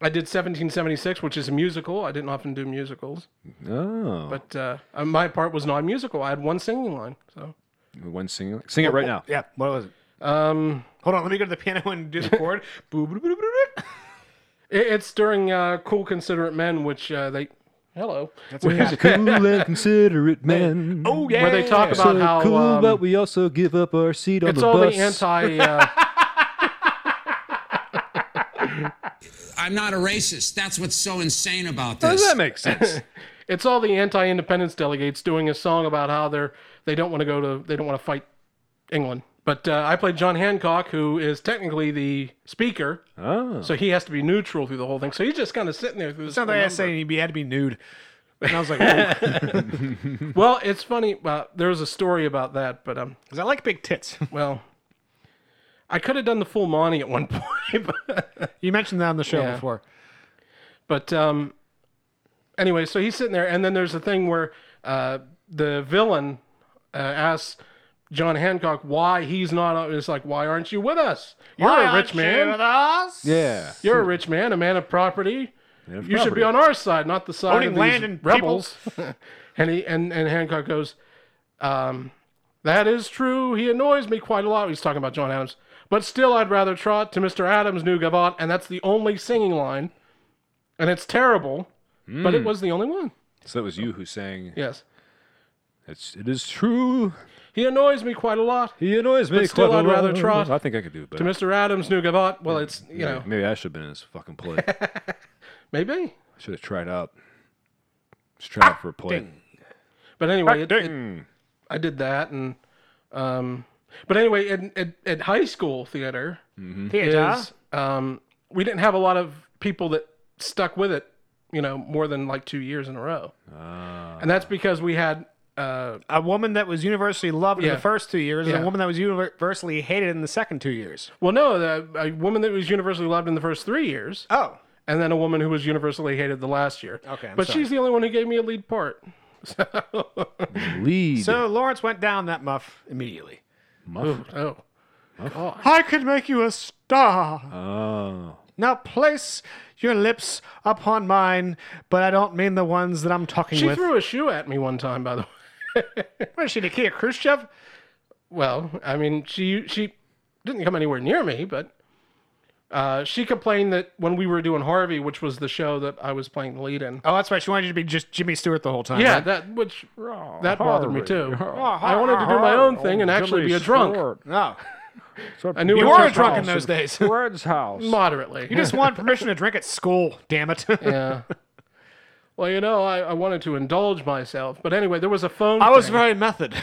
Speaker 4: I did 1776, which is a musical. I didn't often do musicals,
Speaker 6: Oh.
Speaker 4: but uh, uh, my part was non-musical. I had one singing line. So
Speaker 6: One sing. Sing it right now.
Speaker 5: Oh, Yeah. What was it?
Speaker 4: um,
Speaker 5: Hold on. Let me go to the piano and do the chord. Boop, boop, boop, boop, boop.
Speaker 4: it, it's during uh, "Cool Considerate Men,which uh, they hello.
Speaker 6: We're cool and considerate men.
Speaker 4: Oh, Where they talk yeah. about
Speaker 6: so
Speaker 4: how,
Speaker 6: cool,
Speaker 4: um,
Speaker 6: but we also give up our seat on
Speaker 4: it's
Speaker 6: the
Speaker 4: all
Speaker 6: bus.
Speaker 4: the anti. Uh,
Speaker 15: I'm not a racist. That's what's so insane about this.
Speaker 4: How does that make sense? it's all the anti-independence delegates doing a song about how they're they don't want to go to they don't want to fight England. But uh, I played John Hancock, who is technically the speaker,
Speaker 6: oh.
Speaker 4: so he has to be neutral through the whole thing. So he's just kind of sitting there through this.
Speaker 5: Sounds
Speaker 4: whole
Speaker 5: like I
Speaker 4: number.
Speaker 5: was saying he had to be nude. And I was like, oh.
Speaker 4: well, it's funny. Uh, there's a story about that, but um,
Speaker 5: because I like big tits.
Speaker 4: well, I could have done the full Monty at one point. But
Speaker 5: you mentioned that on the show
Speaker 4: Yeah.
Speaker 5: before.
Speaker 4: But um, anyway, so he's sitting there, and then there's a thing where uh, the villain uh, asks John Hancock why he's not. on- It's like, why aren't you with us? You're
Speaker 5: Why
Speaker 4: a
Speaker 5: aren't
Speaker 4: rich
Speaker 5: you
Speaker 4: man.
Speaker 5: with us?
Speaker 6: Yeah.
Speaker 4: You're a rich man, a man of property.
Speaker 6: Man of
Speaker 4: you should
Speaker 6: property.
Speaker 4: be on our side, not the side
Speaker 5: Owning
Speaker 4: of these
Speaker 5: land and
Speaker 4: rebels. and he and, and Hancock goes, um, "That is true. He annoys me quite a lot." He's talking about John Adams, but still, I'd rather trot to Mister Adams' new gavotte, and that's the only singing line, and it's terrible, but it
Speaker 5: Hmm.
Speaker 6: Mm.
Speaker 4: was the only one.
Speaker 6: So that was you who sang.
Speaker 4: Yes,
Speaker 6: It's, it is true.
Speaker 4: he annoys me quite a lot.
Speaker 6: He annoys me.
Speaker 4: But still,
Speaker 6: quite a
Speaker 4: I'd rather
Speaker 6: lot.
Speaker 4: trot
Speaker 6: I think I could do better.
Speaker 4: to Mister Adams' new gavotte. Well, it's you
Speaker 6: Maybe-
Speaker 4: know
Speaker 5: Hmm.
Speaker 6: Maybe I should have been in this fucking play.
Speaker 4: maybe,
Speaker 6: should have tried out. Just try out for a play.
Speaker 4: but anyway, it, it,
Speaker 6: Ding.
Speaker 4: I did that, and um, but anyway, in, at at high school theater,
Speaker 5: Theater.
Speaker 4: is, um, we didn't have a lot of people that stuck with it, you know, more than like two years in a row,
Speaker 5: Ah.
Speaker 4: and that's because we had uh,
Speaker 5: A woman that was universally loved in
Speaker 4: Yeah.
Speaker 5: the first two years, and
Speaker 4: Yeah.
Speaker 5: a woman that was universally hated in the second two years.
Speaker 4: well, no, the, a woman that was universally loved in the first three years,
Speaker 5: Oh,
Speaker 4: and then a woman who was universally hated the last year.
Speaker 5: okay. I'm
Speaker 4: but
Speaker 5: sorry.
Speaker 4: she's the only one who gave me a lead part. So,
Speaker 6: Lead.
Speaker 5: so Lawrence went down that muff immediately.
Speaker 6: Muff.
Speaker 4: oh, God.
Speaker 5: I could make you a star.
Speaker 6: Oh.
Speaker 5: Now place your lips upon mine, but I don't mean the ones that I'm talking
Speaker 4: She
Speaker 5: with.
Speaker 4: threw a shoe at me one time, by the way.
Speaker 5: What is she, Nikita Khrushchev?
Speaker 4: Well, I mean, she she didn't come anywhere near me, but uh, she complained that when we were doing Harvey, which was the show that I was playing the lead in.
Speaker 5: Oh, that's right. She wanted you to be just Jimmy Stewart the whole time.
Speaker 4: yeah,
Speaker 5: right?
Speaker 4: that which that bothered me too.
Speaker 5: Oh,
Speaker 4: I wanted to do my own thing and
Speaker 6: Oh,
Speaker 4: actually be
Speaker 6: Jimmy
Speaker 4: a drunk.
Speaker 6: Stewart.
Speaker 5: No,
Speaker 4: I knew
Speaker 5: you
Speaker 4: it was
Speaker 5: were
Speaker 4: her
Speaker 5: a drunk in
Speaker 4: fault.
Speaker 5: those days.
Speaker 6: Fred's house.
Speaker 4: moderately.
Speaker 5: You just want permission to drink at school. Damn it.
Speaker 4: yeah. Well, you know, I, I wanted to indulge myself, but anyway, there was a phone.
Speaker 5: I was
Speaker 4: thing.
Speaker 5: very method.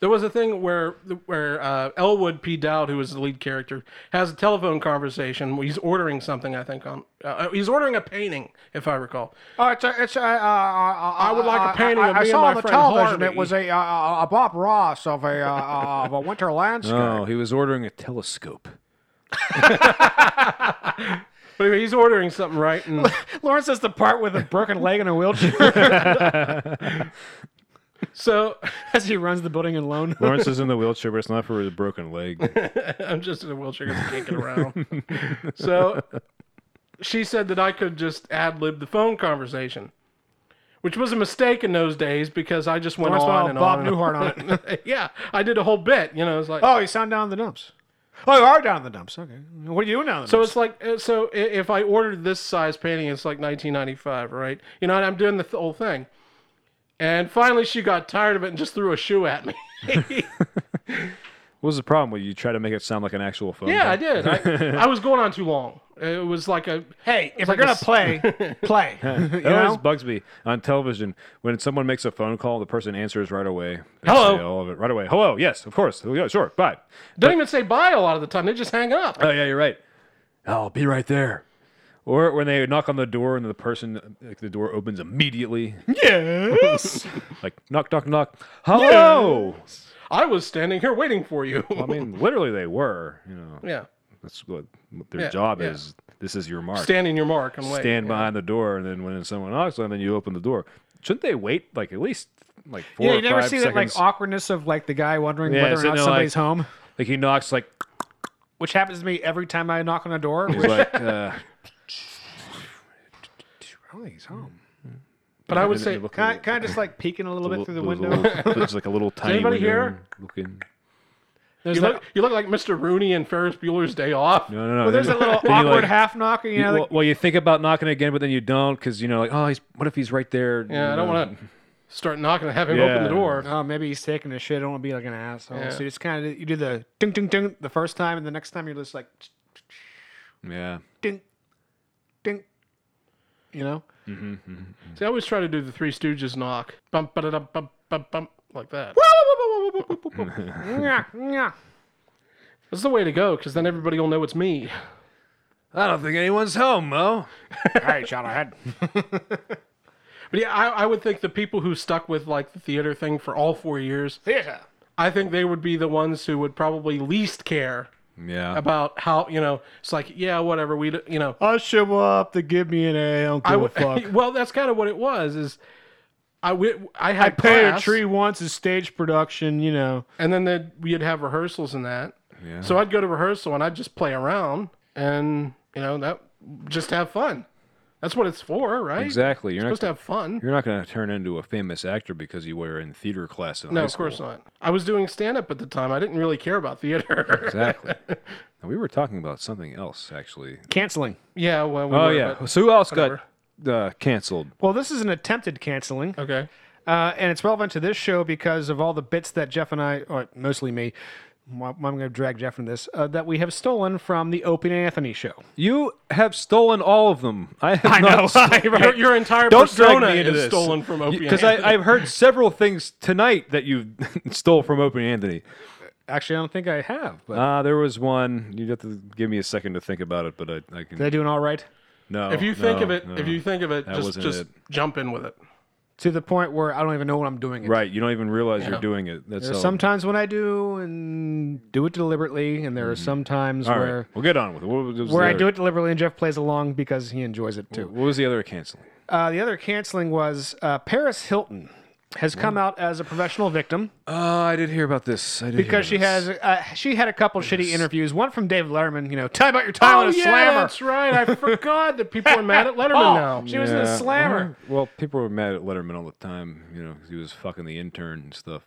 Speaker 4: There was a thing where where uh, Elwood P. Dowd, who is the lead character, has a telephone conversation. He's ordering something, I think. On uh, he's ordering a painting, if I recall.
Speaker 5: Oh, it's a, it's a, uh, uh, I
Speaker 4: would like a painting
Speaker 5: I,
Speaker 4: of
Speaker 5: I
Speaker 4: me and
Speaker 5: saw
Speaker 4: my
Speaker 5: on the
Speaker 4: friend
Speaker 5: television.
Speaker 4: Harvey.
Speaker 5: It was a uh, a Bob Ross of a uh, of a winter landscape.
Speaker 6: No, he was ordering a telescope.
Speaker 4: But anyway, he's ordering something, right? And
Speaker 5: Lawrence is the part with a broken leg and a wheelchair
Speaker 4: so
Speaker 5: as he runs the building alone.
Speaker 6: Lawrence is in the wheelchair, but it's not for his broken leg.
Speaker 4: I'm just in a wheelchair because I can't get around. so she said that I could just ad lib the phone conversation, which was a mistake in those days because I just went
Speaker 5: Lawrence went all
Speaker 4: on and
Speaker 5: Bob
Speaker 4: on.
Speaker 5: Newhart
Speaker 4: on it. yeah, I did a whole bit. You know, it's like
Speaker 5: Oh, you sound down in the dumps. Oh, you are down in the dumps. Okay. What are you doing down in the
Speaker 4: So
Speaker 5: dumps?
Speaker 4: it's like uh, so i- if I ordered this size painting, it's like 1995, right? You know, and I'm doing the th- whole thing, and finally she got tired of it and just threw a shoe at me.
Speaker 6: What was the problem? Were you try to make it sound like an actual phone?
Speaker 4: yeah, I
Speaker 6: call?
Speaker 4: did. I, I was going on too long. It was like a
Speaker 16: hey, if
Speaker 4: like
Speaker 16: we're
Speaker 4: a
Speaker 16: gonna
Speaker 4: s-
Speaker 16: play, play.
Speaker 6: That
Speaker 16: You
Speaker 6: always
Speaker 16: know?
Speaker 6: bugs me on television when someone makes a phone call, the person answers right away. They
Speaker 4: Hello.
Speaker 6: say all of it right away. Hello, yes, of course. Yeah, sure, bye.
Speaker 4: Don't even say bye a lot of the time. They just hang up.
Speaker 6: Oh yeah, you're right. I'll be right there. Or when they knock on the door and the person, like the door opens immediately.
Speaker 4: Yes.
Speaker 6: like knock, knock, knock. Hello.
Speaker 4: I was standing here waiting for you.
Speaker 6: I mean, literally, they were. You know.
Speaker 4: Yeah.
Speaker 6: That's what their
Speaker 4: Yeah,
Speaker 6: job
Speaker 4: yeah.
Speaker 6: is. This is your mark.
Speaker 4: Stand in your mark and wait,
Speaker 6: Stand
Speaker 4: yeah.
Speaker 6: behind the door, and then when someone knocks on, then you open the door. Shouldn't they wait like at least like four
Speaker 5: yeah,
Speaker 6: or
Speaker 5: you never
Speaker 6: five
Speaker 5: see that
Speaker 6: seconds?
Speaker 5: like awkwardness of like the guy wondering
Speaker 6: Yeah,
Speaker 5: whether or
Speaker 6: sitting
Speaker 5: not
Speaker 6: there,
Speaker 5: somebody's
Speaker 6: like-
Speaker 5: home,
Speaker 6: like he knocks like
Speaker 5: which happens to me every time I knock on a door.
Speaker 6: he's like. Uh,
Speaker 5: I don't think he's home.
Speaker 4: But I would say-
Speaker 5: can I, can I just like peeking a little bit through the
Speaker 6: there's a
Speaker 5: window?
Speaker 6: little- there's like a little
Speaker 4: Is
Speaker 6: tiny
Speaker 4: anybody
Speaker 6: window
Speaker 4: here?
Speaker 6: looking.
Speaker 4: You look, you look like Mr. Rooney and Ferris Bueller's Day Off.
Speaker 6: No, no, no.
Speaker 4: Well, there's
Speaker 6: then-
Speaker 4: a little
Speaker 6: then you,
Speaker 4: awkward
Speaker 6: like-
Speaker 4: half knock, you know,
Speaker 6: well,
Speaker 4: like-
Speaker 6: well, you think about knocking again, but then you don't because you know, like, oh, he's what if he's right there? Mm-hmm.
Speaker 4: Yeah, I don't want to start knocking and have him open
Speaker 6: Yeah.
Speaker 4: the door.
Speaker 5: Oh, maybe he's taking a shit. I don't want to be like an asshole.
Speaker 4: Yeah.
Speaker 5: So you just kind of you do the ding ding ding the first time, and the next time you're just like
Speaker 6: to. Yeah.
Speaker 5: ding ding. You know.
Speaker 6: Mm-hmm.
Speaker 4: See, I always try to do the Three Stooges knock. Bump, ba da bump, bump, bump, like that.
Speaker 5: Yeah, yeah.
Speaker 4: That's the way to go, because then everybody will know it's me.
Speaker 6: I don't think anyone's home, Mo.
Speaker 5: All right, shot ahead.
Speaker 4: But yeah, I, I would think the people who stuck with like the theater thing for all four years,
Speaker 5: theater.
Speaker 4: I think they would be the ones who would probably least care
Speaker 6: Yeah.
Speaker 4: about how you know. It's like, yeah, whatever. We, d- you know,
Speaker 5: I'll show up to give me an A. I don't give
Speaker 4: I
Speaker 5: a
Speaker 4: would.
Speaker 5: fuck.
Speaker 4: well, that's kind of what it was. Is I wi- I had
Speaker 5: I paid a
Speaker 4: class,
Speaker 5: tree once as stage production, you know.
Speaker 4: and then they'd- we'd have rehearsals and that.
Speaker 5: Yeah.
Speaker 4: So I'd go to rehearsal and I'd just play around and you know that just have fun. That's what it's for, right?
Speaker 6: Exactly. You're
Speaker 4: You're
Speaker 6: not
Speaker 4: supposed to have fun.
Speaker 6: You're not going to turn into a famous actor because you were in theater class. In
Speaker 4: No,
Speaker 6: high
Speaker 4: of course
Speaker 6: school.
Speaker 4: not. I was doing stand up at the time. I didn't really care about theater.
Speaker 6: Exactly. Now, we were talking about something else actually.
Speaker 5: Canceling.
Speaker 4: yeah, well, we
Speaker 6: oh
Speaker 4: were,
Speaker 6: yeah.
Speaker 4: but-
Speaker 6: So who else got uh, canceled?
Speaker 5: Well, this is an attempted canceling.
Speaker 4: Okay.
Speaker 5: Uh, and it's relevant to this show because of all the bits that Jeff and I, or mostly me, wh- I'm going to drag Jeff from this, uh, that we have stolen from the Opie and Anthony show.
Speaker 6: You have stolen all of them. I have
Speaker 5: I
Speaker 6: not
Speaker 5: know,
Speaker 6: stolen-
Speaker 5: right. Your- your entire
Speaker 6: Don't drag
Speaker 5: persona
Speaker 6: me into
Speaker 5: is
Speaker 6: this.
Speaker 5: stolen from Opie and
Speaker 6: Because I-
Speaker 5: Anthony.
Speaker 6: I've heard several things tonight that you stole from Opie and Anthony.
Speaker 5: Actually, I don't think I have. But
Speaker 6: Ah, there was one. You'd have to give me a second to think about it, but I, I can.
Speaker 5: Did I do an all right?
Speaker 6: No.
Speaker 4: if you
Speaker 6: Oh,
Speaker 4: think
Speaker 6: no,
Speaker 4: of it,
Speaker 6: no.
Speaker 4: if you think of it,
Speaker 6: That
Speaker 4: just
Speaker 6: wasn't
Speaker 4: just
Speaker 6: it.
Speaker 4: jump in with it.
Speaker 5: To the point where I don't even know what I'm doing. It.
Speaker 6: Right, you don't even realize
Speaker 5: Yeah.
Speaker 6: you're doing it. That's
Speaker 5: There are
Speaker 6: all.
Speaker 5: sometimes when I do and do it deliberately, and there are some times
Speaker 6: All right,
Speaker 5: where
Speaker 6: we'll get on with it. What was the
Speaker 5: where I
Speaker 6: other-
Speaker 5: do it deliberately, and Jeff plays along because he enjoys it too.
Speaker 6: What was the other canceling?
Speaker 5: Uh, the other canceling was uh, Paris Hilton has come out as a professional victim
Speaker 6: Oh, I did hear about this. I did hear
Speaker 5: because she
Speaker 6: about
Speaker 5: has uh, she had a couple shitty interviews. One from David Letterman, you know, time out your time
Speaker 4: oh
Speaker 5: on a
Speaker 4: yeah,
Speaker 5: slammer.
Speaker 4: that's right. I forgot that people are mad at Letterman
Speaker 5: Oh,
Speaker 4: now.
Speaker 5: she was in the
Speaker 6: Yeah,
Speaker 5: slammer.
Speaker 6: Well, well, people were mad at Letterman all the time, you know, 'cause he was fucking the intern and stuff.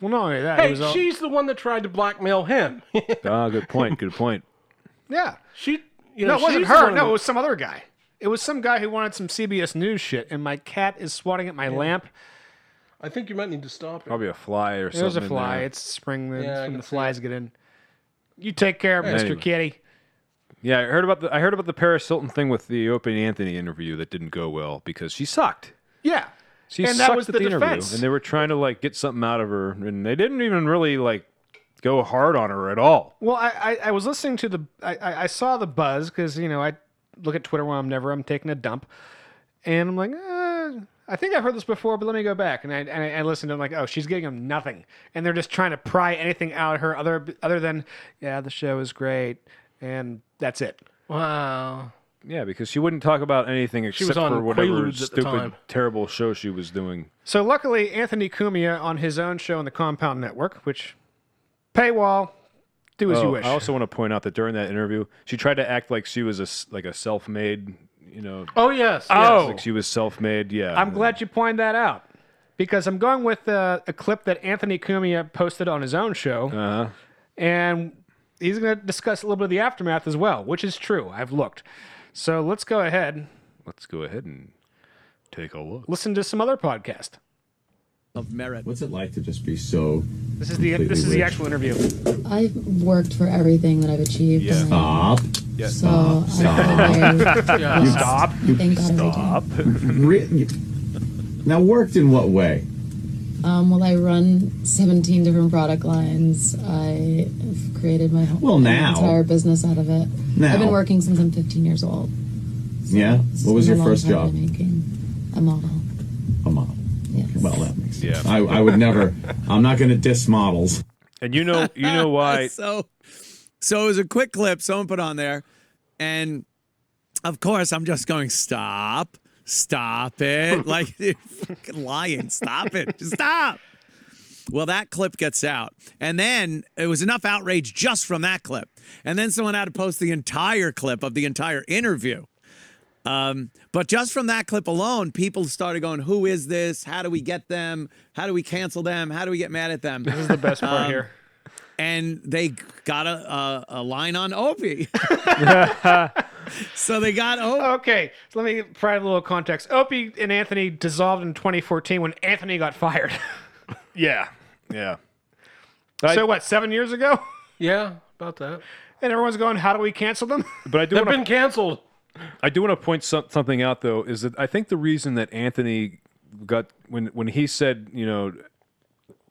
Speaker 5: Well, not only that, it
Speaker 4: Hey,
Speaker 5: was all-
Speaker 4: she's the one that tried to blackmail him.
Speaker 6: ah, good point. Good point.
Speaker 5: yeah,
Speaker 4: she. You
Speaker 5: no,
Speaker 4: know,
Speaker 5: it wasn't
Speaker 4: she's the
Speaker 5: her.
Speaker 4: one
Speaker 5: No,
Speaker 4: that-
Speaker 5: it was some other guy. It was some guy who wanted some CBS News shit, and my cat is swatting at my lamp.
Speaker 4: I think you might need to stop it.
Speaker 6: Probably a fly or
Speaker 5: It
Speaker 6: something.
Speaker 5: was a
Speaker 6: in
Speaker 5: fly.
Speaker 6: there.
Speaker 5: It's spring then.
Speaker 4: Yeah, I
Speaker 5: it's when
Speaker 4: can
Speaker 5: the flies get in. You take care of
Speaker 6: Yeah.
Speaker 5: Mr.
Speaker 6: Anyway.
Speaker 5: Kitty.
Speaker 6: Yeah, I heard about the I heard about the Paris Hilton thing with the Open Anthony interview that didn't go well because she sucked.
Speaker 5: Yeah.
Speaker 6: She
Speaker 5: and
Speaker 6: sucked
Speaker 5: that was
Speaker 6: at
Speaker 5: the,
Speaker 6: the
Speaker 5: defense.
Speaker 6: interview, and they were trying to like get something out of her, and they didn't even really like go hard on her at all.
Speaker 5: Well, I, I, I was listening to the I, I, I saw the buzz because you know I look at Twitter when I'm never I'm taking a dump, and I'm like, uh, I think I've heard this before, but let me go back and I and I, I listened. And I'm like, oh, she's giving them nothing, and they're just trying to pry anything out of her other other than yeah, the show is great, and that's it.
Speaker 4: Wow.
Speaker 6: Yeah, because she wouldn't talk about anything
Speaker 4: She
Speaker 6: except
Speaker 4: was on
Speaker 6: for whatever
Speaker 4: Quaaludes at the
Speaker 6: stupid,
Speaker 4: time.
Speaker 6: terrible show she was doing.
Speaker 5: So luckily, Anthony Cumia on his own show on the Compound Network, which paywall, do as you
Speaker 6: Oh,
Speaker 5: wish.
Speaker 6: I also want to point out that during that interview, she tried to act like she was a s- like a self-made, you know.
Speaker 4: Oh yes.
Speaker 5: Oh.
Speaker 6: like she was self-made. Yeah,
Speaker 5: I'm glad you pointed that out because I'm going with uh, a clip that Anthony Cumia posted on his own show,
Speaker 6: uh-huh.
Speaker 5: and he's going to discuss a little bit of the aftermath as well, which is true. I've looked. So let's go ahead
Speaker 6: Let's go ahead and take a look.
Speaker 5: listen to some other podcast.
Speaker 17: of merit. What's it like to just be so?
Speaker 5: This is the
Speaker 17: completely
Speaker 5: this is the
Speaker 17: rich?
Speaker 5: actual interview.
Speaker 18: I've worked for everything that I've achieved. and I-
Speaker 17: Stop.
Speaker 6: Yeah.
Speaker 16: So I think they
Speaker 6: Yeah.
Speaker 16: lost.
Speaker 6: Stop.
Speaker 16: Thank God
Speaker 6: Stop.
Speaker 9: Written. Now, worked in what way?
Speaker 16: I did. Um, well, I run 17 different product lines. I have created my whole
Speaker 9: Well, now.
Speaker 16: entire business out of it.
Speaker 9: Now.
Speaker 16: I've been working since I'm 15 years old.
Speaker 9: Yeah. What
Speaker 16: It's been
Speaker 9: was your
Speaker 16: a long
Speaker 9: first
Speaker 16: time
Speaker 9: job?
Speaker 16: in making A model.
Speaker 9: A model.
Speaker 16: Yes.
Speaker 9: Well, that makes sense.
Speaker 19: Yeah.
Speaker 9: I, I would never. I'm not going to diss models.
Speaker 6: And you know, you know why?
Speaker 17: so, so it was a quick clip someone put on there, and of course I'm just going stop, stop it, like you're fucking lying, stop it, Just stop. Well, that clip gets out, and then it was enough outrage just from that clip, and then someone had to post the entire clip of the entire interview. Um, but just from that clip alone, people started going, "Who is this? How do we get them? How do we cancel them? How do we get mad at them?" This is the
Speaker 5: best part here.
Speaker 17: And they got a a, a line on Opie. so they got Opie.
Speaker 5: Okay, so let me provide a little context. Opie and Anthony dissolved in 2014 when Anthony got fired.
Speaker 19: yeah. Yeah.
Speaker 5: so uh, what? Seven years ago,
Speaker 4: Yeah, about that.
Speaker 5: and everyone's going, "How do we cancel them?"
Speaker 6: But I do
Speaker 4: They've
Speaker 6: wanna-
Speaker 4: been canceled.
Speaker 6: I do want to point some, something out though is that I think the reason that Anthony got when when he said you know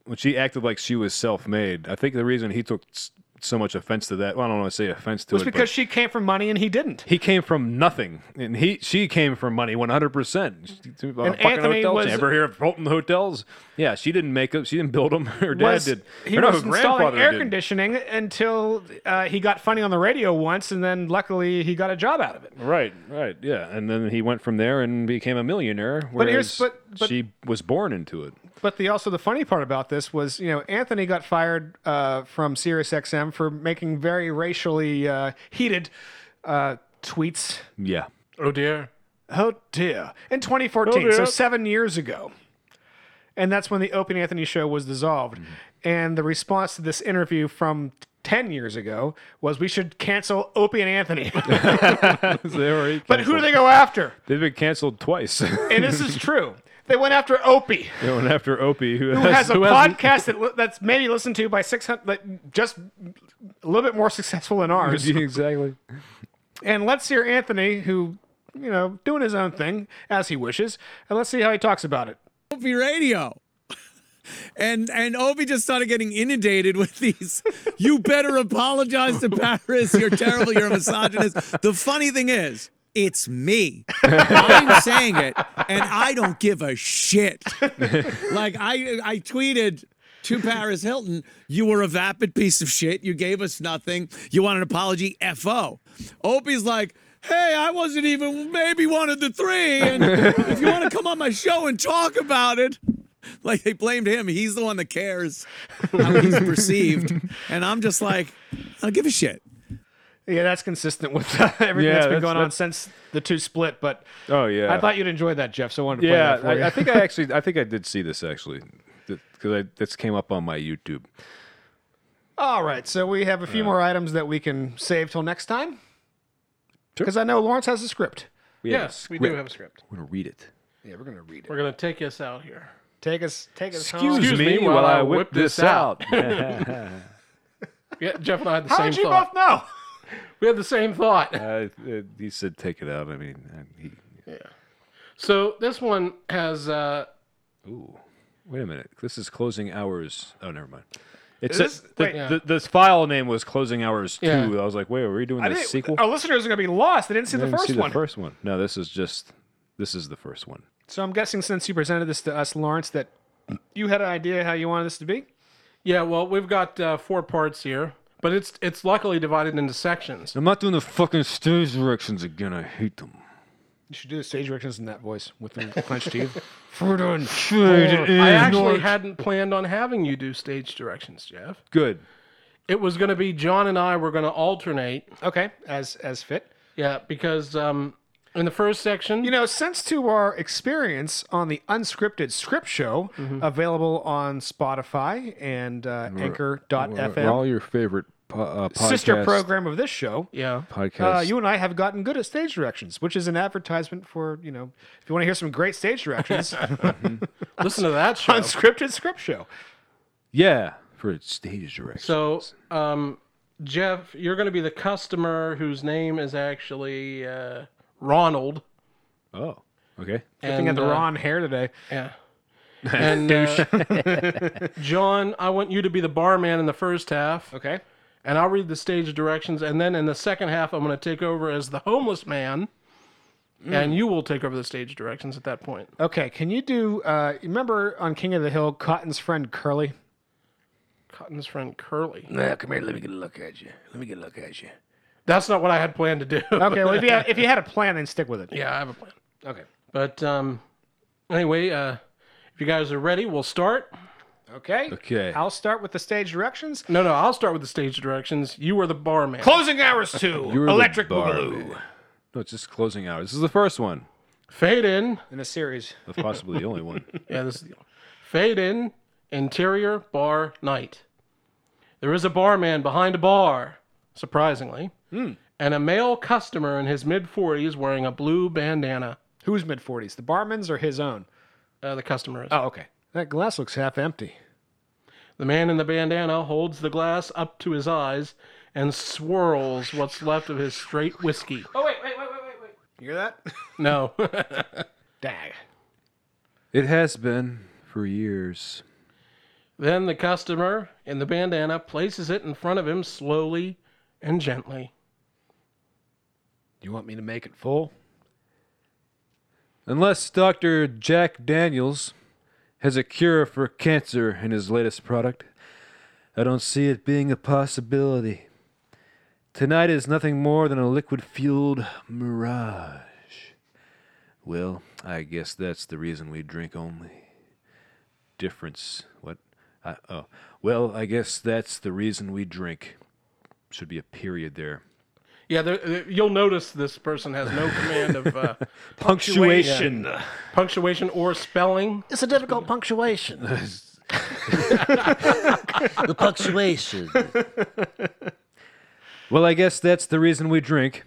Speaker 6: when she acted like she was self made, I think the reason he took s- so much offense to that. Well, I don't want to say offense to
Speaker 5: was
Speaker 6: it,
Speaker 5: because
Speaker 6: but
Speaker 5: she came for money and he didn't.
Speaker 6: he came from nothing, and he she came from money one hundred percent. And
Speaker 5: Anthony was-
Speaker 6: ever hear of Hilton hotels? Yeah, she didn't make them. She didn't build them. Her dad
Speaker 5: was,
Speaker 6: did.
Speaker 5: He
Speaker 6: her, no,
Speaker 5: was
Speaker 6: her
Speaker 5: installing
Speaker 6: grandfather
Speaker 5: air
Speaker 6: did.
Speaker 5: conditioning until uh, he got funny on the radio once, and then luckily he got a job out of it.
Speaker 6: Right, right, yeah, and then he went from there and became a millionaire. Whereas
Speaker 5: But here's- but- but-
Speaker 6: she was born into it.
Speaker 5: But the also the funny part about this was, you know, Anthony got fired uh, from SiriusXM for making very racially uh, heated uh, tweets.
Speaker 6: Yeah.
Speaker 4: Oh dear.
Speaker 5: Oh dear! In 2014,
Speaker 4: Oh, dear.
Speaker 5: so seven years ago, and that's when the Open Anthony show was dissolved. And the response to this interview from 10 years ago was, "We should cancel Opie and Anthony."
Speaker 6: They already
Speaker 5: but who do
Speaker 6: canceled.
Speaker 5: they go after?
Speaker 6: They've been canceled twice.
Speaker 5: And this is true. They went after Opie.
Speaker 6: They went after Opie, who,
Speaker 5: who has a podcast that li- that's maybe listened to by 600 that just a little bit more successful than ours
Speaker 6: exactly.
Speaker 5: and let's hear anthony who you know doing his own thing as he wishes and let's see how he talks about it
Speaker 17: Opie Radio. And and Opie just started getting inundated with these. You better apologize to Paris. You're terrible. You're a misogynist. The funny thing is, it's me. I'm saying it, and I don't give a shit. Like I I tweeted to Paris Hilton, you were a vapid piece of shit. You gave us nothing. You want an apology? Fo. Opie's like. Hey, I wasn't even maybe one of the three. And if you want to come on my show and talk about it, like they blamed him. He's the one that cares how he's perceived. And I'm just like, I don't give a shit.
Speaker 5: yeah that's consistent with everything
Speaker 6: Yeah,
Speaker 5: that's been
Speaker 6: that's-
Speaker 5: going on
Speaker 6: that's-
Speaker 5: since the two split but
Speaker 6: Oh yeah.
Speaker 5: i thought you'd enjoy that jeff so i wanted to
Speaker 6: Yeah,
Speaker 5: play that for you
Speaker 6: I, I think I actually, I think I did see this actually, because I this came up on my YouTube.
Speaker 5: all right so we have a few more items that we can save till next time because i know lawrence has a script
Speaker 6: We have a
Speaker 4: Yes, we do
Speaker 6: script.
Speaker 4: have a script.
Speaker 6: I'm gonna read it.
Speaker 5: yeah we're gonna read it
Speaker 4: We're gonna take us out here.
Speaker 5: take us take us
Speaker 6: Excuse,
Speaker 5: home.
Speaker 6: me, while I whip this out.
Speaker 4: Yeah, Jeff and I had the
Speaker 5: How
Speaker 4: same
Speaker 5: did you
Speaker 4: thought.
Speaker 5: both know?
Speaker 4: We had the same thought.
Speaker 6: uh, uh, he said, "Take it out." I mean, I- he,
Speaker 4: So this one has uh,
Speaker 6: Ooh, wait a minute. This is closing hours. Oh, never mind. It's
Speaker 5: This-
Speaker 6: this, the,
Speaker 5: wait.
Speaker 6: the, this file name was closing hours two.
Speaker 5: Yeah.
Speaker 6: I was like, wait, are we doing
Speaker 5: I
Speaker 6: the
Speaker 5: didn't-
Speaker 6: sequel?
Speaker 5: Our listeners are going to be lost. They didn't see
Speaker 6: I
Speaker 5: the
Speaker 6: didn't
Speaker 5: first
Speaker 6: see
Speaker 5: one.
Speaker 6: The first one. No, this is just this is the first one.
Speaker 5: So I'm guessing since you presented this to us, Lawrence, that you had an idea how you wanted this to be.
Speaker 4: yeah. Well, we've got uh, four parts here, but it's it's luckily divided into sections.
Speaker 6: I'm not doing the fucking stage directions again. I hate them.
Speaker 5: You should do the stage directions in that voice with the clenched teeth. Fruit and
Speaker 6: Mm.
Speaker 4: I actually hadn't planned on having you do stage directions, Jeff.
Speaker 6: Good.
Speaker 4: It was going to be John and I were going to alternate.
Speaker 5: Okay, as as fit.
Speaker 4: Yeah, because um, in the first section,
Speaker 5: You know, since to our experience on the unscripted script show, available on Spotify and uh, Anchor.fm,
Speaker 6: All your favorite po- uh, podcast,
Speaker 5: sister program of this show.
Speaker 4: Yeah.
Speaker 6: Podcast.
Speaker 5: Uh, you and I have gotten good at stage directions, which is an advertisement for you know if you want to hear some great stage directions,
Speaker 4: listen to that show.
Speaker 5: unscripted script show.
Speaker 6: yeah, for stage directions.
Speaker 4: So um, Jeff, you're going to be the customer whose name is actually uh, Ronald. uh,
Speaker 6: Oh, okay.
Speaker 5: Looking at the Ron hair today.
Speaker 4: Yeah. And uh, John, I want you to be the barman in the first half.
Speaker 5: Okay.
Speaker 4: And I'll read the stage directions, and then in the second half, I'm going to take over as the homeless man,
Speaker 5: Mm.
Speaker 4: and you will take over the stage directions at that point.
Speaker 5: Okay, can you do? Uh, you remember on King of the Hill, Cotton's friend Curly?
Speaker 4: Cotton's friend Curly.
Speaker 5: Nah, come here. Let me get a look at you. Let me get a look at you.
Speaker 4: That's not what I had planned to do.
Speaker 5: Okay, well if you had, if you had a plan, then stick with it.
Speaker 4: yeah, I have a plan.
Speaker 5: Okay.
Speaker 4: But um, anyway, uh, if you guys are ready, we'll start.
Speaker 5: Okay.
Speaker 6: Okay.
Speaker 5: I'll start with the stage directions.
Speaker 4: No, no, I'll start with the stage directions. You are the barman.
Speaker 5: Closing hours two.
Speaker 6: You're the
Speaker 5: Electric
Speaker 6: bar
Speaker 5: Boogaloo.
Speaker 6: man. No, it's just closing hours. This is the first one,
Speaker 4: Fade in.
Speaker 5: In a series.
Speaker 6: of possibly the only one.
Speaker 4: Yeah, this is the Fade in, interior bar night. There is a barman behind a bar, surprisingly,
Speaker 5: Hmm.
Speaker 4: and a male customer in his mid 40s wearing a blue bandana.
Speaker 5: Who's mid forties? The barman's or his own?
Speaker 4: Uh, the customer is.
Speaker 5: Oh, okay. That glass looks half empty.
Speaker 4: The man in the bandana holds the glass up to his eyes and swirls what's left of his straight whiskey.
Speaker 5: Oh wait, wait, wait, wait, wait, wait. You hear that?
Speaker 4: No.
Speaker 5: Dag.
Speaker 6: It has been for years.
Speaker 4: then the customer in the bandana places it in front of him slowly and gently.
Speaker 5: You want me to make it full?
Speaker 6: Unless Dr. Jack Daniels has a cure for cancer in his latest product, I don't see it being a possibility. Tonight is nothing more than a liquid fueled mirage. Well, I guess that's the reason we drink only. Difference. What? I, oh. Well, I guess that's the reason we drink. Should be a period there.
Speaker 4: Yeah, there, there- you'll notice this person has no command of uh,
Speaker 6: Punctuation.
Speaker 4: punctuation or spelling.
Speaker 10: It's a difficult punctuation. the punctuation.
Speaker 6: Well, I guess that's the reason we drink.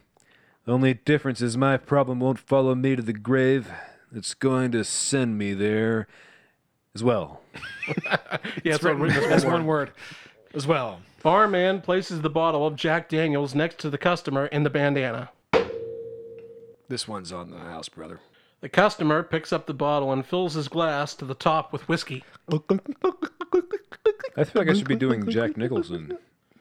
Speaker 6: The only difference is my problem won't follow me to the grave. It's going to send me there as well.
Speaker 4: Yeah, it's, one, it's
Speaker 5: That's
Speaker 4: one
Speaker 5: one
Speaker 4: word.
Speaker 5: word. As well.
Speaker 4: Barman places the bottle of Jack Daniels next to the customer in the bandana.
Speaker 5: This one's on the house, brother.
Speaker 4: The customer picks up the bottle and fills his glass to the top with whiskey.
Speaker 6: I feel like I should be doing Jack Nicholson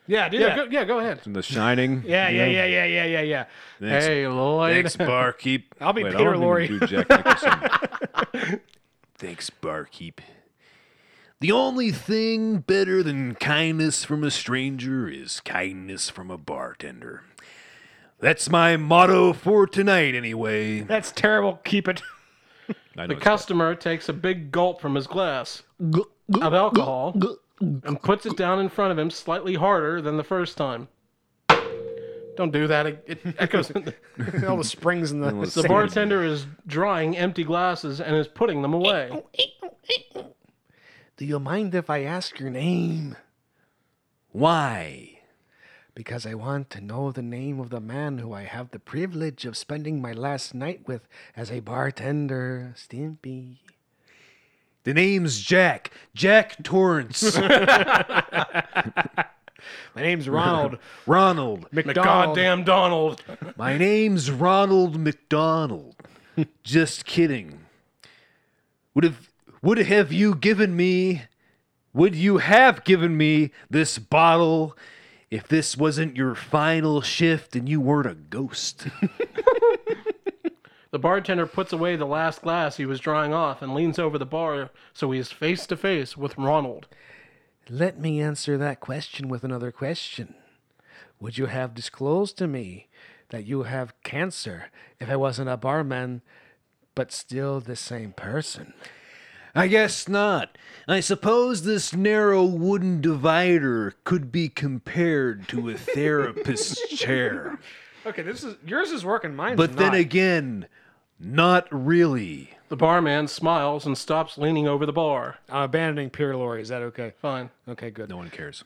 Speaker 5: Yeah, do
Speaker 4: Yeah,
Speaker 5: that.
Speaker 4: go, yeah, go ahead.
Speaker 6: in The Shining.
Speaker 5: Yeah, yeah, yeah, yeah, yeah, yeah, yeah.
Speaker 6: Thanks,
Speaker 4: Hey, Lloyd.
Speaker 6: thanks, barkeep.
Speaker 5: I'll be
Speaker 6: Wait, I
Speaker 5: Peter
Speaker 6: don't
Speaker 5: Lorre.
Speaker 6: even do Jack Nicholson. thanks, barkeep. The only thing better than kindness from a stranger is kindness from a bartender. That's my motto for tonight, anyway.
Speaker 5: That's terrible. Keep it.
Speaker 6: I know
Speaker 4: The
Speaker 6: it's bad.
Speaker 4: customer takes a big gulp from his glass of alcohol and puts it down in front of him slightly harder than the first time. Don't do that. It, it echoes. the
Speaker 5: All the springs in the.
Speaker 6: Let's see.
Speaker 4: bartender is drying empty glasses and is putting them away.
Speaker 14: Do you mind if I ask your name?
Speaker 6: Why?
Speaker 14: Because I want to know the name of the man who I have the privilege of spending my last night with as a bartender, Stimpy.
Speaker 6: The name's Jack. Jack Torrance.
Speaker 5: My name's Ronald
Speaker 6: Ronald.
Speaker 5: McDonald.
Speaker 4: Goddamn Donald.
Speaker 6: My name's Ronald McDonald. Just kidding. Would have would have you given me would you have given me this bottle if this wasn't your final shift and you weren't a ghost?
Speaker 4: The bartender puts away the last glass he was drying off and leans over the bar so he is face to face with Ronald.
Speaker 14: Let me answer that question with another question. Would you have disclosed to me that you have cancer if I wasn't a barman, but still the same person?
Speaker 6: I guess not. I suppose this narrow wooden divider could be compared to a therapist's chair.
Speaker 5: Okay, this is yours is working. Mine's
Speaker 6: But then
Speaker 5: not.
Speaker 6: again, not really.
Speaker 4: The barman smiles and stops leaning over the bar.
Speaker 5: I'm abandoning Pierre Laurie. Is that okay?
Speaker 4: Fine.
Speaker 5: Okay, good.
Speaker 6: No one cares.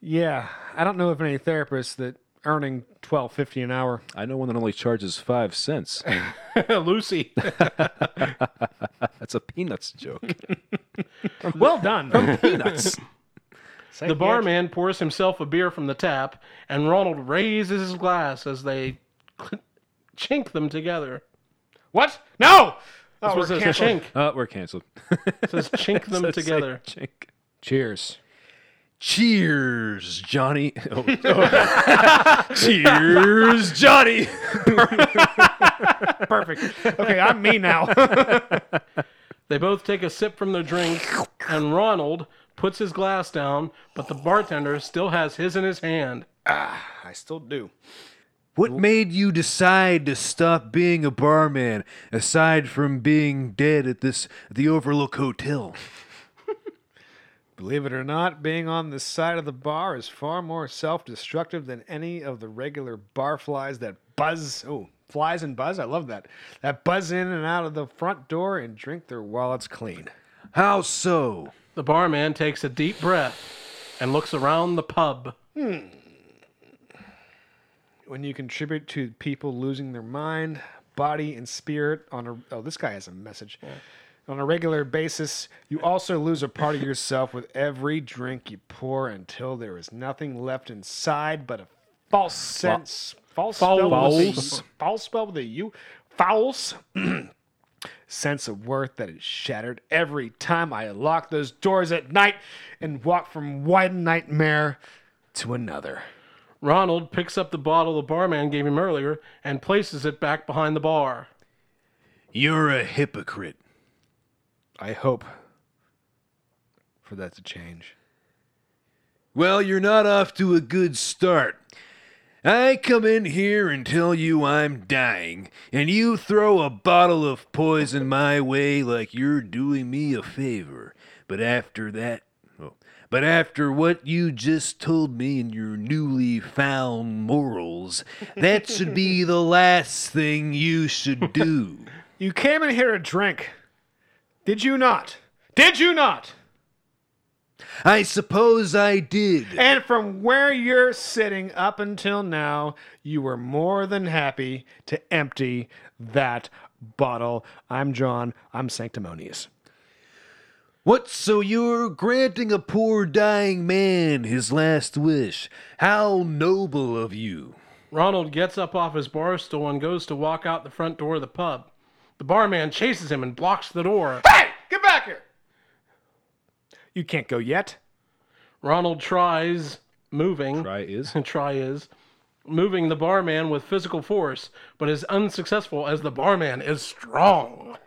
Speaker 5: Yeah, I don't know of any therapists that earning twelve fifty an hour.
Speaker 6: I know one that only charges five cents.
Speaker 4: Lucy.
Speaker 6: That's a peanuts joke.
Speaker 5: Well done.
Speaker 6: peanuts.
Speaker 4: The barman pours himself a beer from the tap, and Ronald raises his glass as they cl- chink them together.
Speaker 5: What? No!
Speaker 4: That's what it says, chink.
Speaker 6: Uh, we're canceled.
Speaker 4: It says chink them
Speaker 6: It says
Speaker 4: together.
Speaker 6: chink.
Speaker 5: Cheers.
Speaker 6: Cheers, Johnny. Oh,
Speaker 5: Cheers, Johnny. Perfect. Okay, I'm me now.
Speaker 4: They both take a sip from their drink, and Ronald puts his glass down, but the bartender still has his in his hand.
Speaker 5: Ah, I still do.
Speaker 18: What made you decide to stop being a barman, aside from being dead at this the Overlook Hotel?
Speaker 5: Believe it or not, being on the side of the bar is far more self-destructive than any of the regular bar flies that buzz. Oh, flies and buzz. I love that. That buzz in and out of the front door and drink their wallets clean.
Speaker 4: How so? The barman takes a deep breath and looks around the pub.
Speaker 5: Hmm. When you contribute to people losing their mind, body, and spirit on a oh, this guy has a message. On a regular basis, you also lose a part of yourself with every drink you pour until there is nothing left inside but a false sense. False, Spell with a-
Speaker 6: False.
Speaker 5: false spell with a U. False sense of worth that is shattered every time I lock those doors at night and walk from one nightmare to another.
Speaker 4: Ronald picks up the bottle the barman gave him earlier and places it back behind the bar.
Speaker 18: You're a hypocrite.
Speaker 5: I hope for that to change.
Speaker 18: Well, you're not off to a good start. I come in here and tell you I'm dying, and you throw a bottle of poison my way like you're doing me a favor. But after that, oh, but after what you just told me and your newly found morals, that should be the last thing you should do.
Speaker 5: You came in here to drink. Did you not? Did you not?
Speaker 18: I suppose I did.
Speaker 5: And from where you're sitting up until now, you were more than happy to empty that bottle. I'm John. I'm sanctimonious.
Speaker 18: What so you're granting a poor dying man his last wish? How noble of you.
Speaker 4: Ronald gets up off his bar stool and goes to walk out the front door of the pub. The barman chases him and blocks the door.
Speaker 5: Hey! Get back here! You can't go yet.
Speaker 4: Ronald tries moving. Try is. try is. Moving the barman with physical force, but is unsuccessful as the barman is strong.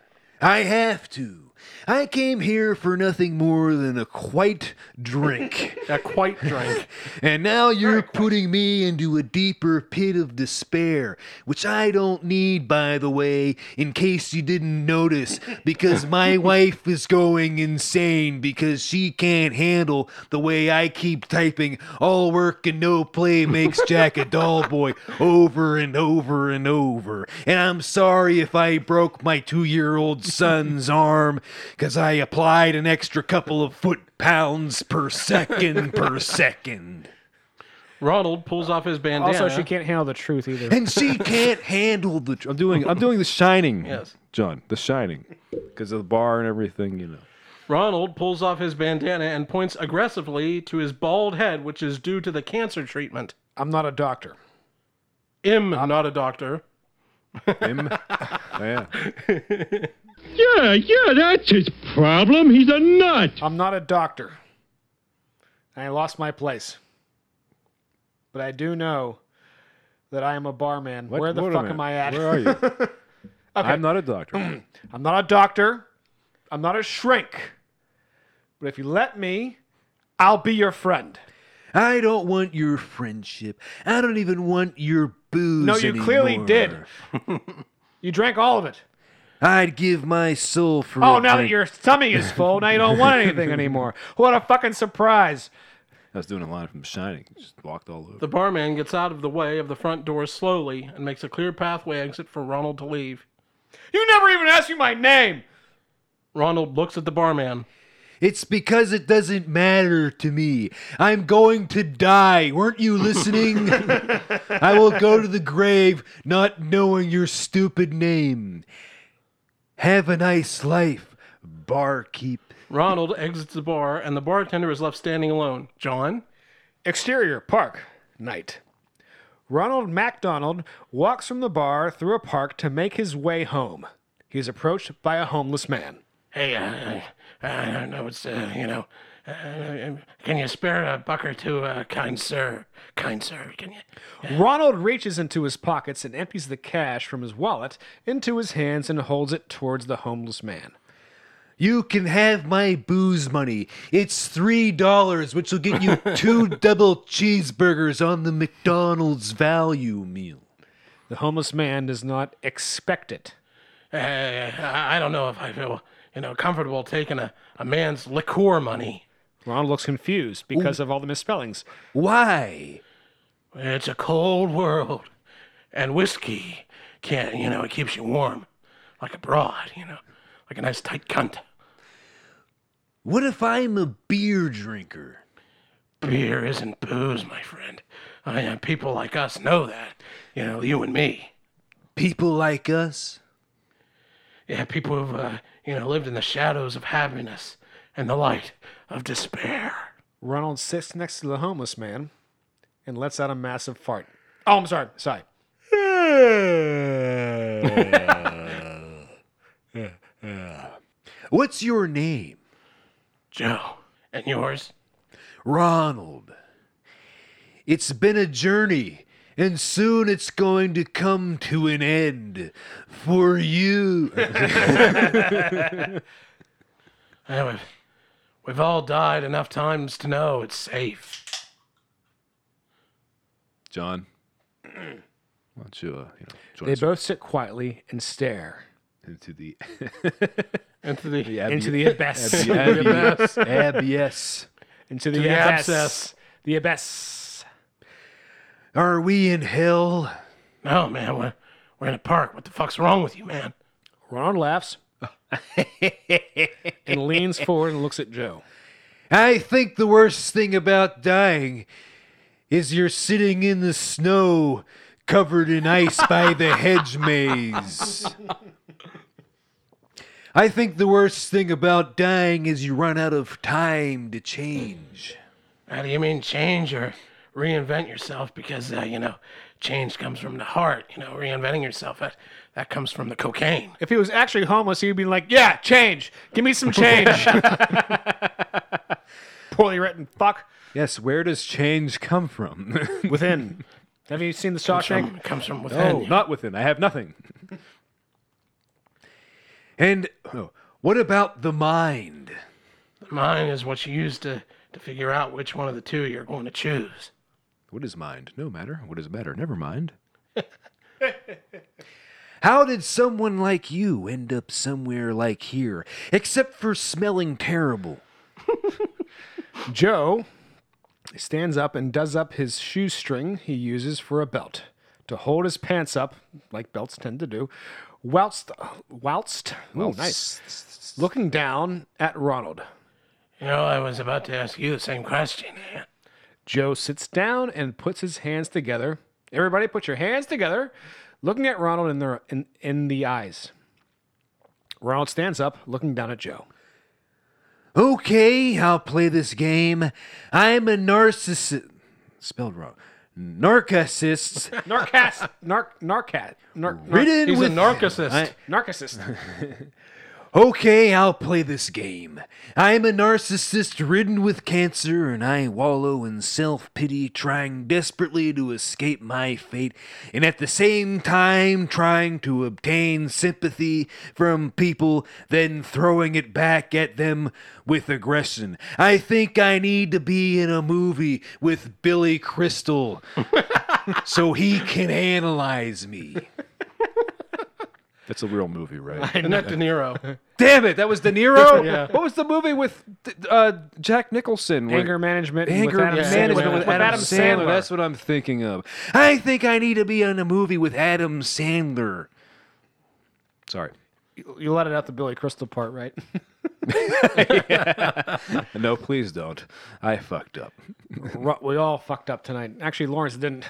Speaker 18: I have to. I came here for nothing more than a quite drink.
Speaker 4: a quite drink.
Speaker 18: and now you're putting me into a deeper pit of despair, which I don't need, by the way, in case you didn't notice, because my wife is going insane because she can't handle the way I keep typing all work and no play makes Jack a dull boy over and over and over. And I'm sorry if I broke my two year old son's arm because I applied an extra couple of foot pounds per second per second.
Speaker 4: Ronald pulls off his bandana.
Speaker 5: Also, she can't handle the truth either.
Speaker 18: And she can't handle the.
Speaker 6: I'm doing. I'm doing The Shining.
Speaker 4: Yes.
Speaker 6: John, The Shining, because of the bar and everything, you know.
Speaker 4: Ronald pulls off his bandana and points aggressively to his bald head, which is due to the cancer treatment.
Speaker 5: I'm not a doctor.
Speaker 4: Im, not a doctor.
Speaker 6: Im? yeah.
Speaker 5: Yeah, yeah, that's his problem. He's a nut. I'm not a doctor. I lost my place. But I do know that I am a barman.
Speaker 6: What-
Speaker 5: Where the
Speaker 6: wait a
Speaker 5: fuck
Speaker 6: minute.
Speaker 5: am I at?
Speaker 6: Where are you?
Speaker 5: okay.
Speaker 6: I'm not a doctor.
Speaker 5: I'm not a doctor. I'm not a shrink. But if you let me, I'll be your friend.
Speaker 18: I don't want your friendship. I don't even want your booze.
Speaker 5: No, you clearly
Speaker 18: anymore.
Speaker 5: did. You drank all of it.
Speaker 18: I'd give my soul for.
Speaker 5: oh,
Speaker 18: a
Speaker 5: now that
Speaker 18: drink.
Speaker 5: your stomach is full, now you don't want anything anymore. What a fucking surprise.
Speaker 6: I was doing a line from The Shining. Just walked all over.
Speaker 4: The barman gets out of the way of the front door slowly and makes a clear pathway exit for Ronald to leave.
Speaker 5: You never even asked me my name!
Speaker 4: Ronald looks at the barman.
Speaker 18: It's because it doesn't matter to me. I'm going to die. Weren't you listening? I will go to the grave not knowing your stupid name. Have a nice life, barkeep.
Speaker 4: Ronald exits the bar, and the bartender is left standing alone. John?
Speaker 5: Exterior, park, night. Ronald MacDonald walks from the bar through a park to make his way home. He is approached by a homeless man.
Speaker 4: Hey, uh, uh, I don't know. It's uh, you know. Uh, uh, can you spare a buck or two, uh, kind sir? Kind sir, can you?
Speaker 5: Ronald reaches into his pockets and empties the cash from his wallet into his hands and holds it towards the homeless man.
Speaker 18: You can have my booze money. It's three dollars, which will get you two double cheeseburgers on the McDonald's value meal.
Speaker 5: The homeless man does not expect it.
Speaker 4: Uh, I I don't know if I feel you know comfortable taking a, a man's liquor money.
Speaker 5: Ronald looks confused because of all the misspellings.
Speaker 18: Why?
Speaker 4: It's a cold world, and whiskey can't you know it keeps you warm, like a broad, you know, like a nice tight cunt.
Speaker 18: What if I'm a beer drinker?
Speaker 4: Beer isn't booze, my friend. I uh, people like us know that. You know, you and me.
Speaker 18: People like us?
Speaker 4: Yeah, people who've uh, you know lived in the shadows of happiness and the light of despair.
Speaker 5: Ronald sits next to the homeless man and lets out a massive fart. Oh, I'm sorry. Sorry.
Speaker 18: What's your name?
Speaker 4: Joe. And yours?
Speaker 18: Ronald. It's been a journey, and soon it's going to come to an end for you.
Speaker 4: Yeah, Uh, we've, we've all died enough times to know it's safe.
Speaker 6: John, why don't you, uh, you know, join
Speaker 5: They
Speaker 6: us
Speaker 5: both sit quietly and stare.
Speaker 6: into the
Speaker 4: into the,
Speaker 5: into the abyss.
Speaker 6: Ab- ab-
Speaker 18: Abyss.
Speaker 5: Into the,
Speaker 4: To the
Speaker 5: abyss.
Speaker 4: abscess.
Speaker 5: The abyss.
Speaker 18: Are we in hell?
Speaker 4: No, man, we're, we're in a park. What the fuck's wrong with you, man?
Speaker 5: Ronald laughs and leans forward and looks at Joe.
Speaker 18: I think the worst thing about dying is you're sitting in the snow covered in ice by the hedge maze. I think the worst thing about dying is you run out of time to change.
Speaker 4: How Uh, do you mean change or reinvent yourself? Because, uh, you know, change comes from the heart. You know, reinventing yourself, that, that comes from the cocaine.
Speaker 5: If he was actually homeless, he'd be like, "Yeah, change. Give me some change." Poorly written. Fuck.
Speaker 18: Yes, where does change come from?
Speaker 5: Within. Have you seen the Shawshank?
Speaker 4: From, comes from
Speaker 18: Oh,
Speaker 4: within.
Speaker 6: Um, No,
Speaker 4: you.
Speaker 6: not within. I have nothing.
Speaker 18: and oh, what about the mind?
Speaker 4: Mine is what you use to, to figure out which one of the two you're going to choose.
Speaker 6: What is mind? No matter. What is matter? Never mind.
Speaker 18: How did someone like you end up somewhere like here, except for smelling terrible?
Speaker 5: Joe stands up and does up his shoestring he uses for a belt to hold his pants up, like belts tend to do, whilst, whilst, oh, nice, looking down at Ronald.
Speaker 4: You know, I was about to ask you the same question. man.
Speaker 5: Joe sits down and puts his hands together. Everybody, put your hands together, looking at Ronald in the in, in the eyes. Ronald stands up, looking down at Joe.
Speaker 18: Okay, I'll play this game. I'm a narcissist. Spelled wrong. Narcissist.
Speaker 5: Narcast, narc, narcat, narc, narc,
Speaker 18: Ridden
Speaker 4: He's a
Speaker 18: with.
Speaker 4: narcissist.
Speaker 18: I-
Speaker 5: narcissist.
Speaker 18: okay, I'll play this game. I'm a narcissist ridden with cancer, and I wallow in self pity, trying desperately to escape my fate, and at the same time trying to obtain sympathy from people, then throwing it back at them with aggression. I think I need to be in a movie with Billy Crystal so he can analyze me.
Speaker 6: That's a real movie, right?
Speaker 4: Isn't that De Niro?
Speaker 18: Damn it, that was De Niro?
Speaker 4: Yeah.
Speaker 6: What was the movie with uh, Jack Nicholson? where-
Speaker 5: Anger management. with
Speaker 18: Anger
Speaker 5: Adam
Speaker 18: management
Speaker 5: Sandler.
Speaker 18: with Adam Sandler.
Speaker 6: That's what I'm thinking of.
Speaker 18: I think I need to be in a movie with Adam Sandler.
Speaker 6: Sorry.
Speaker 5: You let it out the Billy Crystal part, right?
Speaker 6: No, please don't. I fucked up.
Speaker 5: Ro- we all fucked up tonight. Actually, Lawrence didn't.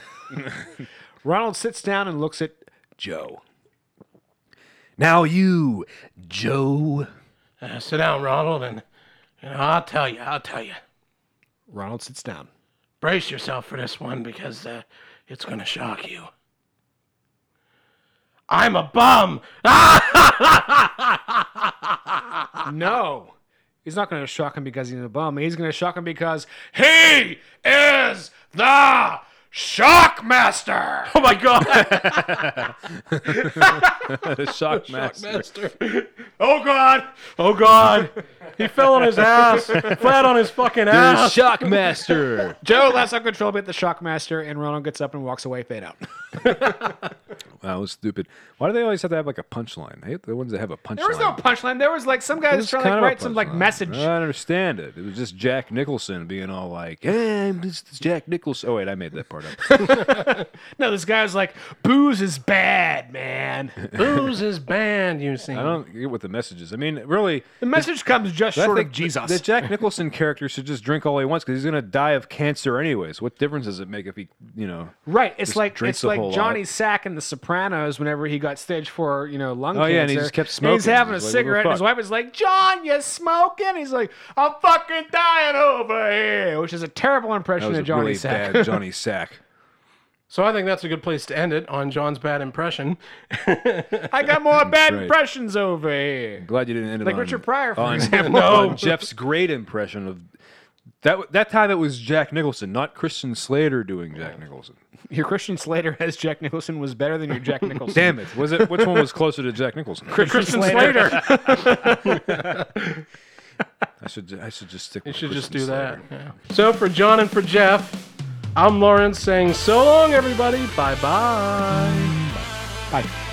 Speaker 5: Ronald sits down and looks at Joe.
Speaker 18: Now you, Joe.
Speaker 4: Uh, sit down, Ronald, and you know, I'll tell you. I'll tell you.
Speaker 5: Ronald sits down.
Speaker 4: Brace yourself for this one because uh, it's going to shock you. I'm a bum.
Speaker 5: no. He's not going to shock him because he's a bum. He's going to shock him because he is the Shockmaster.
Speaker 4: Oh my god.
Speaker 6: Shockmaster.
Speaker 4: Oh god. Oh god. He fell on his ass. Flat on his fucking ass.
Speaker 6: Shockmaster.
Speaker 5: Joe lets out control bit the Shockmaster, and Ronald gets up and walks away, fade out.
Speaker 6: That was stupid. Why do they always have to have like a punchline? I hate the ones that have a punchline.
Speaker 5: There was no punchline. There was like some guy
Speaker 6: It
Speaker 5: was
Speaker 6: was
Speaker 5: trying to
Speaker 6: kind of
Speaker 5: like,
Speaker 6: a
Speaker 5: write some like
Speaker 6: punchline.
Speaker 5: message.
Speaker 6: I understand it. It was just Jack Nicholson being all like, "Hey, I'm just Jack Nicholson." Oh wait, I made that part up.
Speaker 5: No, this guy was like, "Booze is bad, man."
Speaker 4: Booze is banned, you see.
Speaker 6: I don't get what the message is. I mean, really,
Speaker 5: The message comes just
Speaker 6: I
Speaker 5: short
Speaker 6: think
Speaker 5: of Jesus.
Speaker 6: The Jack Nicholson character should just drink all he wants because he's going to die of cancer anyways. What difference does it make if he, you know?
Speaker 5: Right, it's
Speaker 6: just
Speaker 5: like
Speaker 6: drinks
Speaker 5: it's
Speaker 6: a
Speaker 5: like
Speaker 6: whole lot?
Speaker 5: Johnny Sack in The Sopranos whenever he got stage four, you know, lung
Speaker 6: Oh,
Speaker 5: cancer.
Speaker 6: yeah, and he just kept
Speaker 5: And he's
Speaker 6: smoking.
Speaker 5: having
Speaker 6: He's like, what
Speaker 5: a
Speaker 6: the
Speaker 5: cigarette, and his
Speaker 6: fuck?
Speaker 5: wife is like, "John, you smoking?" He's like, "I'm fucking dying over here," which is a terrible
Speaker 6: That
Speaker 5: impression
Speaker 6: was a
Speaker 5: of Johnny
Speaker 6: really
Speaker 5: Sack.
Speaker 6: bad Johnny Sack.
Speaker 4: So I think that's a good place to end it on John's bad impression.
Speaker 5: I got more bad
Speaker 6: Right.
Speaker 5: impressions over here.
Speaker 6: Glad you didn't end it
Speaker 5: Like
Speaker 6: on-
Speaker 5: Richard Pryor, for
Speaker 6: on-
Speaker 5: example.
Speaker 6: no, on Jeff's great impression of that. That time it was Jack Nicholson, not Christian Slater doing
Speaker 5: Oh.
Speaker 6: Jack Nicholson.
Speaker 5: Your Christian Slater as Jack Nicholson was better than your Jack Nicholson.
Speaker 6: Damn it! Was it which one was closer to Jack Nicholson?
Speaker 5: Christian Slater.
Speaker 6: I should ju- I should just stick.
Speaker 4: You
Speaker 6: with
Speaker 4: should just do
Speaker 6: Christian
Speaker 4: that.
Speaker 6: Slater.
Speaker 4: yeah. So for John and for Jeff, I'm Lawrence saying so long, everybody. Bye bye.
Speaker 5: Bye.